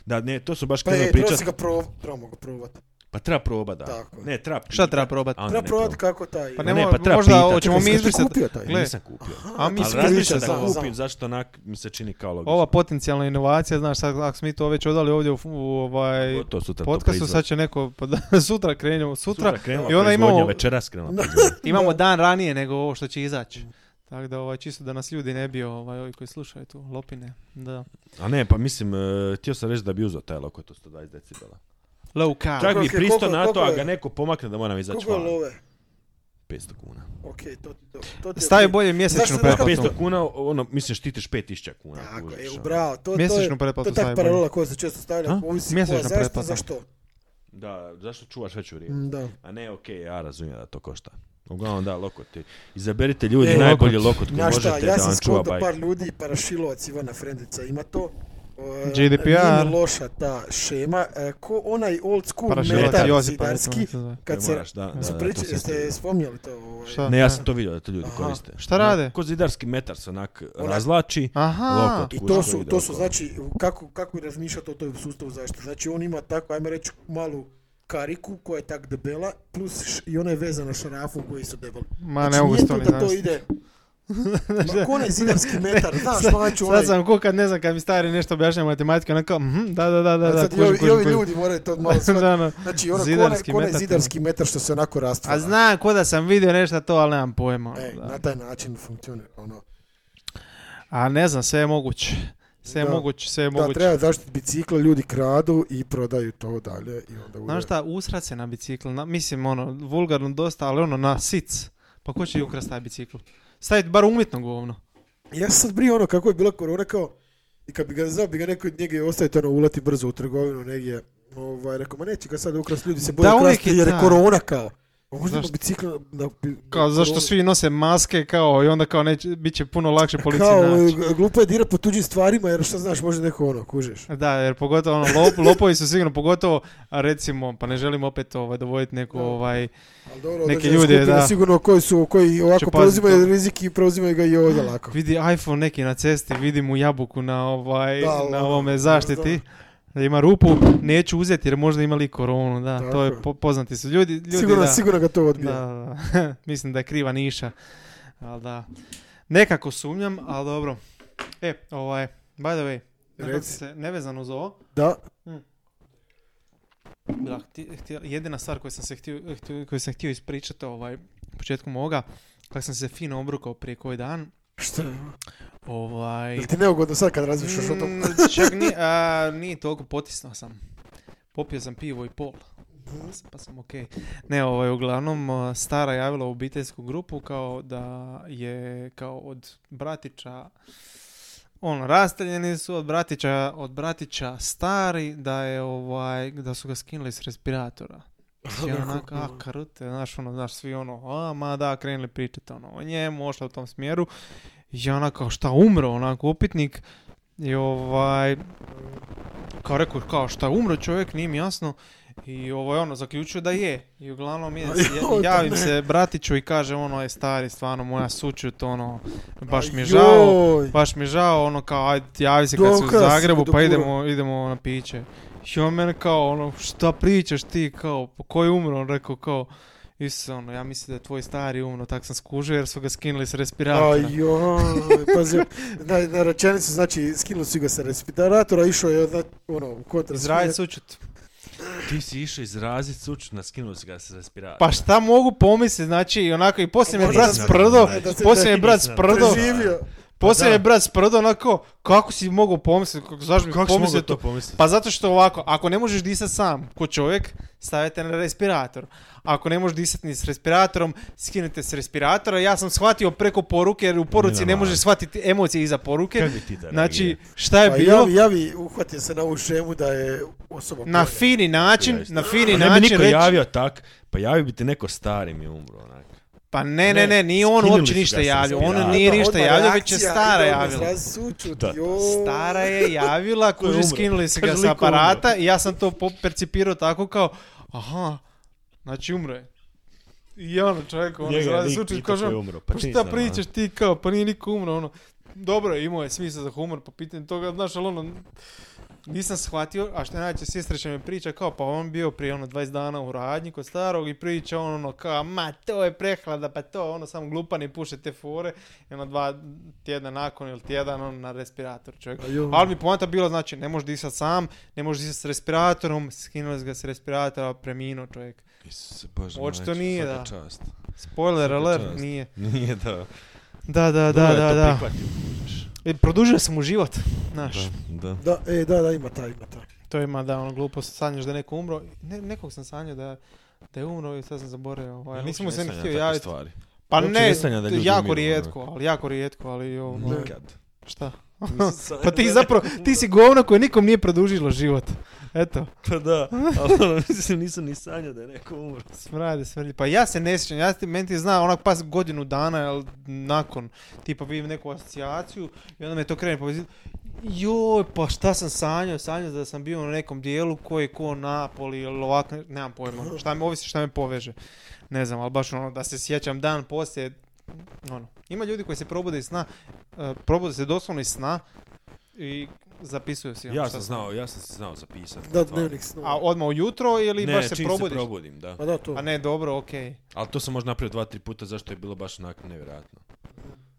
Speaker 1: Da, ne, to su baš
Speaker 3: Pa
Speaker 1: krenuli
Speaker 3: je, treba
Speaker 1: pričat.
Speaker 3: se ga probati, trebamo ga probati.
Speaker 1: Pa treba proba da.
Speaker 3: Tako je.
Speaker 1: Ne, treba.
Speaker 2: Šta treba probat?
Speaker 1: A onda
Speaker 3: Treba
Speaker 1: ne
Speaker 3: probati
Speaker 1: proba.
Speaker 3: kako taj.
Speaker 2: Pa
Speaker 1: ne,
Speaker 2: nemo,
Speaker 1: pa treba
Speaker 2: možda
Speaker 1: pitat.
Speaker 2: hoćemo
Speaker 3: Čekaj,
Speaker 2: mi
Speaker 3: jesi ti
Speaker 2: izbrisati.
Speaker 3: kupio taj?
Speaker 1: E,
Speaker 2: Gle,
Speaker 1: Nisam kupio.
Speaker 2: a mi
Speaker 1: Ali
Speaker 2: smo
Speaker 1: razmišljam
Speaker 3: pričali,
Speaker 1: da
Speaker 3: znam,
Speaker 1: kupim,
Speaker 3: znam.
Speaker 1: zašto onak mi se čini kao logično.
Speaker 2: ova potencijalna inovacija, znaš, sad, ako smo mi to već odali ovdje u, u ovaj
Speaker 1: Gotovo, sutra to
Speaker 2: podcastu,
Speaker 1: proizvod.
Speaker 2: sad će neko, pa da, sutra krenemo, sutra,
Speaker 1: Sutra krenula
Speaker 2: i onda
Speaker 1: proizvodnja,
Speaker 2: imamo-
Speaker 1: večeras krenula proizvodnja.
Speaker 2: imamo dan ranije nego ovo što će izaći. Tako da ovaj, čisto da nas ljudi ne bi ovaj, ovi koji slušaju tu, lopine. Da.
Speaker 1: A ne, pa mislim, e, htio sam reći da bi uzeo taj lokot od 120 decibela.
Speaker 2: Low cow.
Speaker 1: Čak
Speaker 3: Koliko
Speaker 1: bi
Speaker 3: je-
Speaker 1: pristo
Speaker 3: koliko-
Speaker 1: na to, a
Speaker 3: koliko je-
Speaker 1: ga neko pomakne da moram izaći
Speaker 3: Koliko je
Speaker 1: van.
Speaker 3: love?
Speaker 1: 500 kuna.
Speaker 3: Ok, to, to, to ti je
Speaker 2: Stavi
Speaker 3: okej.
Speaker 2: bolje mjesečnu
Speaker 3: Znaš, znaš kako-
Speaker 2: pretplatu.
Speaker 1: 500 kuna, ono, mislim, štitiš 5000 kuna.
Speaker 3: Tako
Speaker 1: kužiš,
Speaker 3: je,
Speaker 1: ono.
Speaker 3: bravo. To,
Speaker 2: Mjesečnu
Speaker 3: to je, to
Speaker 2: pretplatu
Speaker 3: je tak
Speaker 2: stavi
Speaker 3: paralela
Speaker 2: bolje.
Speaker 3: koja se često stavlja.
Speaker 1: A?
Speaker 3: Ovisi
Speaker 2: Mjesečna
Speaker 3: koja zašto,
Speaker 2: pretplata.
Speaker 3: zašto.
Speaker 1: Da, zašto čuvaš veću riječ?
Speaker 3: Mm, Da.
Speaker 1: A ne, okej, ja razumijem da to košta. Uglavnom da, lokot. je- Izaberite ljudi
Speaker 3: E,
Speaker 1: najbolji
Speaker 2: lokot.
Speaker 1: lokot koji
Speaker 3: Ja šta,
Speaker 1: možete
Speaker 3: ja
Speaker 1: da
Speaker 3: sam
Speaker 1: vam čuva
Speaker 3: skontao
Speaker 1: bajke.
Speaker 3: par ljudi, parašilovac Ivana Frendica ima to. E,
Speaker 2: GDPR.
Speaker 3: Nije mi loša ta šema. E, ko onaj old school
Speaker 2: Parašilac
Speaker 3: metal
Speaker 2: Josipa,
Speaker 3: zidarski,
Speaker 2: recimo, ne znam.
Speaker 3: kad
Speaker 1: Ne
Speaker 3: se...
Speaker 1: moraš, da, da,
Speaker 3: Su
Speaker 1: da,
Speaker 3: priči,
Speaker 1: to sam
Speaker 3: ste
Speaker 1: vidio.
Speaker 3: spominjali to? Ovaj,
Speaker 2: Šta?
Speaker 1: Ne, ja sam to vidio da to ljudi
Speaker 3: Aha.
Speaker 1: koriste.
Speaker 2: Šta
Speaker 1: Onak,
Speaker 2: rade?
Speaker 1: Ko zidarski metar se onak
Speaker 3: Onak-
Speaker 1: razlači.
Speaker 2: Aha,
Speaker 1: lokot.
Speaker 3: I
Speaker 1: Kužiš
Speaker 3: to
Speaker 1: koji
Speaker 3: su,
Speaker 1: ide
Speaker 3: to su
Speaker 1: okolo.
Speaker 3: znači, kako, kako je razmišljati o tom sustavu zaštite. Znači on ima tako, ajmo reći, malu kariku koja je tak debela, plus š- i ona je vezana šarafom koji su debeli.
Speaker 2: ma
Speaker 3: Znači,
Speaker 2: ne mogu
Speaker 3: nije
Speaker 2: s
Speaker 3: to
Speaker 2: to ni
Speaker 3: da to
Speaker 2: zamisliti.
Speaker 3: ide... Ma ko onaj zidarski metar, znaš,
Speaker 2: Sad,
Speaker 3: znači onaj...
Speaker 2: sad sam ko kad ne znam kad mi stari nešto objašnja matematika, onako, mhm, da, da, da, da,
Speaker 3: A
Speaker 2: da,
Speaker 3: sad i
Speaker 2: kužim,
Speaker 3: ovi, i
Speaker 2: kužim,
Speaker 3: ovi
Speaker 2: kužim.
Speaker 3: ljudi moraju to malo shvatiti.
Speaker 2: Da, da.
Speaker 3: Znači, ono,
Speaker 2: Zidarski
Speaker 3: zidarski kone,
Speaker 2: metar, to.
Speaker 3: zidarski metar što se onako rastvara.
Speaker 2: A znam ko da sam vidio nešto to, ali nemam pojma.
Speaker 3: E,
Speaker 2: da.
Speaker 3: na taj način funkcionira, ono.
Speaker 2: A ne znam, sve je moguće. Sve je
Speaker 3: Da.
Speaker 2: moguće, sve je
Speaker 3: Da,
Speaker 2: moguće.
Speaker 3: treba zaštiti bicikla, ljudi kradu i prodaju to dalje i onda
Speaker 2: Znaš šta, usrat se na bicikl, na, mislim ono, vulgarno dosta, ali ono, na sic. Pa ko će ukrast taj bicikl? Staviti bar umjetno govno.
Speaker 3: Ja sam sad brio ono kako je bila korona kao i kad bi ga znao bi ga neko od njega ostaviti ono ulati brzo u trgovinu negdje. Ovaj, rekao, ma neće ga sad ukras ljudi se boje
Speaker 2: Da, uvijek
Speaker 3: krasti
Speaker 2: je
Speaker 3: jer je
Speaker 2: taj.
Speaker 3: korona kao. A Možda ima
Speaker 2: Zašto?
Speaker 3: bicikl na, na-
Speaker 2: Kao zašto
Speaker 3: korona.
Speaker 2: svi nose maske, kao i onda kao neće, bit će puno lakše policiji
Speaker 3: Kao,
Speaker 2: naći.
Speaker 3: e, glupo je dirat po tuđim stvarima jer šta znaš, možda neko ono, kužeš.
Speaker 2: Da, jer pogotovo ono, lop, lopovi su sigurno, pogotovo, a recimo, pa ne želim opet ovaj, dovoditi neku
Speaker 3: Da.
Speaker 2: ovaj,
Speaker 3: Ali dobro,
Speaker 2: Neki
Speaker 3: određena
Speaker 2: ljudi,
Speaker 3: skupina
Speaker 2: da.
Speaker 3: Sigurno koji su, koji
Speaker 2: pazit
Speaker 3: ovako preuzimaju
Speaker 2: to.
Speaker 3: rizik i preuzimaju ga i ovdje lako.
Speaker 2: vidi iPhone neki na cesti, vidim u jabuku na, ovaj,
Speaker 3: Da,
Speaker 2: na
Speaker 3: ono,
Speaker 2: ovome zaštiti. Da ima rupu, neću uzeti jer možda imali koronu, da,
Speaker 3: Tako
Speaker 2: to je
Speaker 3: je.
Speaker 2: po- poznati su ljudi, ljudi
Speaker 3: sigurno,
Speaker 2: da.
Speaker 3: sigurno ga to odbija.
Speaker 2: Da, da, da. mislim da je kriva niša. Ali da. Nekako sumnjam, ali dobro. E, ovaj, by the way, nekako
Speaker 3: Reci.
Speaker 2: se nevezano uz ovo.
Speaker 3: Da,
Speaker 2: Da, hti- htio- jedina stvar koju sam se htio, htio- koju sam htio ispričati ovaj, početkom ovoga, kako sam se fino obrukao prije koji dan,
Speaker 3: što
Speaker 2: ovaj...
Speaker 3: Jel ti neugodno sad kad razmišljaš o tom?
Speaker 2: Mm, čak ni, a, nije toliko potisno sam. Popio sam pivo i pol. Pa sam- Pa sam okej. Ne, ovaj, uglavnom, a, stara javila u obiteljsku grupu kao da je kao od bratića ono, rasteljeni su od bratića, od bratića stari, da je ovaj, da su ga skinuli s respiratora. I ono onako, a karute, znaš, ono, znaš, svi ono, a, ma da, krenuli pričati, ono, o njemu, ošla u tom smjeru. I ja onako, šta, umro, onako, upitnik. I ovaj, kao rekao, kao šta, umro čovjek, nije mi jasno. I ovaj, ono, zaključio da je. I uglavnom, je,
Speaker 3: Joj, pa
Speaker 2: javim
Speaker 3: ne.
Speaker 2: se bratiću i kaže, ono, je stari, stvarno, moja sućut, ono, baš mi je
Speaker 3: Ajoj.
Speaker 2: žao. Baš mi je žao, ono kao, ajde, javi se kad si u
Speaker 3: Dokaz,
Speaker 2: Zagrebu, pa
Speaker 3: dokura.
Speaker 2: idemo, idemo na piće. I on mene kao, ono, šta pričaš ti, kao, po koji je umro? On rekao, kao, Isuse, ono, ja mislim da je tvoj stari umro, tak sam skužio jer su ga skinuli s respiratora.
Speaker 3: Ajoj, pazi, na, na rečenicu, znači, skinuli su ga sa respiratora, išao je, na, ono, u kontra.
Speaker 2: Izrazi sučut.
Speaker 1: Ti si išao izrazit sučut, naskinuo si ga se respirator.
Speaker 2: Pa šta mogu pomisliti, znači, i onako, i poslije me je
Speaker 3: Možda
Speaker 2: brat
Speaker 3: sam-
Speaker 2: sprdo,
Speaker 3: da se-
Speaker 2: poslije me je
Speaker 1: da-
Speaker 2: brat
Speaker 1: da-
Speaker 2: sprdo,
Speaker 3: Preživio.
Speaker 2: poslije me je
Speaker 1: Znači, da.
Speaker 2: brat sprdo, onako, kako si mogao pomisliti, kako, zašto mi
Speaker 1: Kako si mogao
Speaker 2: pomisliti
Speaker 1: to pomisliti?
Speaker 2: Pa zato što ovako, ako ne možeš disati sam ko čovjek, stavite na respirator. Ako ne možeš disati ni s respiratorom, skinite s respiratora. Ja sam shvatio preko poruke, jer u poruci
Speaker 1: Nema
Speaker 2: ne možeš
Speaker 1: veze.
Speaker 2: shvatiti emocije iza poruke.
Speaker 1: Kako bi ti da
Speaker 2: Znači,
Speaker 1: reagirao?
Speaker 2: šta je
Speaker 3: Pa
Speaker 2: bilo?
Speaker 3: javi, javi, uhvatio se na ovu šemu da je osoba
Speaker 2: Na
Speaker 3: bolja.
Speaker 2: fini način, na fini
Speaker 1: Pa ne bi
Speaker 2: način
Speaker 1: niko
Speaker 2: reći,
Speaker 1: javio tak, pa javio bi ti neko stari mi je umro onak.
Speaker 2: pa ne, ne, ne, nije on
Speaker 1: Skinuli
Speaker 2: uopće
Speaker 1: su ga
Speaker 2: ništa
Speaker 1: sa
Speaker 2: javio,
Speaker 1: respiratora.
Speaker 2: on Ono nije
Speaker 3: Odmah
Speaker 2: ništa javio, već je
Speaker 3: reakcija,
Speaker 2: stara
Speaker 3: ide ono,
Speaker 2: javila.
Speaker 3: izrazi sućut,
Speaker 1: Da, da.
Speaker 3: joj.
Speaker 2: Stara je javila,
Speaker 1: je
Speaker 2: kuži
Speaker 1: umro.
Speaker 2: skinuli su ga
Speaker 1: Kaže,
Speaker 2: sa
Speaker 1: liko umro.
Speaker 2: aparata i ja sam to po- percipirao tako kao, aha, znači umro je. I ono čovjek, ono,
Speaker 1: Njega je
Speaker 2: zrazi
Speaker 1: lik
Speaker 2: sučit,
Speaker 1: pitao
Speaker 2: kaže,
Speaker 1: ko je umro,
Speaker 2: pa
Speaker 1: pa ti
Speaker 2: šta
Speaker 1: znam,
Speaker 2: pričaš ti kao, pa nije niko umro, ono, dobro je, imao je smisla za humor po pitanju toga, znaš, ali ono, Nisam shvatio, a što je najče sestriča mi priča kao pa on bio prije ono 20 dana u radnji kod starog i priča on ono kao ma to je prehlada pa to ono samo glupani puše te fore i ono dva tjedna nakon ili tjedan on na respirator čovjek.
Speaker 3: Ajo.
Speaker 2: Ali mi poanta bila znači ne možeš disat sam, ne možeš disat s respiratorom, skinuli su ga s respiratora, preminuo čovjek.
Speaker 1: Isuse Bože,
Speaker 2: Očito
Speaker 1: majče,
Speaker 2: nije,
Speaker 1: svaka
Speaker 2: da.
Speaker 1: Čast.
Speaker 2: Spoiler alert,
Speaker 1: čast.
Speaker 2: nije.
Speaker 1: Nije da.
Speaker 2: Da,
Speaker 1: Dobro
Speaker 2: da, da,
Speaker 1: je
Speaker 2: da,
Speaker 1: to
Speaker 2: da.
Speaker 1: prihvatio, kužiš.
Speaker 2: E, Produžio sam mu život, znaš.
Speaker 1: pa, Da, da.
Speaker 3: Da, e, da, da, ima taj, ima taj.
Speaker 2: To ima da ono glupost, sanjaš da je neko umro. Ne, nekog sam sanjao da, da je umro i sad sam zaboravio. Ovaj.
Speaker 1: Ja
Speaker 2: Nisam mu
Speaker 1: uopće
Speaker 2: se
Speaker 1: ne
Speaker 2: ni
Speaker 1: sanjam
Speaker 2: htio
Speaker 1: takve
Speaker 2: javiti.
Speaker 1: Stvari.
Speaker 2: Pa
Speaker 1: Uopće
Speaker 2: ne,
Speaker 1: ne sanjam da ljudi ono.
Speaker 2: jako
Speaker 1: umiru,
Speaker 2: rijetko, ali jako rijetko, ali ono,
Speaker 1: Nikad.
Speaker 2: šta?
Speaker 3: Nisam
Speaker 2: Pa ti zapravo, ti si govno koje nikom nije produžilo život. Eto,
Speaker 1: Pa da, ali ono, mislim, nisam ni sanjao da je neko umro.
Speaker 2: smrade, smrdi. Pa ja se ne sjećam, ja ti, meni ti zna onak pas godinu dana ali nakon, tipa vidim neku asocijaciju i onda me to krene povezati. Joj, pa šta sam sanjao? Sanjao da sam bio na nekom dijelu koji je ko Napoli ili ovako, ne- nemam pojma. Šta me, ovisi šta me poveže. Ne znam, ali baš ono, da se sjećam dan poslije, ono. Ima ljudi koji se probude iz sna, e, probude se doslovno iz sna i zapisuju si ono
Speaker 1: Ja
Speaker 2: šta
Speaker 1: sam
Speaker 2: su.
Speaker 1: znao, ja sam se znao zapisati.
Speaker 3: Da,
Speaker 1: stvari.
Speaker 3: dnevnik snova.
Speaker 2: A odmah ujutro ili
Speaker 1: Ne,
Speaker 2: baš se
Speaker 1: čim
Speaker 2: probudiš?
Speaker 1: se probudim, da.
Speaker 3: Pa da, to.
Speaker 2: A ne, dobro, okej.
Speaker 1: Ali to sam možda napravio dva, tri puta zašto je bilo baš onako nevjerojatno.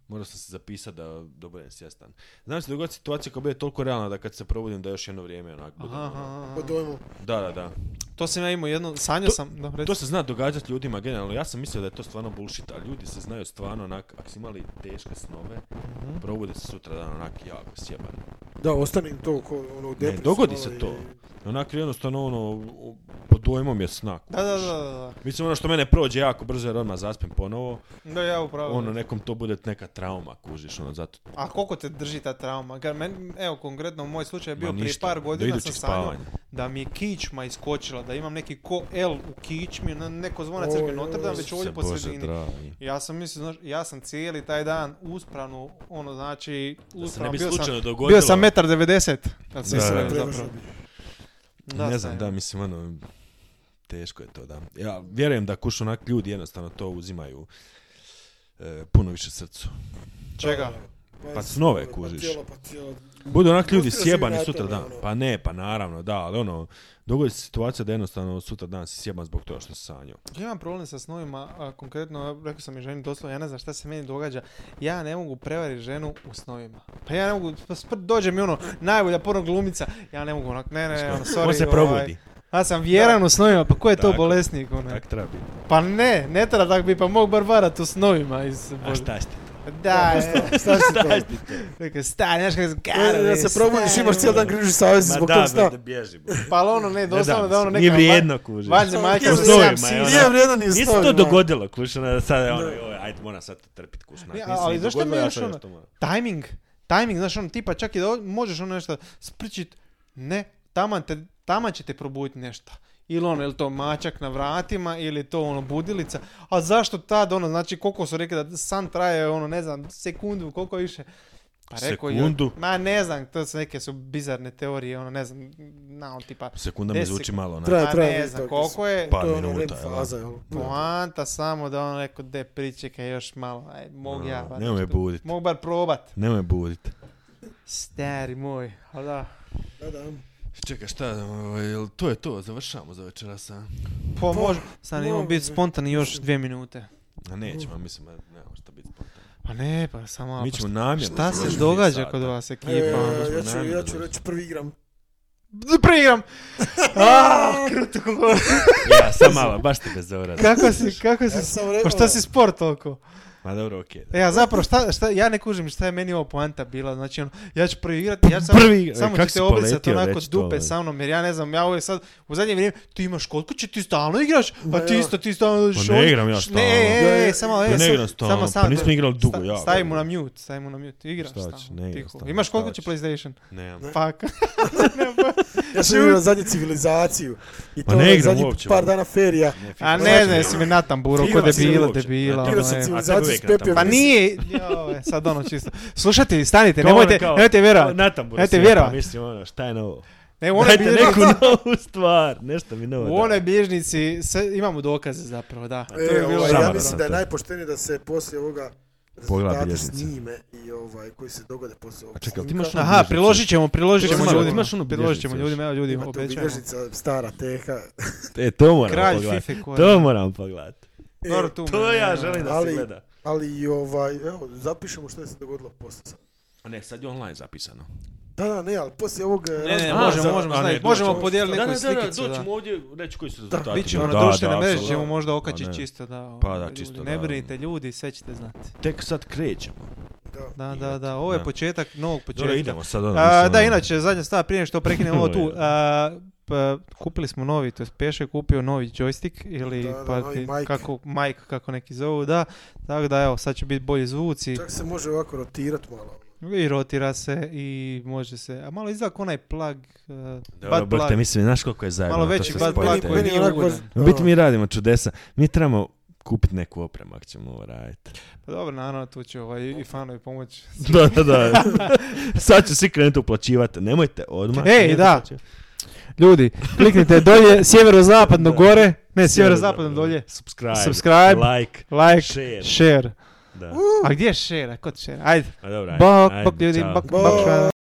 Speaker 1: Morao sam se zapisati da dobro je svjestan. Znam se dogoditi situacija koja bude toliko realna da kad se probudim da još jedno vrijeme onak bude.
Speaker 2: Aha,
Speaker 1: ono-
Speaker 2: aha, aha.
Speaker 3: Po dojmu.
Speaker 1: Da, da, da.
Speaker 2: To sam ja imao jedno, sanjao
Speaker 1: To-
Speaker 2: sam, da,
Speaker 1: To
Speaker 2: reci.
Speaker 1: se zna događati ljudima generalno. Ja sam mislio da je to stvarno bullshit, a ljudi se znaju stvarno onak, ako su imali teške snove,
Speaker 2: Mhm.
Speaker 1: probude se sutra dan onak jako sjebani.
Speaker 3: Da, ostane im to ko, ono, u depresiji.
Speaker 1: dogodi
Speaker 3: malo
Speaker 1: se
Speaker 3: i-
Speaker 1: to. Onak jednostavno ono, u- pod dojmom je snak.
Speaker 2: Da, da, da, da, da.
Speaker 1: Mislim ono što mene prođe jako brzo jer odmah zaspim ponovo,
Speaker 2: Da, ja upravo.
Speaker 1: ono nekom to bude neka trauma, kužiš, ono zato.
Speaker 2: A koliko te drži ta trauma? Ga- men- evo, konkretno, moj slučaj je
Speaker 1: Ma
Speaker 2: bio prije
Speaker 1: ništa,
Speaker 2: par
Speaker 1: do
Speaker 2: godina sam
Speaker 1: idućeg
Speaker 2: sanjao
Speaker 1: spavanja.
Speaker 2: da mi je kičma iskočila, da imam neki ko L u kičmi, na- neko zvona
Speaker 3: Oj,
Speaker 2: crkve
Speaker 3: oj,
Speaker 2: Notre Dame, već
Speaker 1: Isuse
Speaker 2: ovdje po
Speaker 1: Bože
Speaker 2: sredini.
Speaker 1: dragi.
Speaker 2: Ja sam mislio, znaš, ja sam cijeli taj dan uspravno, ono znači,
Speaker 1: Da se ne
Speaker 2: uspravno,
Speaker 1: bi
Speaker 2: bio sam,
Speaker 1: slučajno dogodilo.
Speaker 2: bio sam metar 90. Kad sam
Speaker 1: Da,
Speaker 2: se
Speaker 1: da,
Speaker 3: Ne
Speaker 1: da.
Speaker 2: zapravo.
Speaker 3: premašio bi.
Speaker 2: Da,
Speaker 1: ne znam,
Speaker 2: sanjao.
Speaker 1: da, mislim, ono, teško je to, da. Ja vjerujem da kuš onak ljudi jednostavno to uzimaju e, puno više srcu.
Speaker 2: Čega?
Speaker 1: Pa snove
Speaker 3: Pa
Speaker 1: kužiš.
Speaker 3: tijelo, pa tijelo.
Speaker 1: Budu onak ljudi
Speaker 3: Pustio si mi
Speaker 1: sjebani
Speaker 3: na
Speaker 1: sutra
Speaker 3: tome,
Speaker 1: dan.
Speaker 3: ono.
Speaker 1: Pa ne, pa naravno, da, ali ono, dogodi se situacija da jednostavno sutra dan si sjeban zbog toga što si sanjao.
Speaker 2: Ja imam problem sa snovima, a, konkretno, rekao sam i ženi doslovno, ja ne znam šta se meni događa, ja ne mogu prevariti ženu u snovima. Pa ja ne mogu, pa sprt dođe mi ono, najbolja porno glumica, ja ne mogu onak, ne, ne, ne, ono, sorry.
Speaker 1: On se
Speaker 2: ovaj,
Speaker 1: provodi.
Speaker 2: ja sam vjeran u snovima, pa ko je to
Speaker 1: Tako.
Speaker 2: bolesnik, onaj?
Speaker 1: Tak treba biti.
Speaker 2: Pa ne, ne treba tak bi, pa mog barbarat u snovima. Iz,
Speaker 1: A šta ste?
Speaker 2: Da, e,
Speaker 3: Šta si to?
Speaker 2: rekao, stari, znaš kako se
Speaker 3: E, Da se probudiš, imaš cijel dan grižu savjez zbog tog sna.
Speaker 1: bježi.
Speaker 2: ono. Pa ono, ne, doslovno da ono neka...
Speaker 1: Nije vrijedno, kužiš.
Speaker 2: Vanjne majke,
Speaker 3: U
Speaker 2: za
Speaker 1: snovima je
Speaker 2: sam sin.
Speaker 1: ono.
Speaker 3: Nije vrijedan ni
Speaker 1: Nije se
Speaker 3: stovi,
Speaker 1: to
Speaker 3: da.
Speaker 1: dogodilo, kužiš, ono, sad je ono, joj, ajde, moram sad to trpit, kuš, onak,
Speaker 2: Ne,
Speaker 1: nisi
Speaker 2: ali
Speaker 1: ni
Speaker 2: zašto mi
Speaker 1: dogodilo, ja
Speaker 2: još
Speaker 1: sad
Speaker 2: ono-
Speaker 1: nešto moram.
Speaker 2: Timing, timing, znaš ono, tipa čak i da o- možeš ono nešto spričit, ne, taman, te, taman će te probuditi nešto. Ili ono, ili to mačak na vratima, ili to ono budilica. A zašto tad, ono, znači koliko su rekli da san traje, ono, ne znam, sekundu, koliko više. Pa rekao je-
Speaker 1: Sekundu?
Speaker 2: ma ne znam, to su neke su bizarne teorije, ono, ne znam, na on tipa.
Speaker 1: Sekunda mi
Speaker 2: Deset-
Speaker 1: zvuči malo, onak.
Speaker 3: Traje,
Speaker 2: Ma
Speaker 3: traje,
Speaker 2: ne
Speaker 3: vidim
Speaker 2: znam
Speaker 3: to,
Speaker 2: koliko je. Pa.
Speaker 1: Pa,
Speaker 3: To je ono
Speaker 1: minuta,
Speaker 3: rem
Speaker 1: jel da?
Speaker 3: faza, jel?
Speaker 2: Poanta samo da on rekao, de pričekaj još malo, aj, mog ja.
Speaker 1: Ono,
Speaker 2: bar
Speaker 1: Nemoj me
Speaker 2: nešto-
Speaker 1: budit,
Speaker 2: Mogu bar probat.
Speaker 1: nemoj me budit.
Speaker 2: Stari moj, ali da.
Speaker 3: Da, da.
Speaker 1: Čekaj, šta, ovaj, jel to je to, završavamo za večeras, a?
Speaker 2: Po,
Speaker 3: Pa,
Speaker 2: može, sad imamo
Speaker 3: može.
Speaker 2: biti spontani još dvije minute.
Speaker 1: A nećemo, mislim, a nemamo šta biti spontano.
Speaker 2: Pa ne, pa samo...
Speaker 1: Uh. Mi
Speaker 2: pa
Speaker 1: ćemo
Speaker 2: šta-
Speaker 1: namjerno.
Speaker 2: Šta
Speaker 1: završiti
Speaker 2: se događa
Speaker 1: sata.
Speaker 2: kod vas
Speaker 3: E,
Speaker 1: pa,
Speaker 2: ekipa? ono?
Speaker 3: ja, ću, ja ću
Speaker 1: Namjerno.
Speaker 3: reći prvi igram.
Speaker 2: D- Preigram! Aaa, kruto kako...
Speaker 1: Ja, sam malo, baš ti bez orada.
Speaker 2: Kako si, kako
Speaker 3: Ja
Speaker 2: si...
Speaker 3: sam rekao.
Speaker 2: Pa šta si sport toliko?
Speaker 1: Ma dobro, okej.
Speaker 2: E, a zapravo, šta, šta, ja ne kužim šta je meni ovo poanta bila, znači ono, ja ću prvi igrati, ja ću samo,
Speaker 1: Prvi-
Speaker 2: samo
Speaker 1: kako
Speaker 2: ću
Speaker 1: si
Speaker 2: te obrisati
Speaker 1: poletio
Speaker 2: onako
Speaker 1: već to,
Speaker 2: dupe
Speaker 1: ovaj?
Speaker 2: sa mnom, jer ja ne znam, ja uvijek sad, u zadnje vrijeme, ti imaš koliko će ti stalno igraš,
Speaker 3: Pa
Speaker 2: a ti isto, ti stalno dođeš
Speaker 1: Pa ne
Speaker 2: ovdje.
Speaker 1: igram ja
Speaker 2: Š-
Speaker 1: stalno.
Speaker 2: Ne,
Speaker 3: Ja-
Speaker 2: e, e,
Speaker 3: ja-
Speaker 2: samo, e,
Speaker 1: Ja
Speaker 2: sam-
Speaker 1: ne igram stalno,
Speaker 2: samo,
Speaker 1: pa
Speaker 2: samo,
Speaker 1: nismo igrali dugo,
Speaker 2: Sta-
Speaker 1: ja,
Speaker 2: Stavi mu na
Speaker 1: dobro.
Speaker 2: mute, stavi mu na mute, igraš
Speaker 1: Šta ću,
Speaker 2: stalno,
Speaker 1: ne igram
Speaker 2: tiho.
Speaker 1: stalno,
Speaker 2: Imaš koliko
Speaker 1: šta
Speaker 2: će
Speaker 1: ću?
Speaker 2: PlayStation?
Speaker 1: Nemam.
Speaker 2: Fuck.
Speaker 3: Ja sam igrao zadnji civilizaciju. I
Speaker 1: Pa
Speaker 3: to
Speaker 1: ne
Speaker 3: je
Speaker 1: igram
Speaker 3: zadnji
Speaker 1: uopće,
Speaker 3: par
Speaker 1: bro.
Speaker 3: dana ferija.
Speaker 2: A ne, ne, si me natamburo, ko
Speaker 1: Igrao sam
Speaker 2: debila,
Speaker 1: uopće.
Speaker 2: debila.
Speaker 1: Igrao
Speaker 2: ono,
Speaker 3: sam
Speaker 2: e.
Speaker 3: civil-
Speaker 2: Pa nije, joj, sad ono čisto. Slušajte, stanite,
Speaker 1: ono,
Speaker 2: nemojte, nemojte vjerovati.
Speaker 1: Natam,
Speaker 2: Nemojte vjerovat.
Speaker 1: Mislim, ono, šta je novo?
Speaker 2: Ne, u onoj
Speaker 1: Dajte
Speaker 2: bilježnici,
Speaker 1: neku novu stvar, nešto mi novo.
Speaker 2: u onoj bilježnici se, imamo dokaze zapravo, da.
Speaker 1: Pa
Speaker 2: To
Speaker 3: E,
Speaker 2: je bilo
Speaker 3: ovaj,
Speaker 1: Šamar
Speaker 3: ja
Speaker 2: jako
Speaker 1: sam
Speaker 3: mislim da je
Speaker 1: to.
Speaker 3: najpoštenije da se poslije ovoga
Speaker 1: Pogledaj
Speaker 3: rezultati
Speaker 1: bilježnice.
Speaker 3: snime i ovaj, koji se dogode poslije ovog
Speaker 1: A čekaj, jel ti
Speaker 3: snimka.
Speaker 1: imaš ono-
Speaker 2: Aha, priložit ćemo, priložit
Speaker 1: Imaš
Speaker 2: ćemo
Speaker 1: ono-
Speaker 2: ljudima.
Speaker 1: imaš ono
Speaker 2: Priložit ćemo
Speaker 1: bilježnicu
Speaker 2: ljudima, evo ljudi,
Speaker 3: Ima tu
Speaker 2: obećajemo.
Speaker 3: bilježnica, stara teha,
Speaker 1: E, to moram
Speaker 2: Kralj
Speaker 1: pogledati.
Speaker 2: Fife koja.
Speaker 1: To moram pogledati.
Speaker 3: E,
Speaker 2: Dobro, tu
Speaker 1: To
Speaker 2: me-
Speaker 1: ja želim da se
Speaker 3: Ali-
Speaker 1: gleda.
Speaker 3: ali i ovaj, evo, zapišemo što je se dogodilo poslije. sad.
Speaker 1: Ne, sad je online zapisano.
Speaker 3: Da, da, ne, ali poslije ovog... eh,
Speaker 2: Ne, ne,
Speaker 1: A,
Speaker 3: razgovora
Speaker 2: možemo,
Speaker 1: za-
Speaker 2: možemo,
Speaker 1: a, ne,
Speaker 2: znači,
Speaker 1: doći
Speaker 2: možemo
Speaker 3: ćemo.
Speaker 2: podijeliti
Speaker 1: Da,
Speaker 2: neku
Speaker 1: da, da, da,
Speaker 2: slikicu, da.
Speaker 1: doćemo ovdje reći koji su rezultati.
Speaker 2: Bit ćemo
Speaker 1: Da,
Speaker 2: na društvene
Speaker 1: da,
Speaker 2: mreže,
Speaker 1: apsolutno.
Speaker 2: ćemo možda
Speaker 1: Pa
Speaker 2: okačiti
Speaker 1: ne.
Speaker 2: čisto da... ono,
Speaker 1: Pa da,
Speaker 2: ljudi,
Speaker 1: čisto
Speaker 2: Ne
Speaker 1: da.
Speaker 2: brinite ljudi, sve ćete znati.
Speaker 1: Tek sad krećemo.
Speaker 3: Da.
Speaker 2: Da, da, da, ovo je
Speaker 1: Da.
Speaker 2: početak novog
Speaker 1: Dobro,
Speaker 2: početka.
Speaker 1: idemo sad. ono,
Speaker 2: A,
Speaker 1: mislim,
Speaker 2: da,
Speaker 1: ono,
Speaker 2: inače, zadnja stvar, prije nego što prekinem ovo tu,
Speaker 1: Ovo je.
Speaker 2: a, pa, kupili smo novi, to je Pešo je kupio novi joystick ili
Speaker 3: Da, da,
Speaker 2: pa
Speaker 3: novi
Speaker 2: ti-
Speaker 3: mic.
Speaker 2: kako mic, kako neki zovu, da. Tako da, evo, sad će biti bolji zvuci
Speaker 3: Čak se može ovako rotirat malo.
Speaker 2: i rotira se i može se, a malo izgleda kao onaj plug, e,
Speaker 1: Dobro,
Speaker 2: butt plug.
Speaker 1: brate, mislim, znaš koliko je zajedno.
Speaker 2: Malo veći
Speaker 3: bad
Speaker 2: butt plug
Speaker 3: Meni-
Speaker 2: koji
Speaker 3: meni
Speaker 2: nije
Speaker 3: onako
Speaker 2: ugodan.
Speaker 3: baš-
Speaker 1: U biti mi radimo čudesa. Mi trebamo kupiti neku opremu ako ćemo ovo raditi.
Speaker 2: Pa dobro, naravno, tu će ovaj, i fanovi pomoći.
Speaker 1: Da, da, da. Sad će svi krenuti uplaćivati. Nemojte odmah.
Speaker 2: Ej,
Speaker 1: Nemojte
Speaker 2: da.
Speaker 1: uplaćivati.
Speaker 2: Ljudi, kliknite dolje, sjeverozapadno
Speaker 1: Da.
Speaker 2: gore, ne, sjeverozapadno dolje,
Speaker 1: Subscribe.
Speaker 2: Subscribe.
Speaker 1: Like.
Speaker 2: like,
Speaker 1: Share.
Speaker 2: share.
Speaker 1: Da.
Speaker 2: A gdje je share? A Kod share? Ajde.
Speaker 1: A dobra, ajde,
Speaker 2: Bok,
Speaker 1: ajde,
Speaker 2: bok ljudi,
Speaker 1: čao.
Speaker 2: bok,
Speaker 3: Bok.
Speaker 2: bok.